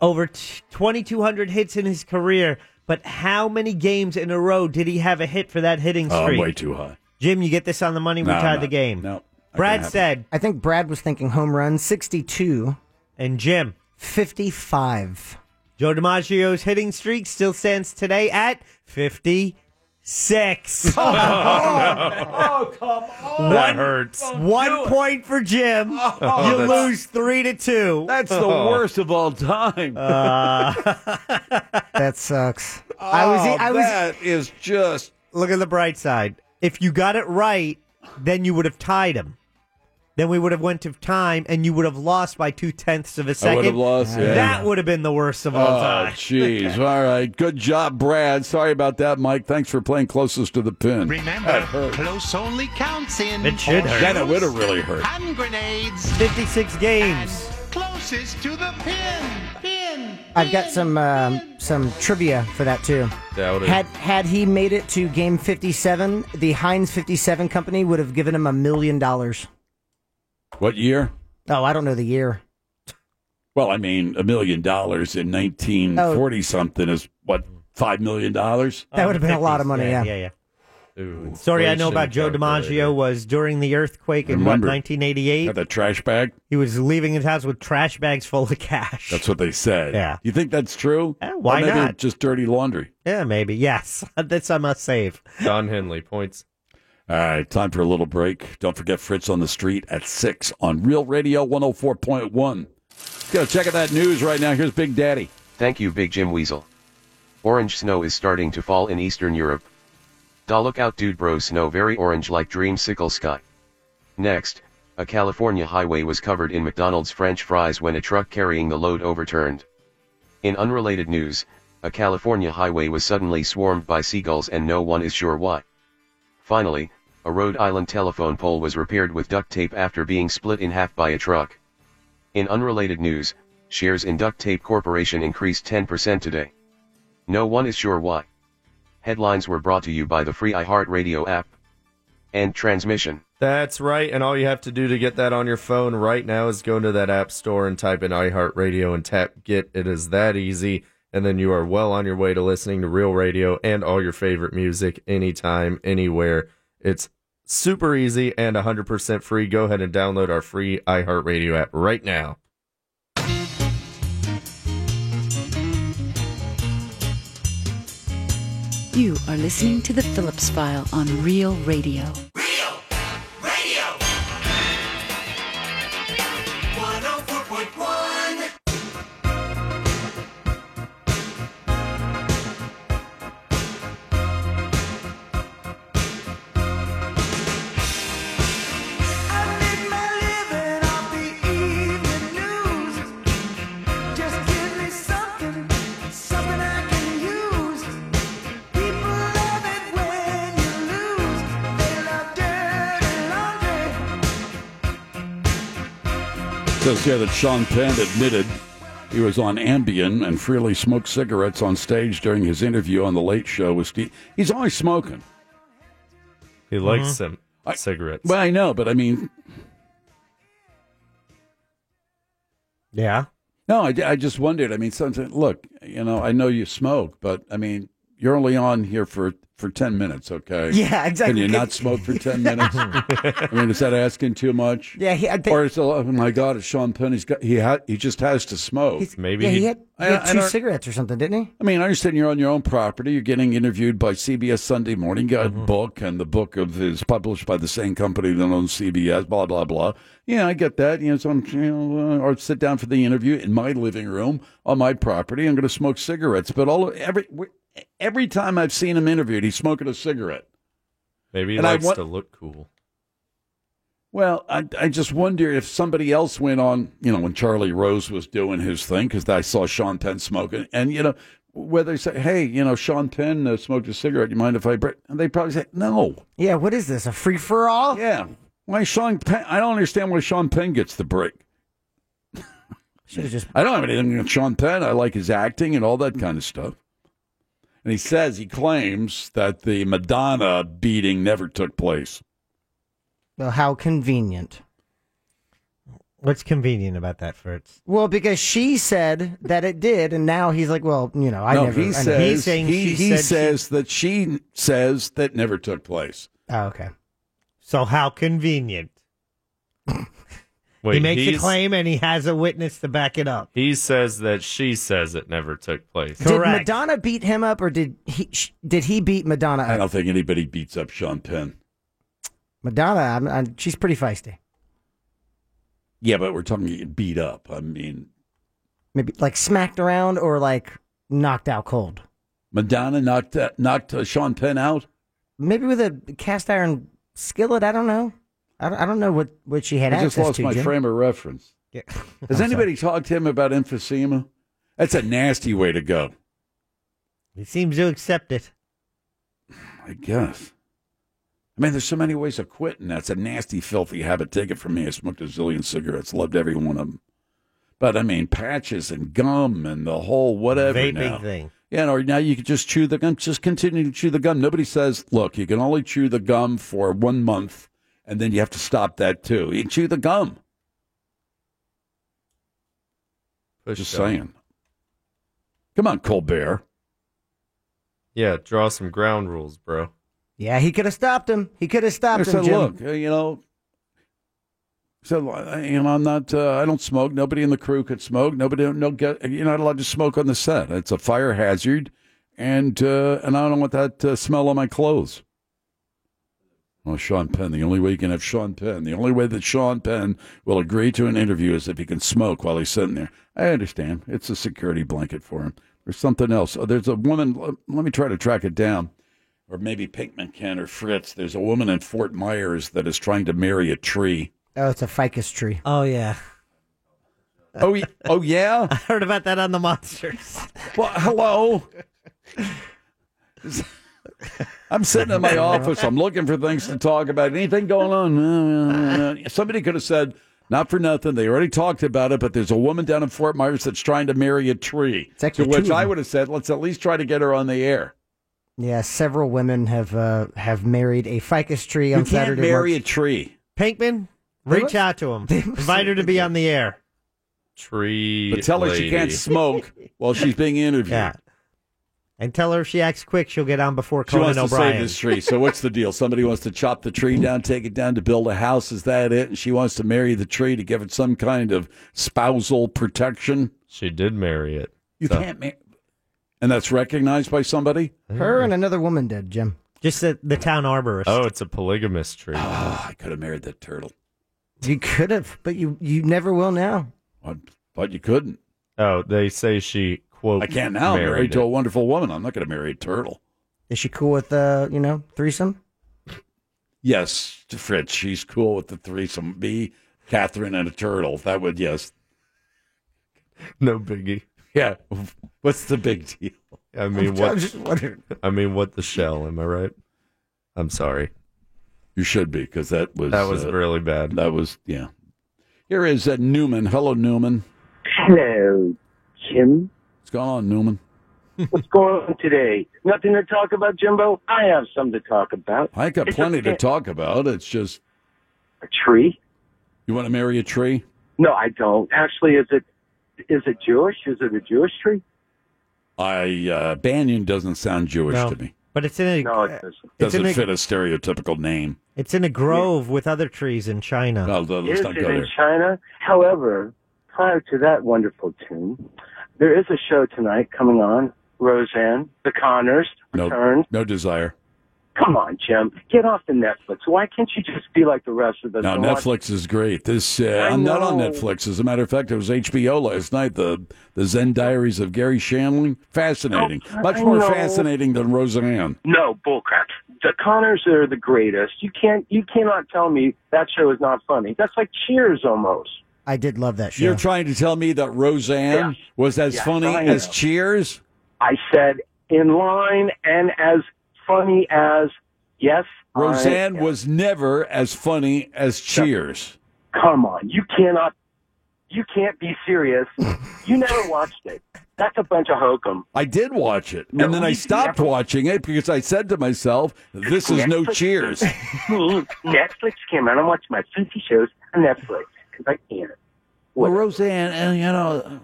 over t- 2,200 hits in his career, but how many games in a row did he have a hit for that hitting
Oh, I'm
streak?
way too high.
Jim, you get this on the money. We
No,
tied
no,
the game.
No.
Brad said,
I think Brad was thinking home run 62.
And Jim?
55.
Joe DiMaggio's hitting streak still stands today at 56.
Oh,
come
on.
That hurts. One point for Jim.
Oh,
you
that's-
lose three to two.
That's the worst of all time.
Uh, that sucks.
I was- Oh, I was- that is just.
e-, Look at the bright side. If you got it right, then you would have tied him. Then we would have went to time, and you would have lost by two tenths of a
I
second.
would have lost. yeah.
That would have been the worst of all
oh,
time.
jeez. All right. Good job, Brad. Sorry about that, Mike. Thanks for playing closest to the pin.
Remember,
That hurt.
close only counts in
It should hurt. That
horseshoes
would have really hurt.
And grenades.
56 games.
Closest to the pin. Pin.
I've got some um, some trivia for that too.
That would've-
had had he made it to game 57, the Heinz 57 company would have given him a million dollars.
What year?
Oh, I don't know the year.
Well, I mean, a million dollars in 1940 something is what, $5 million?
That would have been a lot of money. Yeah,
yeah, Story I know about Joe DiMaggio was during the earthquake in what,
Remember.
1988.
Had that trash bag.
He was leaving his house with trash bags full of cash.
That's what they said. Yeah. You think that's true?
Eh, why
Or maybe
not?
it's Just dirty laundry.
Yeah, maybe. Yes, this I must save.
Don Henley points. All right, time for a little break. Don't forget Fritz on the Street at 6 on Real Radio 104.1. Go check out that news right now. Here's Big Daddy.
Thank you, Big Jim Weasel. Orange snow is starting to fall in Eastern Europe. Da look out, dude, bro, snow very orange like dream sickle sky. Next, a California highway was covered in McDonald's french fries when a truck carrying the load overturned. In unrelated news, a California highway was suddenly swarmed by seagulls and no one is sure why. Finally, a Rhode Island telephone pole was repaired with duct tape after being split in half by a truck. In unrelated news, shares in Duct Tape Corporation increased 10% today. No one is sure why. Headlines were brought to you by the free iHeartRadio app. End transmission.
That's right, and all you have to do to get that on your phone right now is go into that app store and type in iHeartRadio and tap get. It is that easy, and then you are well on your way to listening to real radio and all your favorite music anytime, anywhere. It's super easy and 100% free. Go ahead and download our free iHeartRadio app right now.
You are listening to the Phillips File on Real Radio.
Says here that Sean Penn admitted he was on Ambien and freely smoked cigarettes on stage during his interview on The Late Show with Steve. He's always smoking.
He likes them cigarettes.
Well, Mm-hmm. I know, but I mean.
Yeah.
No, I, I just wondered. I mean, sometimes, look, you know, I know you smoke, but I mean, you're only on here for, for 10 minutes, okay?
Yeah, exactly.
Can you not smoke for 10 minutes? I mean, is that asking too much?
Yeah, he, I think,
Or it's a, oh my God, it's Sean Penn. He's got, he, ha- he just has to smoke. Maybe
yeah, he had, he had two
I,
cigarettes or something, didn't he?
I mean, I understand you're on your own property. You're getting interviewed by CBS Sunday Morning. Got
Mm-hmm.
a book, and the book of is published by the same company that owns CBS. Blah blah blah. Yeah, I get that. You know, so I'm, you know, uh, or sit down for the interview in my living room on my property. I'm going to smoke cigarettes. But all every every time I've seen him interviewed, he's smoking a cigarette.
Maybe he
And I
likes
want-
to look cool.
Well, I, I just wonder if somebody else went on, you know, when Charlie Rose was doing his thing, because I saw Sean Penn smoking, and, you know, whether they say, hey, you know, Sean Penn uh, smoked a cigarette, you mind if I break? And they probably say, no.
Yeah, what is this? A free for all?
Yeah. Why Sean Penn? I don't understand why Sean Penn gets the break.
Should have just.
I don't have anything against Sean Penn. I like his acting and all that kind of stuff. And he says, he claims that the Madonna beating never took place.
Well, how convenient.
What's convenient about that, Fritz?
Well, because she said that it did, and now he's like, well, you know, I
no,
never.
he
I never-
says he, he says that she says that never took place.
Oh, okay.
So how convenient. he
Wait,
makes a
he's-
claim and he has a witness to back it up.
He says that she says it never took place.
Did Madonna beat him up, or did he? Sh- did he beat Madonna
I
up?
don't think anybody beats up Sean Penn.
Madonna, I'm, I'm, she's pretty feisty.
Yeah, but we're talking beat up. I mean,
Maybe like smacked around, or like knocked out cold.
Madonna knocked uh, knocked uh, Sean Penn out.
Maybe with a cast iron skillet. I don't know. I don't, I don't know what, what she had
I
access
just lost
to.
my
Jim.
frame of reference.
Yeah.
Has anybody talked to him about emphysema? That's a nasty way to go.
He seems to accept it.
I guess. I mean, there's so many ways of quitting. That's a nasty, filthy habit. Take it from me. I smoked a zillion cigarettes, loved every one of them. But I mean, patches and gum and the whole whatever
Vaping
now.
thing.
Yeah, or now you can just chew the gum. Just continue to chew the gum. Nobody says, look, you can only chew the gum for one month, and then you have to stop that too. You chew the gum. just
gum.
saying. Come on, Colbert.
Yeah, draw some ground rules, bro.
Yeah, he could have stopped him. He could have stopped
I
him,
said,
Jim.
look, uh, you know, I said, "Well, I- you know, I'm not, uh, I don't smoke. Nobody in the crew could smoke. Nobody, no, get, you're not allowed to smoke on the set. It's a fire hazard, and uh, and I don't want that uh, smell on my clothes. Well, Sean Penn. The only way you can have Sean Penn, the only way that Sean Penn will agree to an interview is if he can smoke while he's sitting there. I understand. It's a security blanket for him. There's something else. Oh, there's a woman. l- Let me try to track it down or maybe Pinkman can or Fritz. There's a woman in Fort Myers that is trying to marry a tree.
Oh, it's a ficus tree. Oh yeah.
Oh, oh yeah. I
heard about that on the monsters.
Well, hello. I'm sitting in my office. I'm looking for things to talk about. Anything going on? No, no, no, no. Somebody could have said, not for nothing. They already talked about it, but there's a woman down in Fort Myers that's trying to marry a tree. To
actually two
which
of
I
them.
would have said, let's at least try to get her on the air.
Yeah, several women have uh, have married a ficus tree
You
on
can't
Saturday.
marry
March.
a tree.
Pinkman, reach out to him. Invite her to be on the air.
Tree.
But tell her she can't
lady.
smoke while she's being interviewed.
Yeah. And tell her if she acts quick, she'll get on before
She
Conan
wants to
O'Brien.
save this tree. So what's the deal? Somebody wants to chop the tree down, take it down to build a house. Is that it? And she wants to marry the tree to give it some kind of spousal protection.
She did marry it.
You can't marry. And that's recognized by somebody.
Her and another woman did, Jim.
Just the, the town arborist.
Oh, it's a polygamous tree.
Oh, I could have married that turtle.
You could have, but you you never will now.
But you couldn't.
Oh, they say she quote.
I can't now. I'm
married
married to
it.
a wonderful woman. I'm not going to marry a turtle.
Is she cool with uh you know threesome?
Yes, to Fritz, she's cool with the threesome. Me, Catherine, and a turtle. That would yes.
No biggie.
Yeah. What's the big deal?
I mean,
I'm
what?
just wondering.
I mean, what the shell? Am I right? I'm sorry.
You should be because that was
that was
uh,
really bad.
That was yeah. Here is uh, Newman. Hello, Newman.
Hello, Jim.
What's going on, Newman?
What's going on today? Nothing to talk about, Jimbo? I have some to talk about.
I got
It's
plenty
a-
to talk about. It's just
a tree.
You want to marry a tree?
No, I don't. Oh, Actually, is it is it Jewish? Is it a Jewish tree?
I uh, Banyan doesn't sound Jewish
No.
to me.
But it's in a
No, it doesn't.
It's
Doesn't
in a-
fit a stereotypical name.
it's in a grove with other trees in China.
No, no,
Is it in China? However, prior to that wonderful tune, there is a show tonight coming on. Roseanne, The Connors,
No, no desire.
Come on, Jim. Get off the Netflix. Why can't you just be like the rest of us?
Now
and watch-
Netflix is great. This uh,
I
I'm not on
know.
Netflix. As a matter of fact, it was HBO last night. The the Zen Diaries of Gary Shanley. Fascinating.
Oh,
Much
I
more
know.
fascinating than Roseanne.
No, bullcrap. The Connors are the greatest. You can't, you cannot tell me that show is not funny. That's like Cheers almost.
I did love that show.
You're trying to tell me that Roseanne was as
Yes,
funny
I
as
know.
Cheers?
I said in line and as funny as yes. I
Roseanne
am.
was never as funny as Cheers.
Come on, you cannot, you can't be serious. you never watched it. That's a bunch of hokum.
I did watch it,
No,
and then I
you
stopped watching it because I said to myself, "This is no
Netflix. Mm-hmm.
Cheers."
Netflix came out. I watch my filthy shows on Netflix because I can't.
Well, Roseanne, and you know,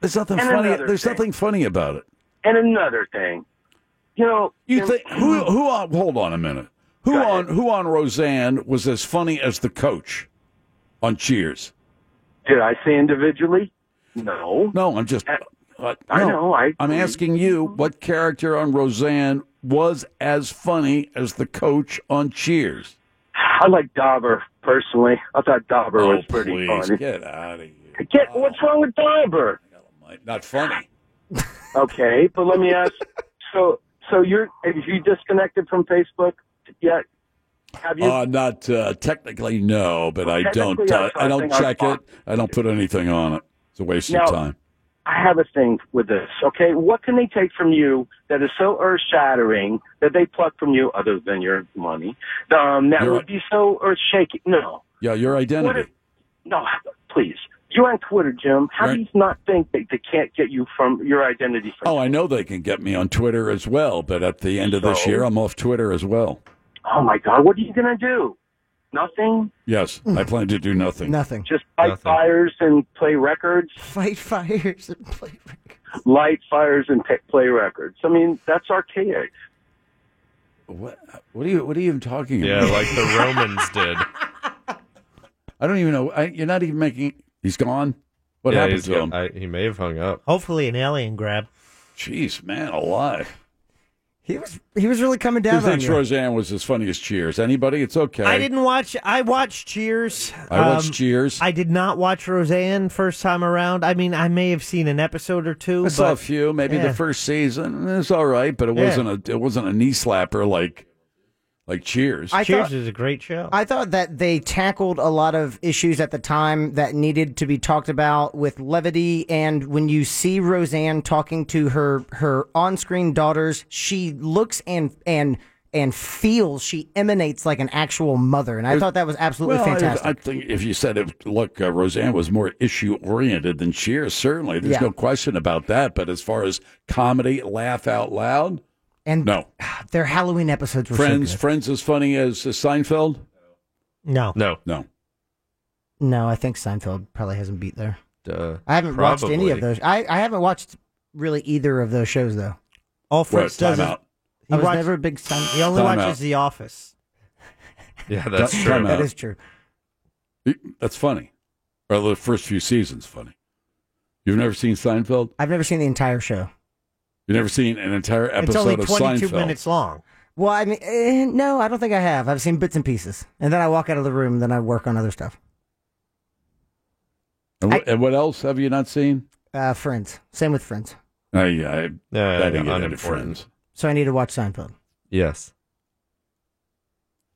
there's nothing
And
funny.
another
There's
thing.
nothing funny about it.
And another thing, you know, Mhm.
You
there-
think who? Who on? Hold on a minute. Who on? Who on Roseanne was as funny as the coach on Cheers?
Did I say individually? No.
No, I'm just.
I
no.
know, I-
I'm asking you what character on Roseanne was as funny as the coach on Cheers.
I like Dauber personally. I thought Dauber was pretty
Oh, please,
funny.
Get out of here.
Get, what's wrong with Dauber?
Not funny.
Okay, but let me ask. So, so you're have you disconnected from Facebook yet? Have you?
Uh, not uh, technically, no, but I
Technically,
don't. Uh,
that's
I don't
something
check
I-
it. I don't put anything on it. It's a waste
Now-
of time.
I have a thing with this. Okay, what can they take from you that is so earth shattering that they pluck from you other than your money? Um, that
You're
would be so earth shaking. No,
Yeah, your
What
identity.
if- no, please. You're on Twitter, Jim. How do you not think that they can't get you from your identity? From
oh, I know they can get me on Twitter as well, but at the end of this
So?
year, I'm off Twitter as well.
oh my God, what are you gonna do? Nothing.
Yes, I plan to do nothing.
Nothing.
Just fight fires and play records.
Fight fires and play
Light fires and pa- play records. I mean, that's archaic.
What? What are you? What are you even talking
Yeah,
about?
like the Romans did.
I don't even know. I, you're not even making. He's gone. What
Yeah,
happened
he's
to
got-
him?
I, he may have hung up.
Hopefully, an alien grab.
Jeez, man, alive.
He was he was really coming
Who
down on
thinks
you.
Roseanne was as funny as Cheers? Anybody? It's okay.
I didn't watch. I watched Cheers. Um,
I watched Cheers.
I did not watch Roseanne first time around. I mean, I may have seen an episode or two.
I saw
but-
a few, maybe
Yeah.
the first season. It's all right, but it
Yeah.
wasn't a it wasn't a knee slapper like like Cheers.
I Cheers thought-
is a great show.
I thought that they tackled a lot of issues at the time that needed to be talked about with levity. And when you see Roseanne talking to her her on screen daughters, she looks and and and feels she emanates like an actual mother. And I thought that was absolutely
well, I-
fantastic.
I, think if you said it, look, uh, Roseanne was more issue oriented than Cheers. Certainly, there's
Yeah.
no question about that. But as far as comedy, laugh out loud,
and
no
Their Halloween episodes were so
Friends.
good.
Friends as funny as uh, Seinfeld.
No,
no,
no.
No, I think Seinfeld probably hasn't beat there.
Duh.
I haven't watched any of those. I, I haven't watched really either of those shows though.
All Fritz does is- he
I was
watch-
never a big Seinfeld.
He only
Time
watches
out.
The Office.
Yeah,
that's Time true. out.
That is true.
That's funny. Or the first few seasons funny. You've never seen Seinfeld.
I've never seen the entire show.
You've never seen an entire episode
it's only
of
22
Seinfeld.
minutes
long.
Well, I mean, eh, no, I don't think I have. I've seen bits and pieces, and then I walk out of the room. Then I work on other stuff.
And, wh- and what else have you not seen?
Uh, friends. Same with Friends.
Uh,
I, I, I didn't get into
unimportant.
Friends.
So I need to watch Seinfeld.
Yes.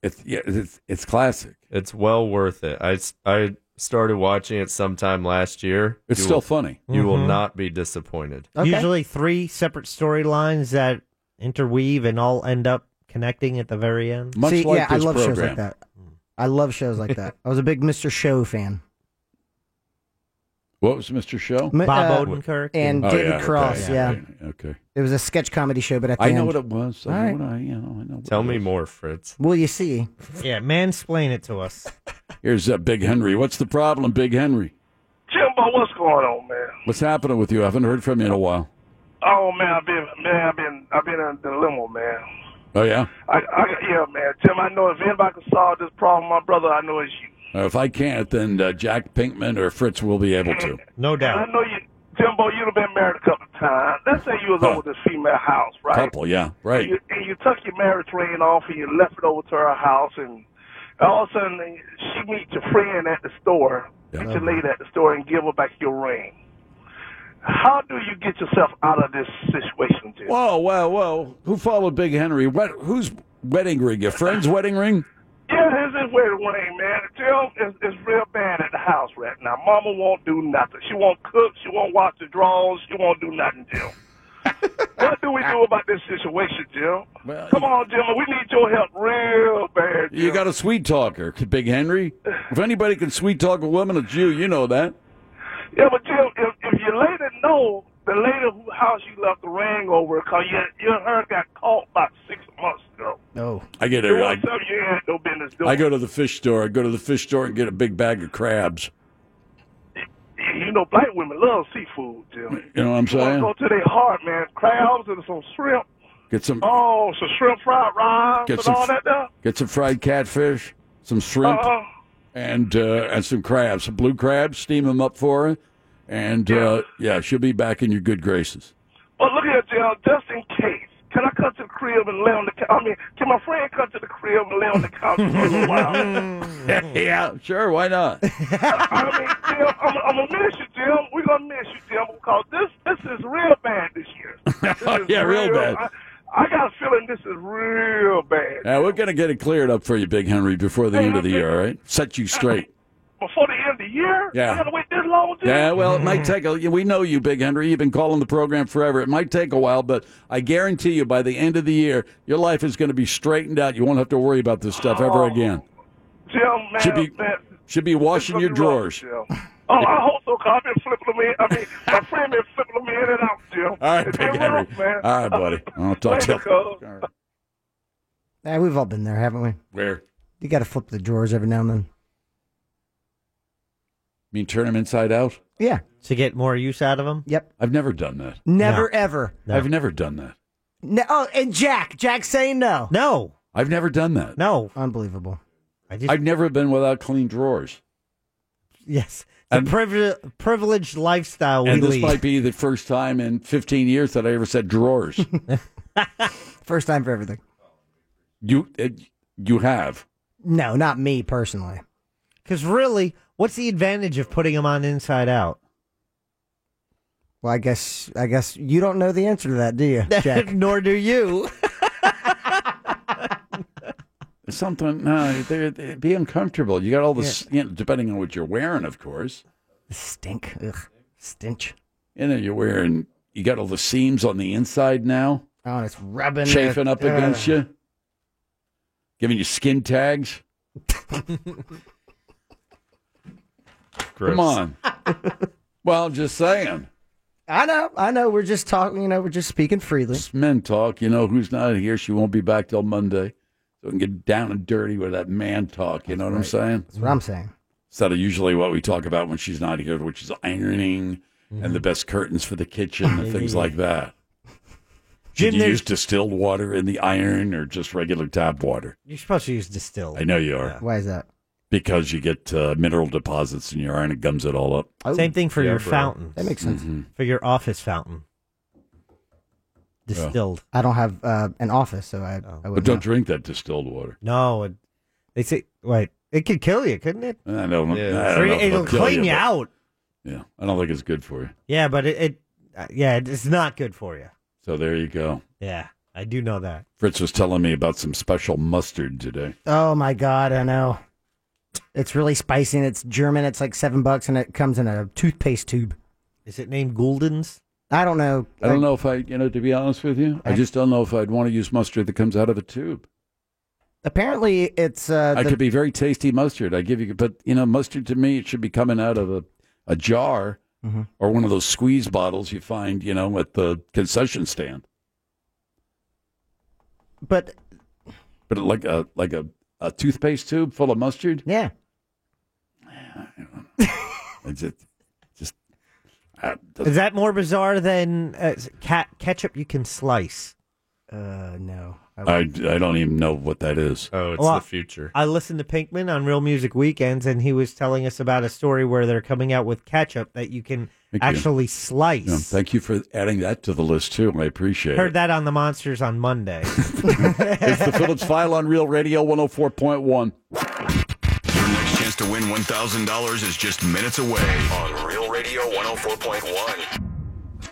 It's yeah, it's it's classic.
It's well worth it. I s- I started watching it sometime last year.
It's still funny.
You will
Mhm.
not be disappointed.
Usually three separate storylines that interweave and all end up connecting at the very end.
See, yeah, I love shows like that. I love shows like that. I was a big Mr. Show fan.
What was Mr. Show?
M- uh, and
Oh,
David
yeah, okay,
Cross. yeah,
Okay.
it was a sketch comedy show, but at the
I know
end-
what it was. I
All
know
right.
what I, you know, I know what
Tell
it
me
was.
more, Fritz.
Well, you see,
Yeah, mansplain it to us.
Here's uh, Big Henry. What's the problem, Big Henry?
Jimbo, what's going on, man?
What's happening with you? I haven't heard from you in a while.
Oh man, I've been man, I've been I've been in a dilemma, man.
Oh yeah.
I, I yeah, man, Jim, I know if anybody can solve this problem, my brother, I know it's you.
Uh, if I can't, then uh, Jack Pinkman or Fritz will be able to.
No
And I know you, Jimbo, you've been married a couple of times. Let's say you was over this female house, right?
Couple, yeah, right.
And you, and you took your marriage ring off and you left it over to her house, and all of a sudden she meets your friend at the store, meet your lady at the store, and give her back your ring. How do you get yourself out of this situation, Jim?
Whoa, whoa, whoa! Who followed Big Henry? What? Whose wedding ring? Your friend's wedding ring?
Yeah, it's his wedding ring, man. Jim is, is real bad at the house right now. Mama won't do nothing. She won't cook. She won't watch the drawers. She won't do nothing, Jim. what do we do about this situation, Jim? Come on, Jim. We need your help real bad.
You got a sweet talker, Big Henry. If anybody can sweet talk a woman, it's you. You know that.
Yeah, but Jim, if, if your lady know the lady who house you left the ring over, cause you, you and her got caught about six months ago.
No.
I get it.
Doing
I,
something you ain't had no business doing.
I go to the fish store. I go to the fish store and get a big bag of crabs.
you know, black women love seafood, Jim.
You know what I'm
Wanna
saying?
Go to their heart, man. Crabs and some shrimp.
Get some
Oh, some shrimp fried rice
Get
and
some
all
f-
that there.
get some fried catfish, some shrimp,
Uh-uh.
and uh, and some crabs, some blue crabs. Steam them up for her, and uh, yeah, she'll be back in your good graces.
Well, look here, Jim. Just in case, can I come to the crib and lay on the couch? I mean, can my friend come to the crib and lay on the couch for a little while?
yeah, sure. Why not?
Jim, I'm, I'm gonna miss you, Jim. We're gonna miss you, Jim, because this this is real bad this year.
oh, yeah, real bad.
I got a feeling this is real bad.
Yeah, we're going to get it cleared up for you, Big Henry, before the end of the year, all right? Set you straight.
Before the end of the year?
Yeah.
I gotta wait this long? dude?
Yeah, well, it might take a. We know you, Big Henry. You've been calling the program forever. It might take a while, but I guarantee you, by the end of the year, your life is going to be straightened out. You won't have to worry about this stuff ever again.
Jim, man,
Should be
man.
should be washing your drawers.
Jim. Oh, I hope so, because I've been flipping them in. I mean, my friend been flipping them in and out, Jim.
All right, Big
been
Henry.
rough, man.
All right, buddy. I'll talk to you.
Because-
Eh, we've all been there, haven't we?
Where?
You got to flip the drawers every now and then.
You mean turn them inside out?
Yeah.
To get more use out of them?
Yep.
I've never done that.
Never ever.
I've never done that.
No, oh, and Jack. Jack saying no.
No.
I've never done that.
No.
Unbelievable.
I
I've never been without clean drawers.
Yes. The
And-
privi- privileged lifestyle we
and this
lead.
might be the first time in 15 years that I ever said drawers.
First time for everything.
you uh, you have.
No, not me personally.
Because really, what's the advantage of putting them on inside out?
Well, I guess I guess you don't know the answer to that, do you, Jack?
Nor do you.
Something, no, they're, they'd be uncomfortable. You got all this, you know, depending on what you're wearing, of course.
Stink. Ugh. Stench.
You know, you're wearing, you got all the seams on the inside now,
Oh, and it's rubbing. the-
chafing up
Ugh.
against you, giving you skin tags.
Gross.
Come on. well, I'm just saying.
I know. I know. We're just talking. You know, we're just speaking freely.
It's men talk. You know who's not here? She won't be back till Monday. So we can get down and dirty with that man talk. You know what I'm saying?
That's what I'm saying.
Instead of usually what we talk about when she's not here, which is ironing and
Mm-hmm.
the best curtains for the kitchen and things like that. Should
Jim,
you
there's-
use distilled water in the iron or just regular tap water?
You're supposed to use distilled.
I know you are
Why is that?
because you get uh, mineral deposits in your iron. It gums it all up.
Same thing for
Yeah,
your
bro.
fountains.
Oh. That makes sense.
Mhm.
For your office fountain. Distilled. Oh.
I don't have uh, an office, so I, I
But
wouldn't.
don't
know.
drink that distilled water.
No, it, they say, wait, it could kill you, couldn't it?
Eh, I don't, I
Yeah.
don't know if
It'll
it'll kill
clean you
but-
out.
Yeah, I don't think it's good for you.
Yeah, but it, it uh, yeah, it- it's not good for you.
So there you go.
Yeah, I do know that.
Fritz was telling me about some special mustard today.
Oh my god, I know. It's really spicy and it's German. It's like seven bucks and it comes in a toothpaste tube.
Is it named Gouldens?
I don't know.
I don't know if I, you know, to be honest with you, I just don't know if I'd want to use mustard that comes out of a tube.
Apparently, it's uh,
I
the-
could be very tasty mustard. I give you, but you know, mustard to me, it should be coming out of a, a jar
Mhm.
or one of those squeeze bottles you find, you know, at the concession stand.
but
But like a like a, a toothpaste tube full of mustard.
Yeah.
I just, just uh, I,
Is that more bizarre than uh, cat ketchup you can slice?
Uh, no.
I, I don't even know what that is.
Oh,
it's
Well, the
future.
I listened to Pinkman on Real Music Weekends, and he was telling us about a story where they're coming out with ketchup that you can
Thank you.
actually slice.
thank you for adding that to the list too. I appreciate it.
Heard that on the Monsters on Monday.
It's the Phillips File on Real Radio 104.1.
Your next chance to win $1,000 is just minutes away on Real Radio 104.1.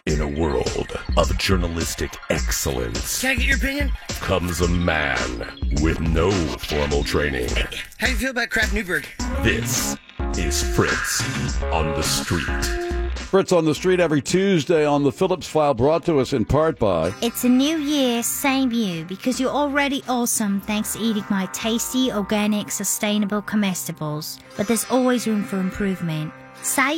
In a world of journalistic excellence
Can I get your opinion?
comes a man with no formal training.
How do you feel about Kraft Newberg?
This is Fritz on the Street.
Fritz on the Street every Tuesday on the Phillips File, brought to us in part by.
It's a new year, same you, because you're already awesome thanks to eating my tasty, organic, sustainable comestibles. But there's always room for improvement.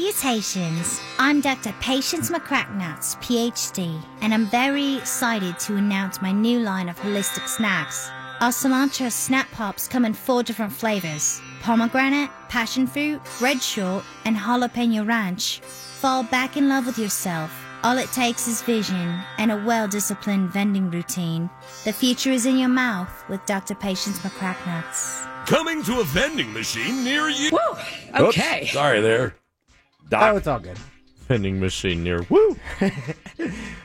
Salutations! I'm Dr. Patience McCracknuts, PhD, and I'm very excited to announce my new line of holistic snacks. Our cilantro snap pops come in four different flavors pomegranate, passion fruit, red short, and jalapeno ranch. Fall back in love with yourself. All it takes is vision and a well disciplined vending routine. The future is in your mouth with Dr. Patience McCracknuts.
Coming to a vending machine near you.
Woo! Okay.
Oops, sorry there.
Oh, it's all good.
Vending machine near. Woo!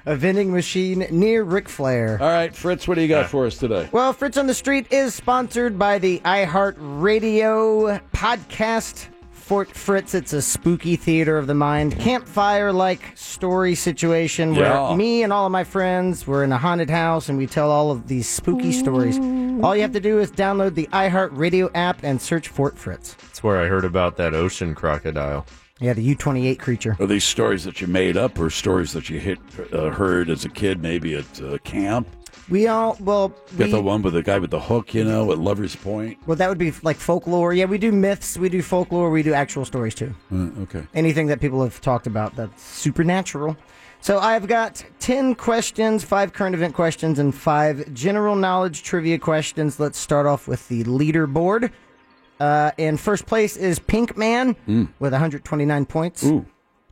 a vending machine near Ric Flair.
All right, Fritz, what do you got for us today?
Well, Fritz on the Street is sponsored by the iHeartRadio podcast Fort Fritz, it's a spooky theater of the mind, campfire like story situation
Yeah.
where me and all of my friends were in a haunted house and we tell all of these spooky stories. All you have to do is download the iHeartRadio app and search Fort Fritz.
That's where I heard about that ocean crocodile.
Yeah, the U 28 creature.
Are these stories that you made up or stories that you hit, uh, heard as a kid, maybe at uh, camp?
We all, well,
Got
we-
the one with the guy with the hook, you know, at Lover's Point.
well, that would be like folklore. Yeah, we do myths, we do folklore, we do actual stories too.
Uh, okay.
anything that people have talked about that's supernatural. So I've got 10 questions, five current event questions, and five general knowledge trivia questions. Let's start off with the leaderboard. Uh, in first place is Pink Man
Hmm.
Mm.
with 129 points.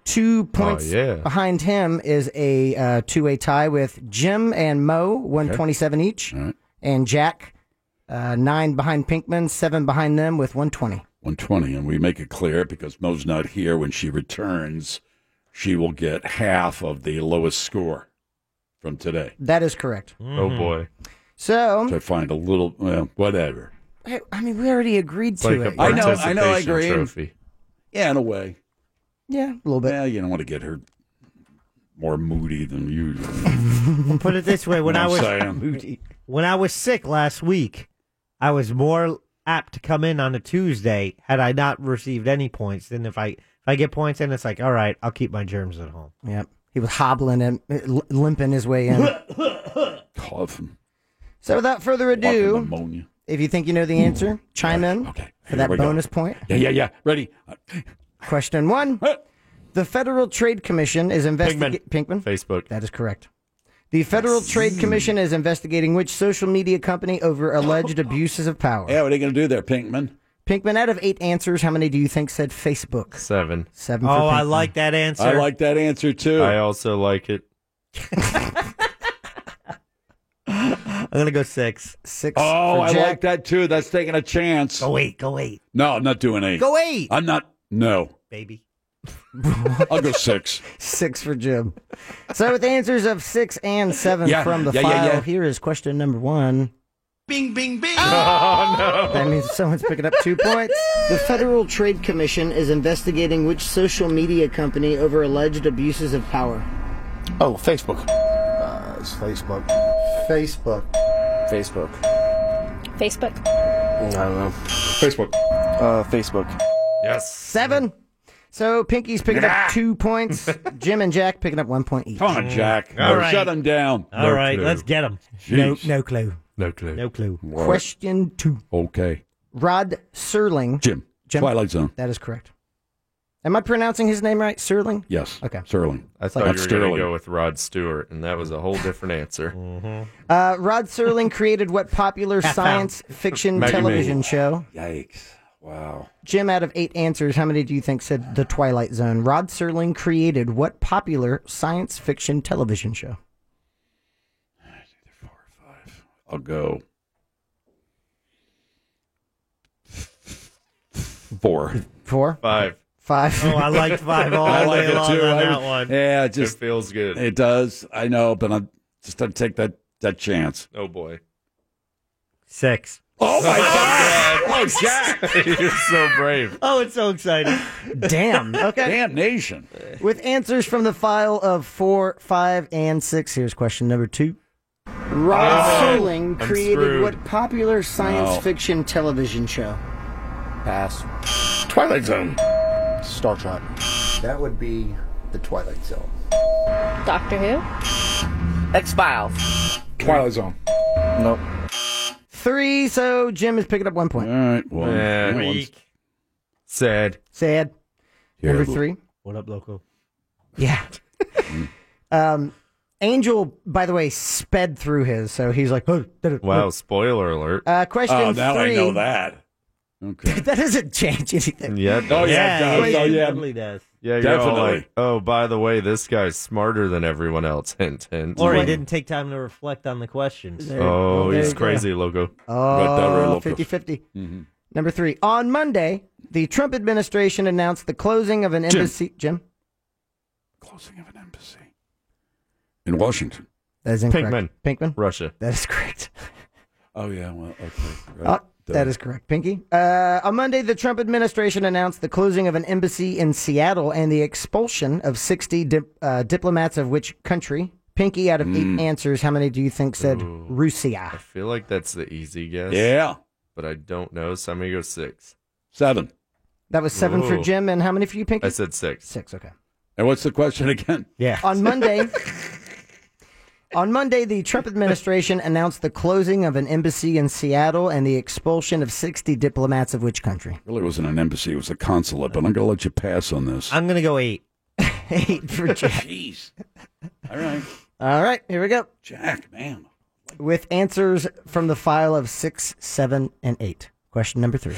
Two
Oh,
points
yeah.
behind him is a uh, two way tie with Jim and Mo, 127 each, and Jack, uh, nine behind Pinkman, seven behind them with 120.
120 and we make it clear because mo's not here when she returns she will get half of the lowest score from today
That is correct.
Mm-hmm.
Oh boy
So,
which i find a little well whatever
Hey, I mean, we already agreed to it.
I know i know i agree
trophy.
yeah in a way
yeah a little bit
yeah you don't want to get her more moody than usual
We'll put it this way: when
No,
I was
Sam.
when I was sick last week, I was more apt to come in on a Tuesday had I not received any points than if I if I get points in. It's like, all right, I'll keep my germs at home.
Yep. He was hobbling and Uh, l- limping his way in.
coughing
so, without further ado,
pneumonia
if you think you know the answer, chime in for
Here
that
we go.
bonus point.
yeah yeah yeah ready
Question one The Federal Trade Commission is investigating. Pinkman.
Facebook.
That is correct. The Federal Trade Commission is investigating which social media company over alleged abuses of power.
yeah what are they going to do there pinkman
Pinkman, out of eight answers, how many do you think said Facebook?
Seven.
Seven. for Pinkman.
i like that answer too
I also like it.
I'm gonna go six.
Six.
Oh,
for
I
Jack.
like that too. That's taking a chance.
Go eight. Go eight.
No, I'm not doing eight.
Go eight.
I'm not. No,
baby.
I'll go six.
Six for Jim. So, with answers of six and seven
Yeah,
from the
yeah, yeah,
file,
yeah.
here is question number one.
Bing, bing, bing.
Oh, no. That means someone's picking up two points. The Federal Trade Commission is investigating which social media company over alleged abuses of power.
Oh, Facebook. Uh, it's Facebook.
Facebook.
Facebook.
Facebook.
I don't know. Facebook. Uh, Facebook.
Yes.
Seven. So Pinky's picking
Nah.
up two points. Jim and Jack picking up one point each.
Come on, Jack. No, Shut him down.
Mm. All right, let's get him.
No, no clue.
No clue.
No clue.
Question two.
Okay.
Rod Serling.
Jim.
Jim.
Twilight Zone.
That is correct. Am I pronouncing his name right? Serling?
Yes.
Okay.
Sterling.
I
Not
thought you were going
Sterling.
to go with Rod Stewart, and that was a whole different answer.
Uh, Rod Serling created what popular
Half
science
pound.
fiction
Maggie
television
May.
show?
Yikes. Wow.
Jim, out of eight answers, how many do you think said The Twilight Zone? Rod Serling created what popular science fiction television show?
I'll go. Four.
Four.
Five.
Five.
Oh, I liked five all
I
the
like
way
it
along
too.
on
I-
that one.
Yeah, it just
feels good.
It does. I know, but I'm just gonna take that that chance.
Oh boy.
Six.
Oh my God! Oh
Jack, you're so brave.
Oh, it's so exciting.
Damn. Okay.
Damn nation.
With answers from the file of four, five, and six, here's question number two.
Oh,
Rod
I'm
Serling created
screwed.
what popular science
No.
fiction television show?
Pass. Twilight Zone. Star Trek. That would be the Twilight Zone.
Doctor Who.
X Files. Twilight Zone. Nope.
Three, so Jim is picking up one point.
All right.
Man. Sad.
Sad. Number three.
What up, loco?
Yeah. um, Angel, by the way, sped through his, so he's like, oh, da- da-
Wow, spoiler alert.
Uh, question
Oh,
now I
three.
know that. Okay. Oh,
that doesn't change
Oh,
anything.
Yeah. it does.
totally does.
Yeah, you're all
Definitely.
like, oh, by the way, this guy's smarter than everyone else. Hint, hint.
Or he didn't take time to reflect on the questions.
Oh,
There you
he's
go.
crazy, Logo.
Oh, 50-50.
Mhm.
Number three. On Monday, the Trump administration announced the closing of an embassy. Jim?
Closing of an embassy. In Washington.
That is incorrect.
Pinkman.
Pinkman?
Russia.
That is correct.
Oh yeah. Well, okay.
Uh, That is correct, Pinky. Uh, on Monday, the Trump administration announced the closing of an embassy in Seattle and the expulsion of 60 dip, uh, diplomats of which country? Pinky, out of
Mm.
eight answers, how many do you think said
Ooh. I
Russia?
feel like that's the easy guess.
Yeah.
But I don't know, so I'm going to go six.
Seven.
That was seven for
Ooh.
Jim, and how many for you, Pinky?
I said six.
Six, okay.
And what's the question again?
Yeah.
On Monday, on Monday, the Trump administration announced the closing of an embassy in Seattle and the expulsion of 60 diplomats of which country?
Really wasn't an embassy, it was a consulate, but I'm going to let you pass on this.
I'm going to go eight.
eight for Jack.
Jeez. All right.
All right, here we go.
Jack, man.
With answers from the file of six, seven, and eight. Question number three.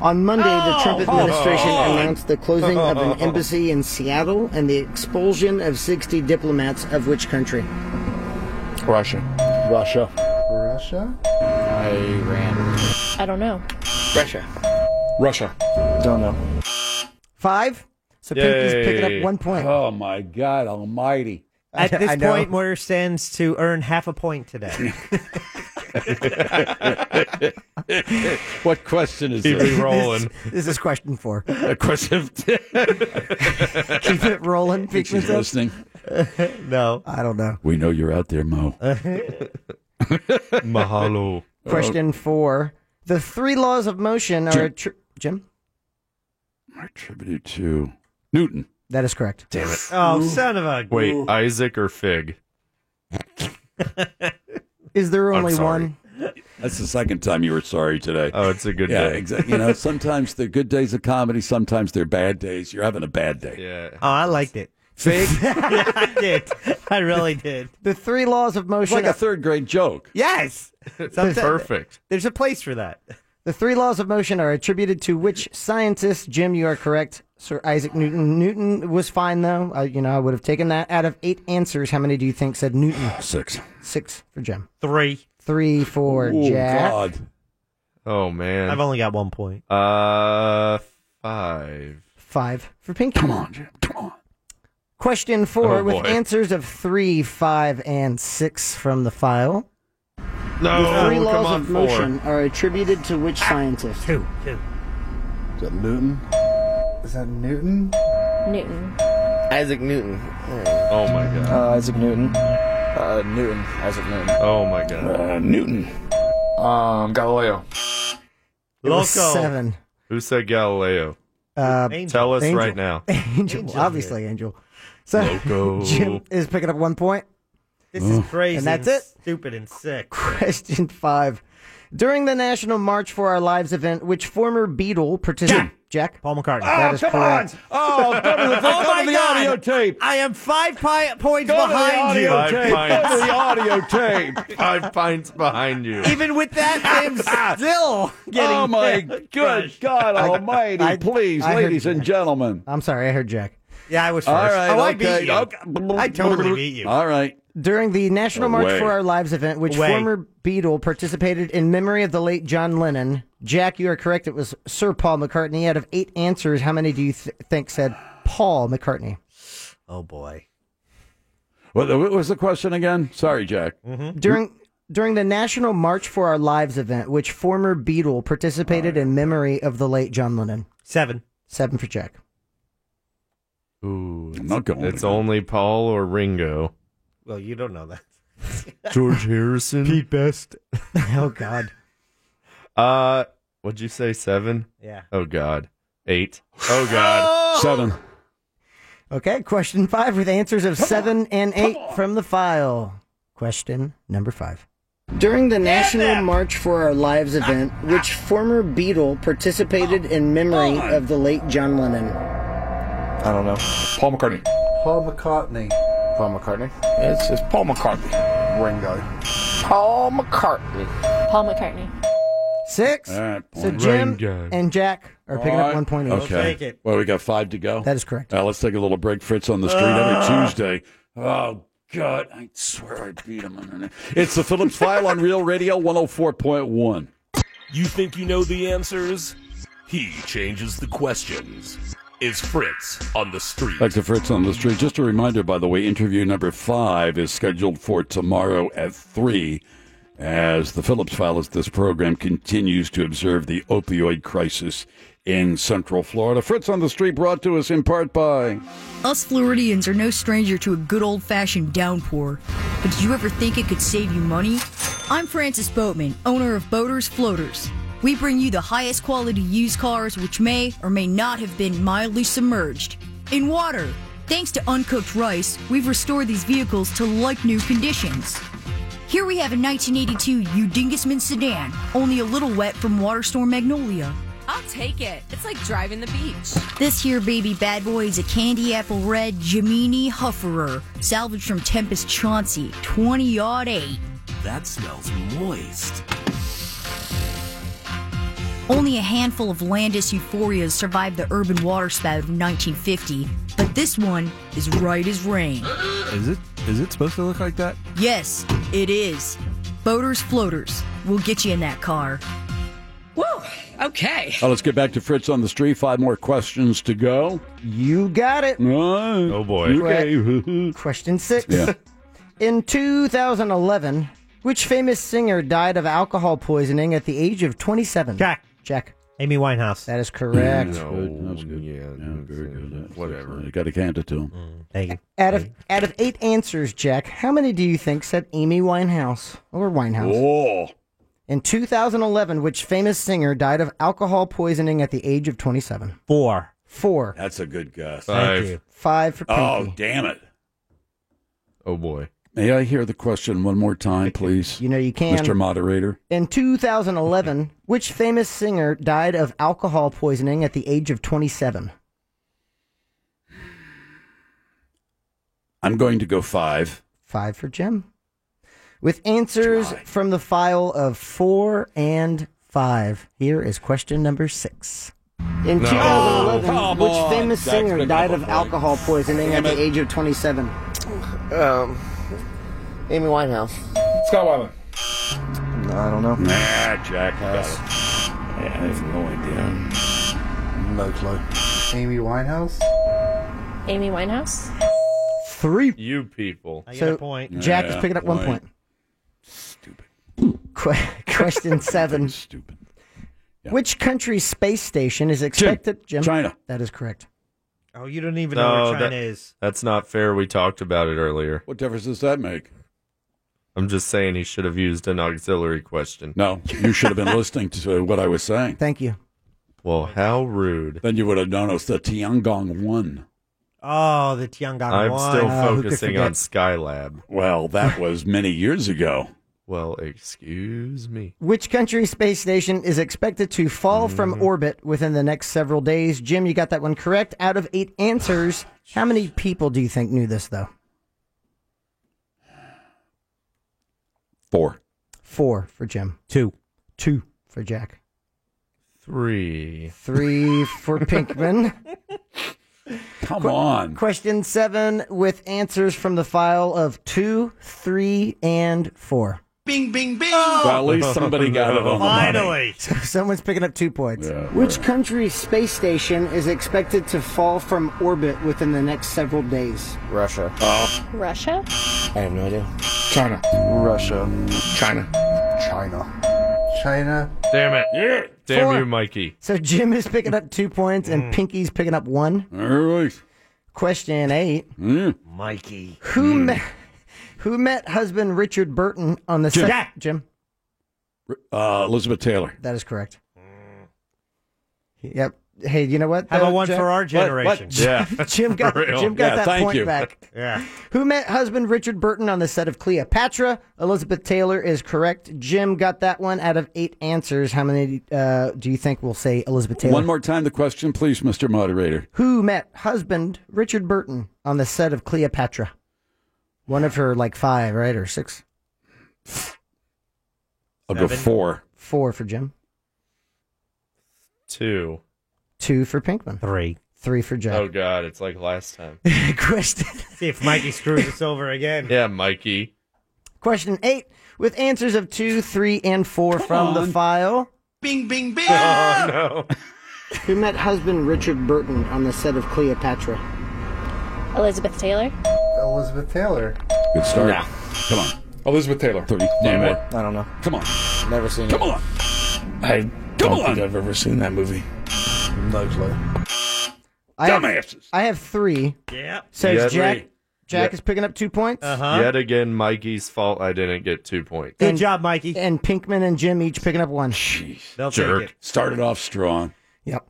On Monday, the Trump
Oh,
administration
come on.
announced the closing of an embassy in Seattle and the expulsion of 60 diplomats of which country?
Russia. Russia. Russia?
Iran.
I don't know.
Russia.
Russia. Don't know.
Five. So Pinky's picking up one point.
Oh, my God almighty.
At this point, Moyer stands to earn half a point today.
what question is
Keep
this?
me rolling.
This is question four.
A question. Keep
it rolling,
Think she's
Pinkman.
listening.
no.
I don't know.
We know you're out there, Mo. Uh,
Mahalo.
Question four. The three laws of motion are.
Jim.
attri- Jim?
Attributed to Newton.
That is correct.
Damn it.
Oh, son of a.
Wait, Isaac or Fig?
Is there only
sorry.
one?
That's the second time you were sorry today.
Oh, it's a good
yeah,
day.
exactly. You know, sometimes they're good days of comedy, sometimes they're bad days. You're having a bad day.
Yeah.
Oh, I liked it.
Fig?
yeah, I did. I really did.
The three laws of
It's
motion.
like
are-
a third grade joke.
Yes. Sometimes-
Perfect.
There's a place for that.
The three laws of motion are attributed to which scientist? Jim, you are correct. Sir Isaac Newton. Newton was fine though. Uh, you know, I would have taken that. Out of eight answers, how many do you think said Newton?
Six.
Six for Jim.
Three.
Three for
Oh,
Jack.
God.
Oh, man.
I've only got one point.
Uh, five.
Five for Pinky. Come
on, Jim. Come on.
Question four
Oh,
with
boy.
answers of three, five, and six from the file. the
No,
three
come
laws
on,
of
four.
motion are attributed to which
Ah,
scientist? Two. Two.
Is that Newton? Is that Newton?
Newton.
Isaac Newton.
Oh, my God.
Uh, Isaac Newton. Uh, Newton. Isaac Newton.
Oh, my God.
Uh, Newton.
Um, Galileo.
It was
Loco.
Seven.
Who said Galileo?
Uh,
Angel.
Tell us
Angel.
right now.
Angel,
Angel
obviously Angel. So
Loco.
Jim is picking up one point. Mm.
This is crazy.
And that's
and
it.
Stupid and sick.
Question five. During the National March for Our Lives event, which former Beatle participated? Jack.
Paul McCartney.
That is correct.
Oh, go to the,
Oh
go
my
to the
God.
audio tape.
I am five pi- points
Go to the
behind you.
audio
Five
tape. Go to
pints.
the audio tape.
Five pints behind you.
Even with that, I am still getting.
Ah. oh my good
crushed.
God Almighty!
I-
Please,
I heard
ladies and
that.
gentlemen.
I'm sorry, I heard Jack.
Yeah, I was first.
All right,
oh,
okay,
I beat you.
okay. Oh,
I totally beat you.
All right,
During the National March
Away.
for Our Lives event, which
Away.
former Beatle participated in memory of the late John Lennon? Jack, you are correct. It was Sir Paul McCartney. Out of eight answers, how many do you th- think said Paul McCartney?
Oh boy.
what, what was the question again? Sorry, Jack.
Mm-hmm. During during the National March for Our Lives event, which former Beatle participated in memory of the late John Lennon?
Seven.
Seven for Jack.
Ooh,
I'm not going.
it's only Paul or Ringo.
Well, you don't know that.
George Harrison. Pete Best.
oh God.
Uh, what'd you say? Seven?
Yeah.
Oh God. Eight. Oh God.
Seven.
Okay, question five with answers of seven and eight from the file. Question number five. During the National March for Our Lives
Ah.
event, which former Beatle participated in memory of the late John Lennon?
I don't know.
Paul McCartney.
Paul McCartney.
Paul McCartney.
It's, it's Paul McCartney.
Ringo.
Paul McCartney.
Paul McCartney.
Six.
All right,
so
point.
Jim
Ringo.
and Jack are picking
All
up
right.
one point each.
Okay.
take it.
Well, we got five to go.
That is correct. Uh.
Uh, let's take a little break. Fritz on the street every Tuesday. Oh, God. I swear I beat him. on it. It's the Phillips File on Real Radio 104.1.
You think you know the answers? He changes the questions. Is Fritz on the street?
Back to Fritz on the street. Just a reminder, by the way, interview number five is scheduled for tomorrow at 3. as the Phillips file as this program continues to observe the opioid crisis in Central Florida. Fritz on the Street brought to us in part by.
Us Floridians are no stranger to a good old fashioned downpour. But did you ever think it could save you money? I'm Francis Boatman, owner of Boaters Floaters. We bring you the highest quality used cars which may or may not have been mildly submerged in water. Thanks to uncooked rice, we've restored these vehicles to like new conditions. Here we have a 1982 Udingisman sedan, only a little wet from water storm Magnolia.
I'll take it. It's like driving the beach.
This here baby bad boy is a candy apple red Jimini Hufferer, salvaged from Tempest Chauncey, 20 yard 8.
That smells moist.
Only a handful of Landis euphorias survived the urban waterspout of 1950, but this one is right as rain.
Is it is it supposed to look like that?
Yes, it is. Boaters floaters. We'll get you in that car.
Whoa. Okay.
Oh, let's get back to Fritz on the Street. Five more questions to go.
You got it.
Oh, boy.
Okay. Question six. In 2011, which famous singer died of alcohol poisoning at the age of 27? Jack. Jack.
Amy Winehouse.
That is correct.
Good. That was good. Yeah, very good. Whatever. You got to hand it to him.
Mm. Thank you.
Out of out of eight answers, Jack, how many do you think said Amy Winehouse or Winehouse?
Oh.
In 2011, which famous singer died of alcohol poisoning at the age of 27?
Four.
Four.
That's a good guess.
Thank you. Five for Pinky.
Oh, damn it.
Oh, boy.
May I hear the question one more time, please?
You know you can.
Mr. Moderator.
In 2011, which famous singer died of alcohol poisoning at the age of 27?
I'm going to go five.
Five for Jim. With answers from the file of four and five. Here is question number six. In
No.
2011,
Oh, come
which
on.
famous
That's
singer
been
died
Oh.
double
of
points.
alcohol poisoning
Damn
at
it.
the age of 27?
Um,
Amy Winehouse.
Scott Wyman.
I don't know. Nah, Jack. Got it. Yeah, I have no idea.
Mm, No clue. Amy Winehouse?
Amy Winehouse?
Three.
You people.
I
So Jack is picking up one point. Stupid. question seven.
Stupid.
Which country's space station is expected? Jim.
China.
That is correct.
Oh, you don't even know where China
that-
is.
That's not fair. We talked about it earlier.
What difference does that make?
I'm just saying he should have used an auxiliary question.
No, you should have been listening to what I was saying.
Thank you.
Well, how rude.
Then you would have known it's the Tiangong 1.
Oh, the Tiangong
I'm
one.
still
Oh,
focusing on Skylab.
Well, that was many years ago.
Well, excuse me.
Which country's space station is expected to fall
Mm-hmm.
from orbit within the next several days? Jim, you got that one correct. Out of eight answers, how many people do you think knew this though?
Four.
Four for Jim.
Two.
Two for Jack.
Three.
Three for Pinkman.
Come
Que-
on.
Question seven with answers from the file of two, three, and four.
Bing, bing, bing.
Well, at least somebody got it on the money.
So someone's picking up two points. Which country's space station is expected to fall from orbit within the next several days?
Russia.
Oh.
Russia?
I have no idea. China. Russia. China. China. China.
Damn it. Damn
Four.
you, Mikey.
So Jim is picking up two points and Pinky's picking up one.
All right.
Question eight.
Mm.
Mikey.
Who met who met husband Richard Burton on the
Jim.
set?
Jack.
Jim.
Uh, Elizabeth Taylor.
That is correct. Yep. Hey, you know what?
How about
though,
one
Jack?
for our generation?
Jim, Jim got Jim got that point back.
Yeah.
Who met husband Richard Burton on the set of Cleopatra? Elizabeth Taylor is correct. Jim got that one out of eight answers. How many uh, do you think will say Elizabeth Taylor?
One more time the question, please, Mr. Moderator.
Who met husband Richard Burton on the set of Cleopatra? One of her like five, right, or six?
I'll go
Seven.
four.
Four for Jim.
Two.
Two for Pinkman.
Three.
Three for Jack.
Oh, God. It's like last time.
Question.
See if Mikey screws us over again.
yeah, Mikey.
Question eight with answers of two, three, and four from the
on.
file.
Bing, bing, bing.
Oh,
Who met husband Richard Burton on the set of Cleopatra?
Elizabeth Taylor?
Elizabeth Taylor.
Good start.
Yeah.
Come on.
Elizabeth Taylor.
30.
Damn it.
I don't know.
Come on.
Never seen
Come
it.
on. I don't think I've ever seen that movie.
Likely.
I
Dumbasses.
Have, I have three.
Yeah.
So it's
Yeah.
Jack. Jack
Yeah.
is picking up two points.
Uh-huh.
Yet again, Mikey's fault. I didn't get two points.
job, Mikey. And Pinkman and Jim each picking up one.
Jeez.
They'll
Jerk. Started off strong.
Yep.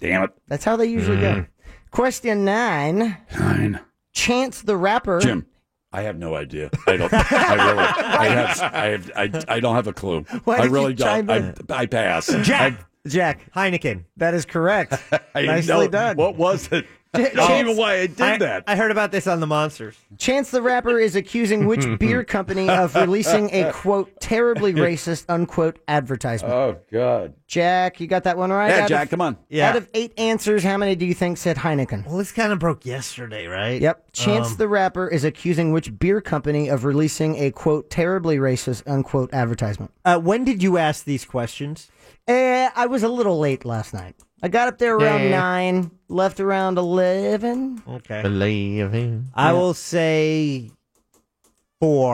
Damn it.
That's how they usually go.
Mm.
Question nine.
Nine.
Chance the Rapper.
Jim. I have no idea. I don't. I really. I have. I have. I, I don't have a clue.
Why
I
did you
really
chime
don't. I, I pass.
Jack.
Jack Heineken. That is correct.
I
Nicely
know-
done.
What was it?
I
don't Chance-
even why I did
that. I heard about this on the monsters.
Chance the Rapper is accusing which beer company of releasing a quote terribly racist unquote advertisement?
Oh God.
Jack, you got that one right.
Yeah,
Out of-
Jack, come on.
Yeah.
Out of eight answers, how many do you think said Heineken?
Well, this kind of broke yesterday, right?
Yep. Chance
Um,
the Rapper is accusing which beer company of releasing a quote terribly racist unquote advertisement?
uh, when did you ask these questions?
Eh, I was a little late last night. I got up there around
Yeah.
nine, left around eleven.
Okay.
Believe him.
I will say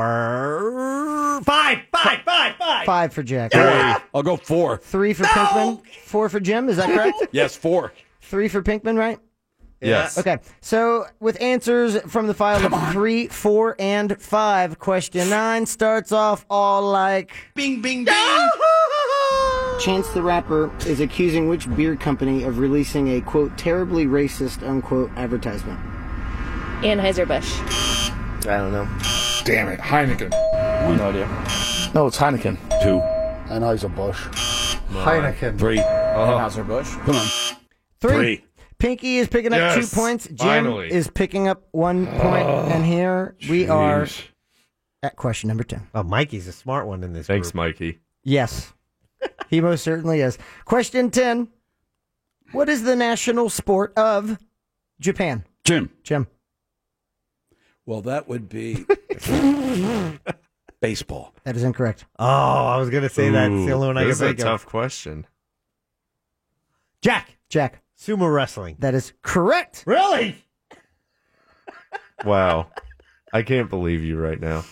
four, five, five, five, five.
Five for Jack.
I'll go four.
Three for Pinkman. Four for Jim. Is that correct?
Yes, four.
Three for Pinkman, right?
Yes.
Okay. So with answers from the file of three, four, and five, question nine starts off all like
Bing, bing, bing.
Chance the Rapper is accusing which beer company of releasing a quote terribly racist unquote advertisement?
Anheuser-Busch.
I don't know.
Damn it. Heineken.
No idea. No, it's Heineken.
Two.
Anheuser Busch.
Heineken. Three.
Anheuser Busch.
Come on.
Three. Pinky is picking up
Yes,
two points. Jim
finally.
is picking up one point. and here we are at question number 10.
Oh, Mikey's a smart one in this.
Thanks, Mikey.
Yes. he most certainly is. Question 10. What is the national sport of Japan?
Jim.
Jim.
Well, that would be baseball.
That is incorrect.
Oh, I was gonna say that's the only one I
Ooh,
could
this is a
think of.
tough question.
Jack.
Jack.
Sumo wrestling.
That is correct.
Really?
Wow. I can't believe you right now.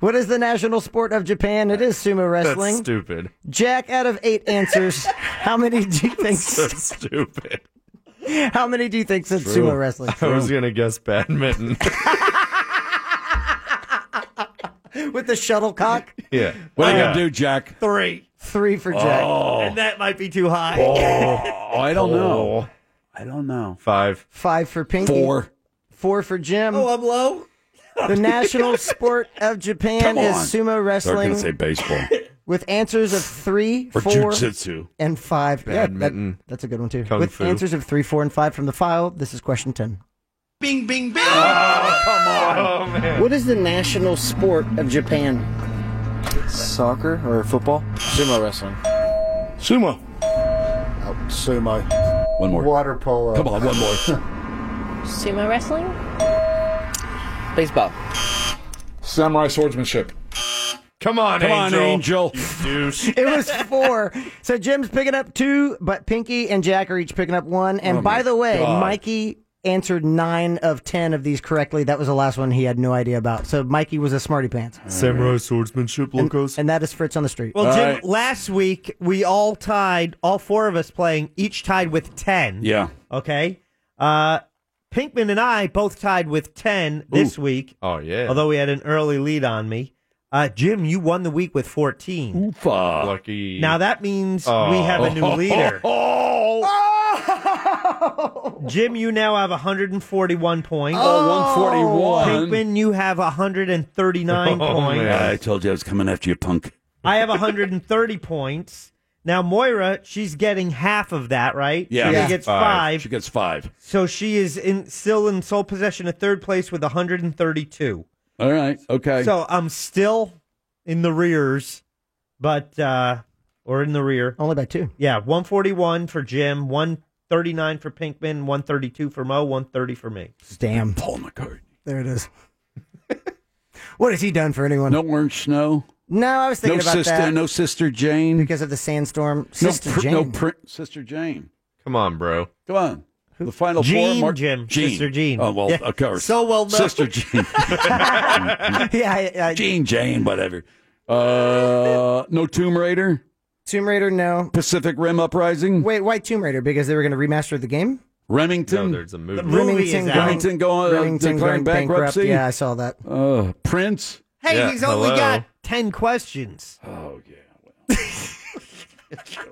What is the national sport of Japan? It is sumo
That's
wrestling.
stupid.
Jack, out of eight answers, how many do you think?
So stupid.
How many do you think said
True.
sumo wrestling?
I was gonna guess badminton.
With the shuttlecock,
yeah.
What are you
Yeah.
gonna do, Jack?
Three.
three for Jack.
Oh.
And that might be too high.
Oh, I don't know.
Oh.
I don't know.
Five.
Five for Pinky.
Four.
Four for Jim.
Oh, I'm low.
The national sport of Japan
Come
is
on.
sumo
They're
wrestling.
gonna say baseball
with answers of three,
or
four,
jujitsu.
and five. Yeah,
Badminton.
that- that's a good one too.
Kung
with
fu.
answers of three, four, and five from the file. This is question ten.
Bing, bing, bing.
Oh man.
What is the national sport of Japan?
Soccer or football? Sumo wrestling.
Sumo.
Oh, sumo.
One more.
Water polo.
Come on, one more.
Sumo wrestling?
Baseball.
Samurai swordsmanship.
Come on,
Come on,
Angel.
Angel.
Douche.
It was four. so Jim's picking up two, but Pinky and Jack are each picking up one. And
Oh my
by the way,
God.
Mikey answered nine of ten of these correctly. That was the last one he had no idea about. So Mikey was a smarty pants.
Samurai swordsmanship locos.
And that is Fritz on the street.
Well,
All
Jim,
right.
last week we all tied, all four of us playing, each tied with 10.
Yeah.
Okay. Uh, Pinkman and I both tied with 10 this week,
oh yeah.
although we had an early lead on me. Uh, Jim, you won the week with 14.
Oofa.
lucky. Oh.
Now that means we have a new leader.
Oh,
Jim, you now have 141 points.
oh 141.
Pinkman, you have 139
Oh,
points.
man.
I told you I was coming after you, punk.
I have 130 points. Now Moira, she's getting half of that, right?
Yeah.
she
Yeah.
gets five.
She gets five.
So she is in still in sole possession of third place with 132.
All right. Okay.
So I'm still in the rears, but uh or in the rear.
Only by two.
Yeah, 141 for Jim, 139 for Pinkman, 132 for Mo, 130 for me.
Damn.
Paul McCartney.
There it is. what has he done for anyone?
No orange snow.
No, I was thinking
no
about
sister.
that
No sister Jane.
because of the sandstorm.
No
Sister
pr-
Jane.
no print. Sister Jane.
Come on, bro.
Come on. The final
Jean,
four. Mark-
Jim.
Jean.
Sister Jean.
Oh well,
Yeah.
of course.
So well known.
Sister Jean.
yeah, I, I,
Jean, Jane, whatever. Uh, no Tomb Raider.
Tomb Raider, no.
Pacific Rim Uprising.
Wait, why Tomb Raider? Because they were going to remaster the game.
Remington. No, there's a movie.
Remington,
Remington going,
Remington
declaring
going bankrupt.
bankruptcy.
Yeah, I saw that.
Uh, Prince.
Hey,
Yeah,
he's only
hello.
got 10 questions.
Oh, yeah.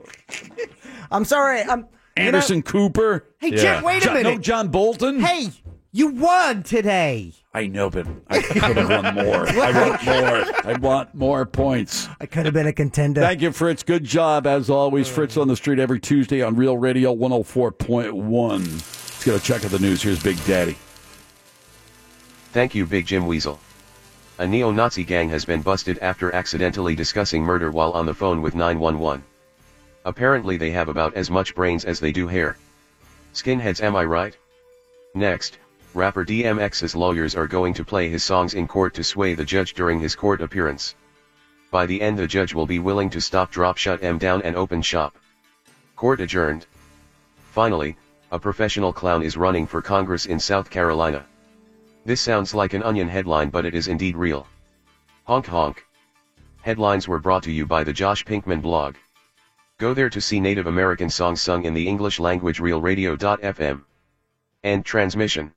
I'm sorry. I'm you know-
Anderson Cooper.
Hey, Jim, wait a
Jo- No,
minute.
John Bolton.
Hey, you won today.
I know, but I could have won more. I want more. I want more points.
I could have been a contender.
Thank you, Fritz. Good job, as always. Fritz on the street every Tuesday on Real Radio 104.1. Let's get a check of the news. Here's Big Daddy.
Thank you, Big Jim Weasel. A neo Nazi gang has been busted after accidentally discussing murder while on the phone with 911. Apparently, they have about as much brains as they do hair. Skinheads, am I right? Next, rapper DMX's lawyers are going to play his songs in court to sway the judge during his court appearance. By the end, the judge will be willing to stop, drop, shut M down, and open shop. Court adjourned. Finally, a professional clown is running for Congress in South Carolina. This sounds like an onion headline, but it is indeed real. Honk honk. Headlines were brought to you by the Josh Pinkman blog. Go there to see Native American songs sung in the English language realradio.fm. End transmission.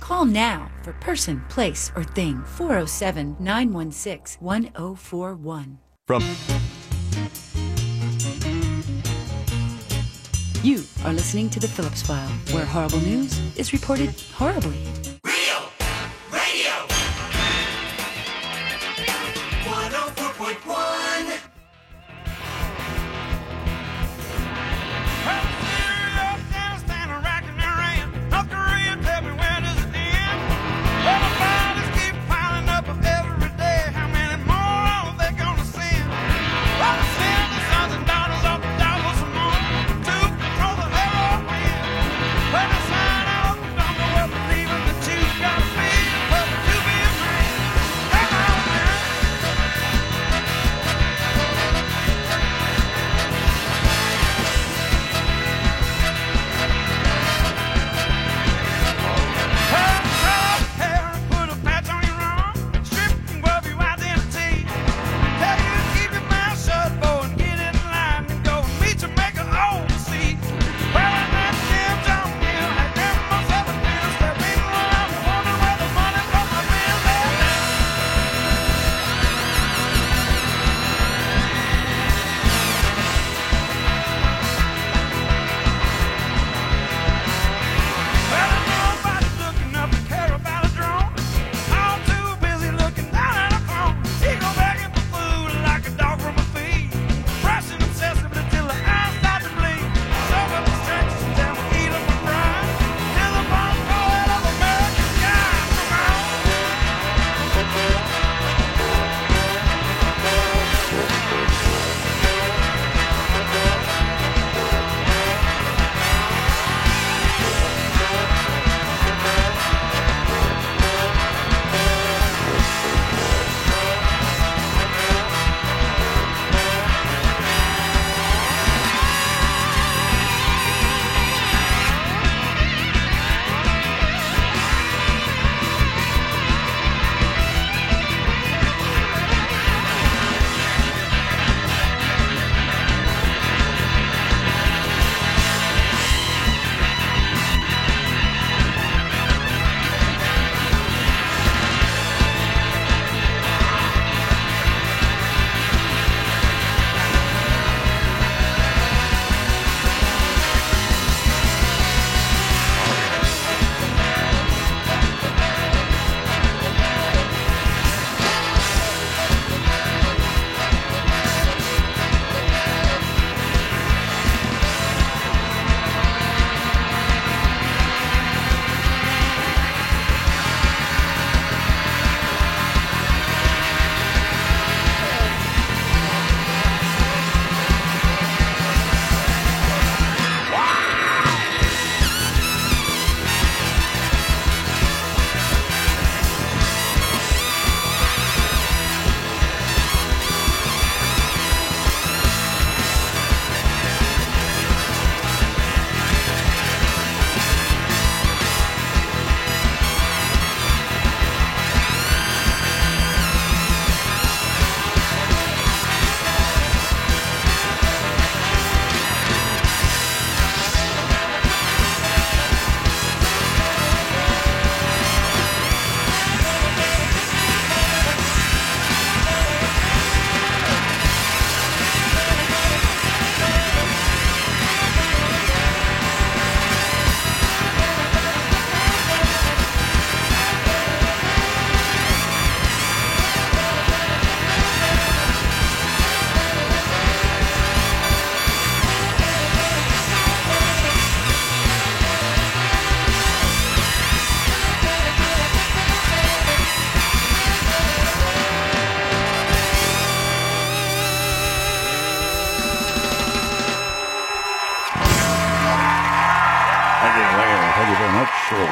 Call now for person, place, or thing 407 916 1041.
From
You are listening to The Phillips File, where horrible news is reported horribly.
When I sign up, I'm gonna believe in the two.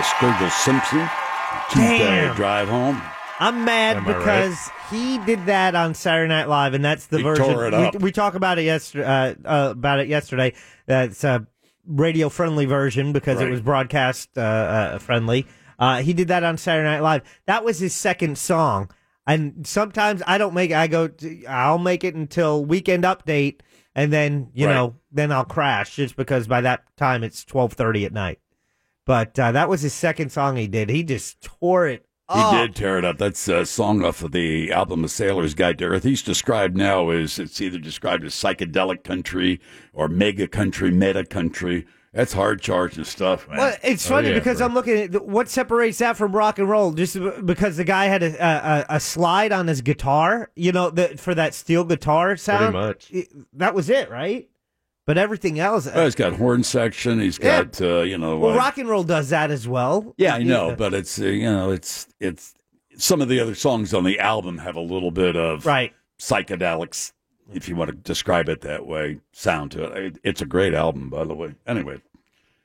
Sturgill Simpson. Tuesday
Damn.
drive home.
I'm mad
Am I right?
because he did that on Saturday Night Live, and that's the
He
version
tore it up.
We, we talk about it yesterday. Uh, uh, about it yesterday. That's a radio friendly version because
Right.
it was broadcast uh, uh, friendly. Uh, he did that on Saturday Night Live. That was his second song, and sometimes I don't make. it. I go. To, I'll make it until Weekend Update, and then you
Right.
know, then I'll crash just because by that time it's twelve thirty at night. But uh, that was his second song he did. He just tore it.
He
up.
did tear it up. That's a song off of the album A Sailor's Guide to Earth. He's described now as it's either described as psychedelic country or mega country, meta country. That's hard charging stuff. Man. Oh,
Well, it's funny because I'm looking at what separates that from rock and roll. Just because the guy had a a, a slide on his guitar, you know, the, for that steel guitar sound.
much.
It- that was it, right? But everything else,
Well, he's got horn section. He's
uh, Yeah.
got uh, you know.
well,
uh,
rock and roll does that as well.
yeah, I know,
Yeah.
but it's uh, you know, it's it's some of the other songs on the album have a little bit of
right
psychedelics, if you want to describe it that way, sound to it. It- It's a great album, by the way. Anyway,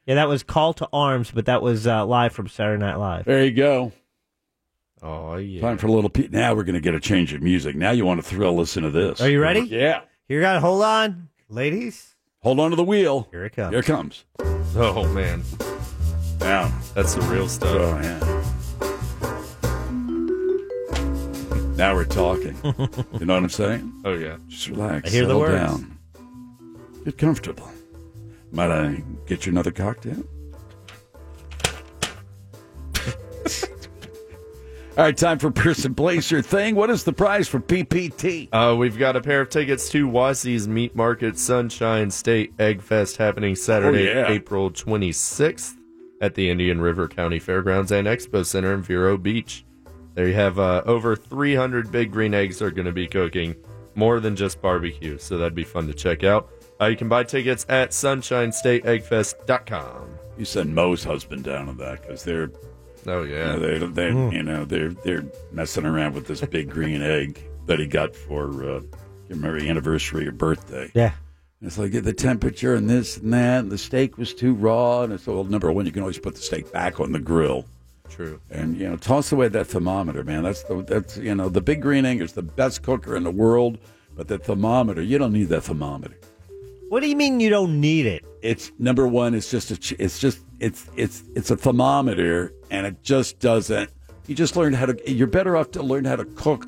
Yeah, that was Call to Arms, but that was uh, live from Saturday Night Live.
There you go.
Oh yeah.
Time for a little. Pe- now we're going to get a change of music. Now you want to thrill? Listen to this.
Are you ready?
Yeah.
You got to hold on, ladies.
Hold on to the wheel.
Here it comes.
Here it comes.
Oh man.
Wow.
That's the real stuff.
Oh yeah. Now we're talking. you know what I'm saying?
Oh yeah.
Just relax.
I hear the
settle
words.
Down. Get comfortable. Might I get you another cocktail? All right, time for person, place, or thing. What is the prize for PPT?
Uh, we've got a pair of tickets to Wasie's Meat Market Sunshine State Egg Fest happening Saturday,
Oh, yeah.
April 26th at the Indian River County Fairgrounds and Expo Center in Vero Beach. There you have uh, over 300 big green eggs are going to be cooking, more than just barbecue, so that'd be fun to check out. Uh, you can buy tickets at sunshinestateeggfest.com.
You send Moe's husband down on that because they're.
Oh yeah,
they they
Mm.
you know they're they're messing around with this big green egg that he got for uh, your merry anniversary or birthday.
Yeah.
It's like the temperature and this and that. And the steak was too raw, and it's well, number one, you can always put the steak back on the grill.
True.
And you know, toss away that thermometer, man. That's the that's you know the big green egg is the best cooker in the world, but the thermometer, you don't need that thermometer.
What do you mean you don't need it?
It's number one. It's just a. ch- It's just it's it's it's a thermometer, and it just doesn't. You just learn how to. You're better off to learn how to cook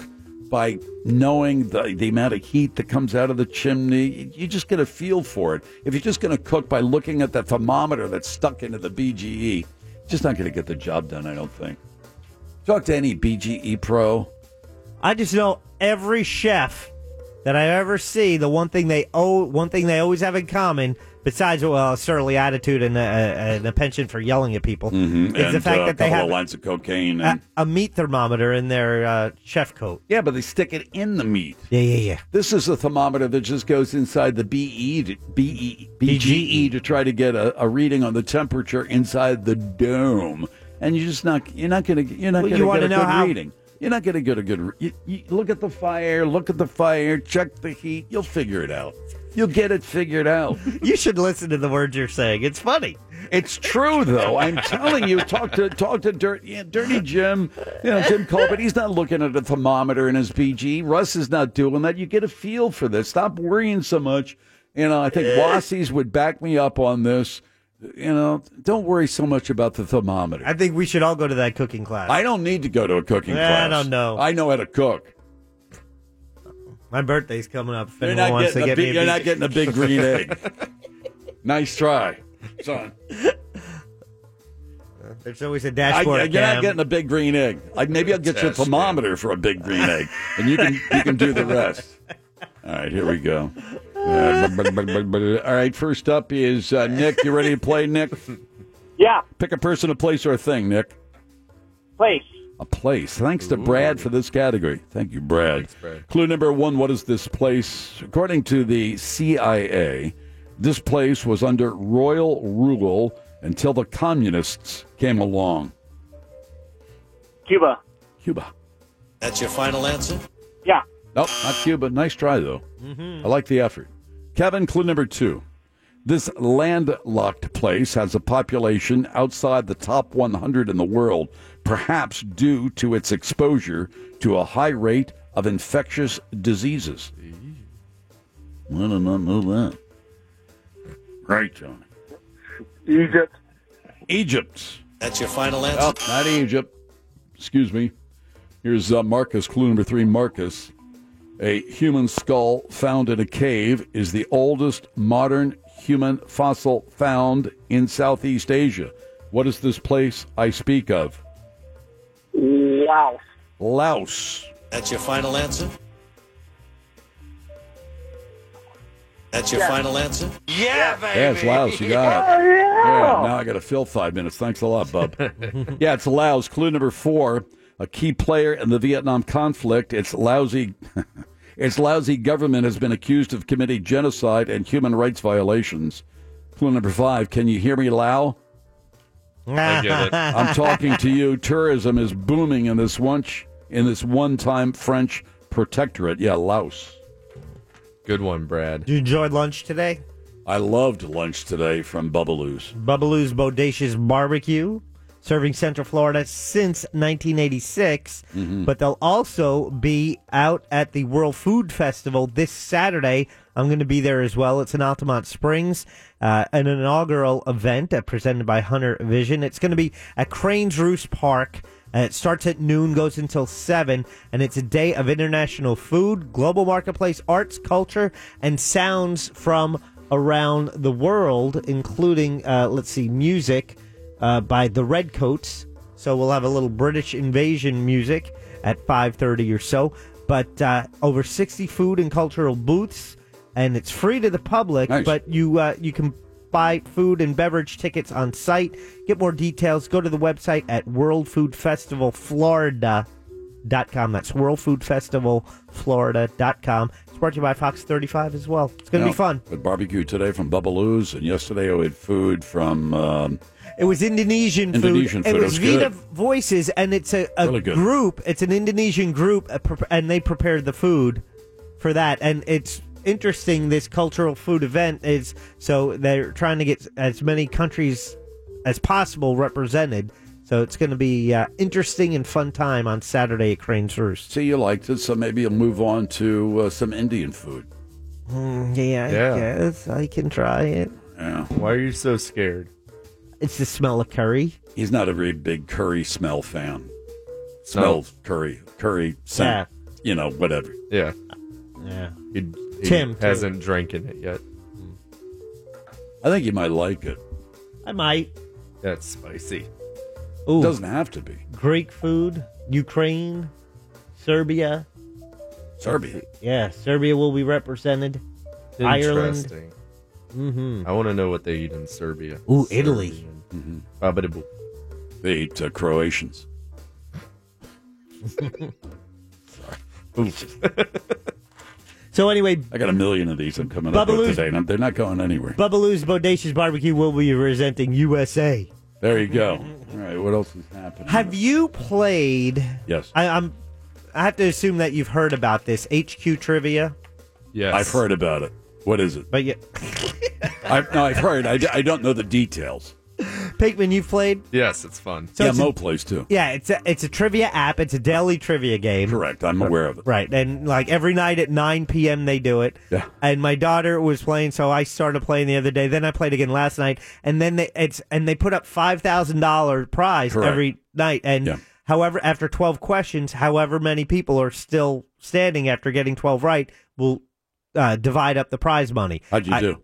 by knowing the the amount of heat that comes out of the chimney. You just get a feel for it. If you're just going to cook by looking at that thermometer that's stuck into the BGE, just not going to get the job done. I don't think. Talk to any BGE pro.
I just know every chef that I ever see, the one thing they oh, one thing they always have in common, besides well, a surly attitude and a, a, and a penchant for yelling at people,
Mhm.
Mm-hmm. is the
And,
fact
uh,
that they
couple
have Uh,
of lines of cocaine.
a,
And,
a meat thermometer in their uh, chef coat.
yeah, but they stick it in the meat.
Yeah, yeah, yeah.
This is a thermometer that just goes inside the BE to, E, BE,
E.
BGE to try to get a, a reading on the temperature inside the dome, and you're just not you're not gonna you're not
Well, you
gonna
wanna
get a
know
good
how-
reading. You're not gonna get a good. Re- you, you look at the fire, look at the fire, check the heat. You'll figure it out. You'll get it figured out.
you should listen to the words you're saying. It's funny.
It's true though. I'm telling you. Talk to talk to Dirt, yeah, Dirty Jim. You know Jim Colbert. He's not looking at a thermometer in his BG. Russ is not doing that. You get a feel for this. Stop worrying so much. You know. I think Wassies would back me up on this. You know. Don't worry so much about the thermometer.
I think we should all go to that cooking class.
I don't need to go to a cooking
Yeah,
class.
I don't know.
I know how to cook.
My birthday's coming up. If
You're
anyone
not
wants to
getting a
get me
big-
a
you're
big-
not getting a big green egg. nice try, son.
There's always a
I,
dashboard.
you're not
cam.
getting a big green egg. I, maybe I'll get you a
Fantastic.
thermometer for a big green egg, and you can you can do the rest. All right, here we go. Uh, bu- bu- bu- bu- bu- all right, first up is uh, Nick. You ready to play, Nick?
Yeah.
Pick a person, a place, or a thing, Nick.
Place.
A place. Thanks to Brad for this category. Thank you, Brad.
Brad.
Clue number one What is this place? According to the CIA, this place was under royal rule until the communists came along.
Cuba.
Cuba.
That's your final answer?
Yeah.
Oh, Nope, not Cuba. Nice try, though.
Mhm.
I like the effort. Kevin, clue number two. This landlocked place has a population outside the top 100 in the world, perhaps due to its exposure to a high rate of infectious diseases. I did not know that. Right, Johnny.
Egypt.
Egypt.
That's your final answer.
Well, not Egypt. Excuse me. Here's uh, Marcus, clue number three. Marcus, a human skull found in a cave is the oldest modern human fossil found in Southeast Asia. What is this place I speak of?
Wow.
Laos.
That's your final answer. That's your final answer. Yeah, baby.
Yeah, it's Laos. You got it. Yeah, now I got to fill five minutes. Thanks a lot, bub. yeah, it's Laos. Clue number four: a key player in the Vietnam conflict. Its lousy, its lousy government has been accused of committing genocide and human rights violations. Clue number five: Can you hear me, Lao?
I get it.
I'm talking to you. Tourism is booming in this one in this one-time French protectorate. Yeah, Laos.
Good one, Brad.
You enjoyed lunch today?
I loved lunch today from Bubbaloo's.
Bubbaloo's Bodacious Barbecue, serving Central Florida since 1986.
Mm-hmm.
Mhm.
Oh. Mm-hmm. But they'll also be out at the World Food Festival this Saturday. I'm going to be there as well. It's in Altamont Springs, uh, an inaugural event uh, presented by Hunter Vision. It's going to be at Cranes Roost Park. And it starts at noon, goes until 7, and it's a day of international food, global marketplace, arts, culture, and sounds from around the world, including, uh, let's see, music uh, by the Redcoats. So we'll have a little British invasion music at 5.30 or so. But uh, over 60 food and cultural booths, and it's free to the public, but you uh, you can buy food and beverage tickets on site. Get more details. Go to the website at worldfoodfestivalflorida.com. That's worldfoodfestivalflorida.com. It's brought to you by Fox 35 as well. It's going to
Yeah,
be fun.
Had barbecue today from Bubbaloo's, and yesterday I had food from. Um,
It was Indonesian food.
Indonesian food.
It
It
was
was good.
Vita Voices, and it's a, a
Really good.
group. It's an Indonesian group, uh, prep- and they prepared the food for that. And it's interesting. This cultural food event is so they're trying to get as many countries as possible represented. So it's going to be uh, interesting and fun time on Saturday at Crane's Roost.
see, you liked it, so maybe you'll move on to uh, some Indian food.
Mm, yeah,
Yeah.
I guess I can try it.
Yeah.
Why are you so scared?
It's the smell of curry.
He's not a very big curry smell fan.
Oh.
Smell curry, curry scent, you know, whatever.
Yeah.
Yeah.
He, he
Tim, too.
hasn't drank in it yet.
I think you might like it.
I might.
That's spicy.
Ooh.
Doesn't have to be.
Greek food, Ukraine, Serbia.
Serbia.
Yeah, Serbia will be represented. Ireland.
Interesting.
hmm
I want to know what they eat in Serbia.
Ooh, Italy. Mm-hmm.
Serbian.
They eat uh, Croatians.
so anyway,
I got a million of these. I'm coming up
Bubbaloo's-
with today, and I'm- they're not going anywhere.
Bubbaloo's Bodacious Barbecue will be presenting USA.
There you go. All right, what else is happening?
Have you played?
Yes.
I, I'm. I have to assume that you've heard about this HQ trivia.
Yes.
I've heard about it. What is it?
But yeah,
I've, no, I've heard. I, d- I don't know the details.
Pinkman, you've played.
Yes, it's fun.
So
yeah,
it's a-
Mo plays too.
Yeah, it's a it's a trivia app. It's a daily trivia game.
Correct. I'm aware of it.
Right, and like every night at 9 p.m. they do it.
Yeah.
And my daughter was playing, so I started playing the other day. Then I played again last night, and then they, it's and they put up five thousand dollar prize
Correct.
every night. And however, after 12 questions, however many people are still standing after getting 12 right will uh, divide up the prize money.
How'd you
I-
do?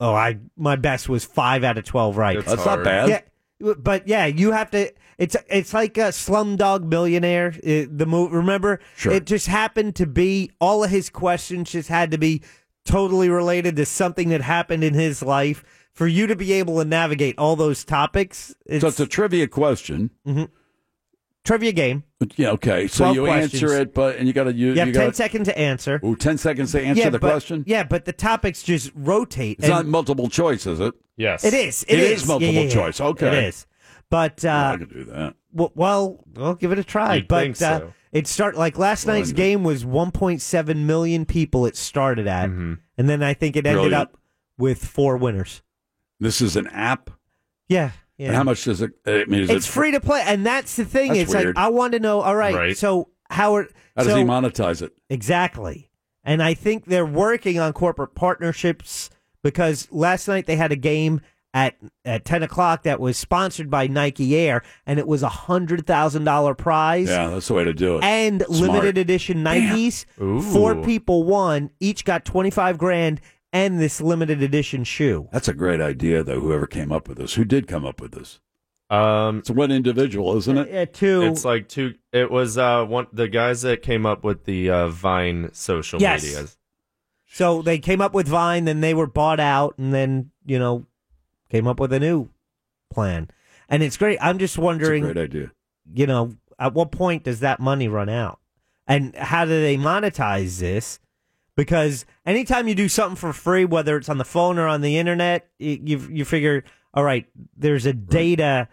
Oh, I my best was five out of 12 right.
That's That's not hard. bad.
Yeah, w- but yeah, you have to. It's it's like a Slumdog Millionaire. uh, the movie, remember?
Sure.
It just happened to be all of his questions just had to be totally related to something that happened in his life. For you to be able to navigate all those topics, it's,
so it's a trivia question.
Mhm. trivia game.
Yeah. Okay. So
12
you answer
questions.
it, but and you got to
You
use.
have
you
ten
gotta,
seconds to answer.
Ooh, 10 seconds to answer
yeah,
the
but,
question.
Yeah, but the topics just rotate.
It's
and-
not multiple choice, is it?
Yes.
It is.
It
It,
is
Yeah,
multiple
yeah, yeah.
choice. Okay.
It is. But uh,
I could do that.
Well, well, I'll give it a try.
You'd
but
think
uh,
so.
it start like last
Well, I
night's
know.
game was 1.7 million people. It started at, and then I think it ended
Mm-hmm. Brilliant.
up with four winners.
This is an app.
Yeah. Yeah.
And how much does it? I mean, is
it's
it
free to play, and that's the thing.
That's
it's
weird.
like I want to know. All right,
Right.
so Howard.
How does
so,
he monetize it?
Exactly. And I think they're working on corporate partnerships because last night they had a game at at ten o'clock that was sponsored by Nike Air, and it was a hundred thousand dollar prize.
Yeah, that's the way to do it.
And
Smart.
limited edition Nikes.
Ooh.
Four people won. Each got twenty five grand, and this limited edition shoe.
That's a great idea, though. Whoever came up with this, who did come up with this? Um, it's one individual, isn't it?
Yeah, two.
It's like two. It was uh one the guys that came up with the uh, Vine social
Yes.
media.
So they came up with Vine, then they were bought out, and then you know came up with a new plan. And it's great. I'm just wondering.
great idea.
You know, at what point does that money run out, and how do they monetize this? Because anytime you do something for free, whether it's on the phone or on the internet, y- you you figure, all right, there's a data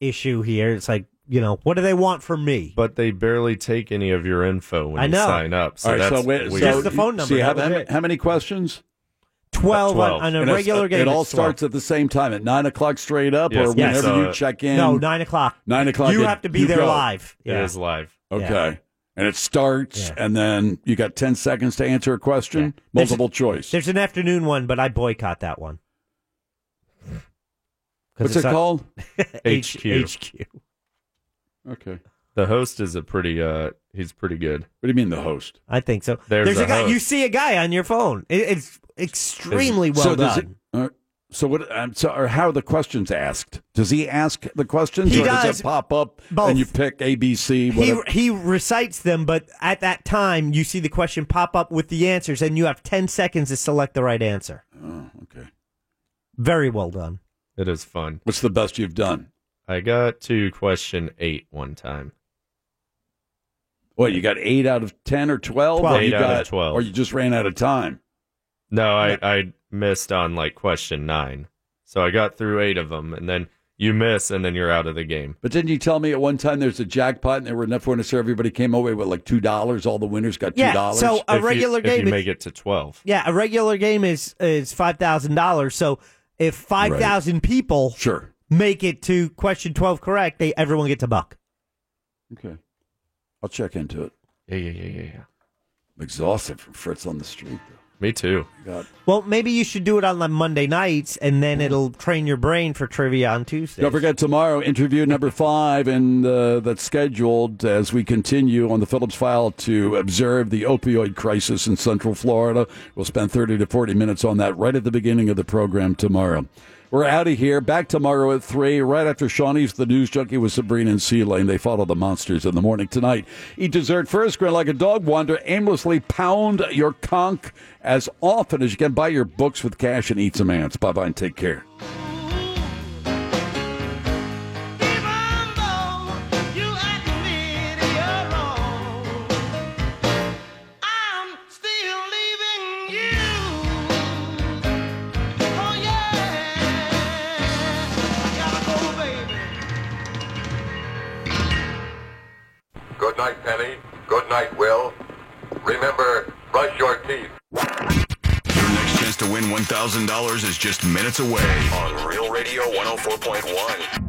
issue here. It's like you know, what do they want from me?
But they barely take any of your info when
I know.
you sign up. So
All right,
that's
so wait, so
weird.
you- So you have how, many- how many questions?
12 on- 12. on a
And it's- uh,
regular game,
It all
it's 12.
starts at the same time at nine o'clock straight up,
Yes,
or
yes.
whenever
So,
you check in.
no, nine o'clock.
Nine o'clock.
You
it-
have to be
you
there
go.
live. Yeah.
live.
Okay.
Yeah.
And it starts, and then you got ten seconds to answer a question,
There's-
multiple choice.
There's an afternoon one, but I boycott that one. 'Cause
What's
it's
it
not-
called?
H-
HQ.
HQ.
Okay.
The host is a pretty uh he's pretty good.
What do you mean the host?
I think so.
There's,
There's a, guy.
host.
You see a guy on your phone. It, it's extremely well
so does
done.
It, uh, so what? Um, so or how are the questions asked? Does he ask the questions,
He
or
does.
it pop up
Both.
and you pick A, B, C?
he
Whatever?
he recites them, but at that time, you see the question pop up with the answers, and you have ten seconds to select the right answer.
Oh, okay.
Very well done.
It is fun.
What's the best you've done?
I got to question eight one time.
What you got? Eight out of ten or twelve? Or
Eight
you
out
got,
of twelve.
Or you just ran out of time?
No, I I missed on like question nine, so I got through eight of them, and then you miss, and then you're out of the game.
But didn't you tell me at one time there's a jackpot and there were enough winners so everybody came away with like two dollars? All the winners got two
Yeah,
dollars.
so a If you- regular if you game is-
make it to twelve.
Yeah, a regular game is is five thousand dollars. So if five thousand people
sure
make it to question twelve correct, they everyone gets a buck.
Okay. I'll check into it.
Yeah, yeah, yeah, yeah, yeah.
I'm exhausted from Fritz on the street.
Me too.
God.
Well, maybe you should do it on like Monday nights, and
Hmm.
then it'll train your brain for trivia on Tuesday.
Don't forget tomorrow, interview number five, and uh, that's scheduled as we continue on the Phillips File to observe the opioid crisis in Central Florida. We'll spend 30 to 40 minutes on that right at the beginning of the program tomorrow. We're out of here. Back tomorrow at 3, right after Shawnee's The News Junkie with Sabrina and Sea Lane. They follow the monsters in the morning tonight. Eat dessert first, grin like a dog, wander aimlessly, pound your conch as often as you can. Buy your books with cash and eat some ants. Bye bye and take care.
I'm still leaving you. Oh yeah, I gotta go, baby.
Good night, Penny. Good night, Will. Remember, brush your teeth.
Your oh next chance to win $1,000 is just minutes away on Real Radio 104.1.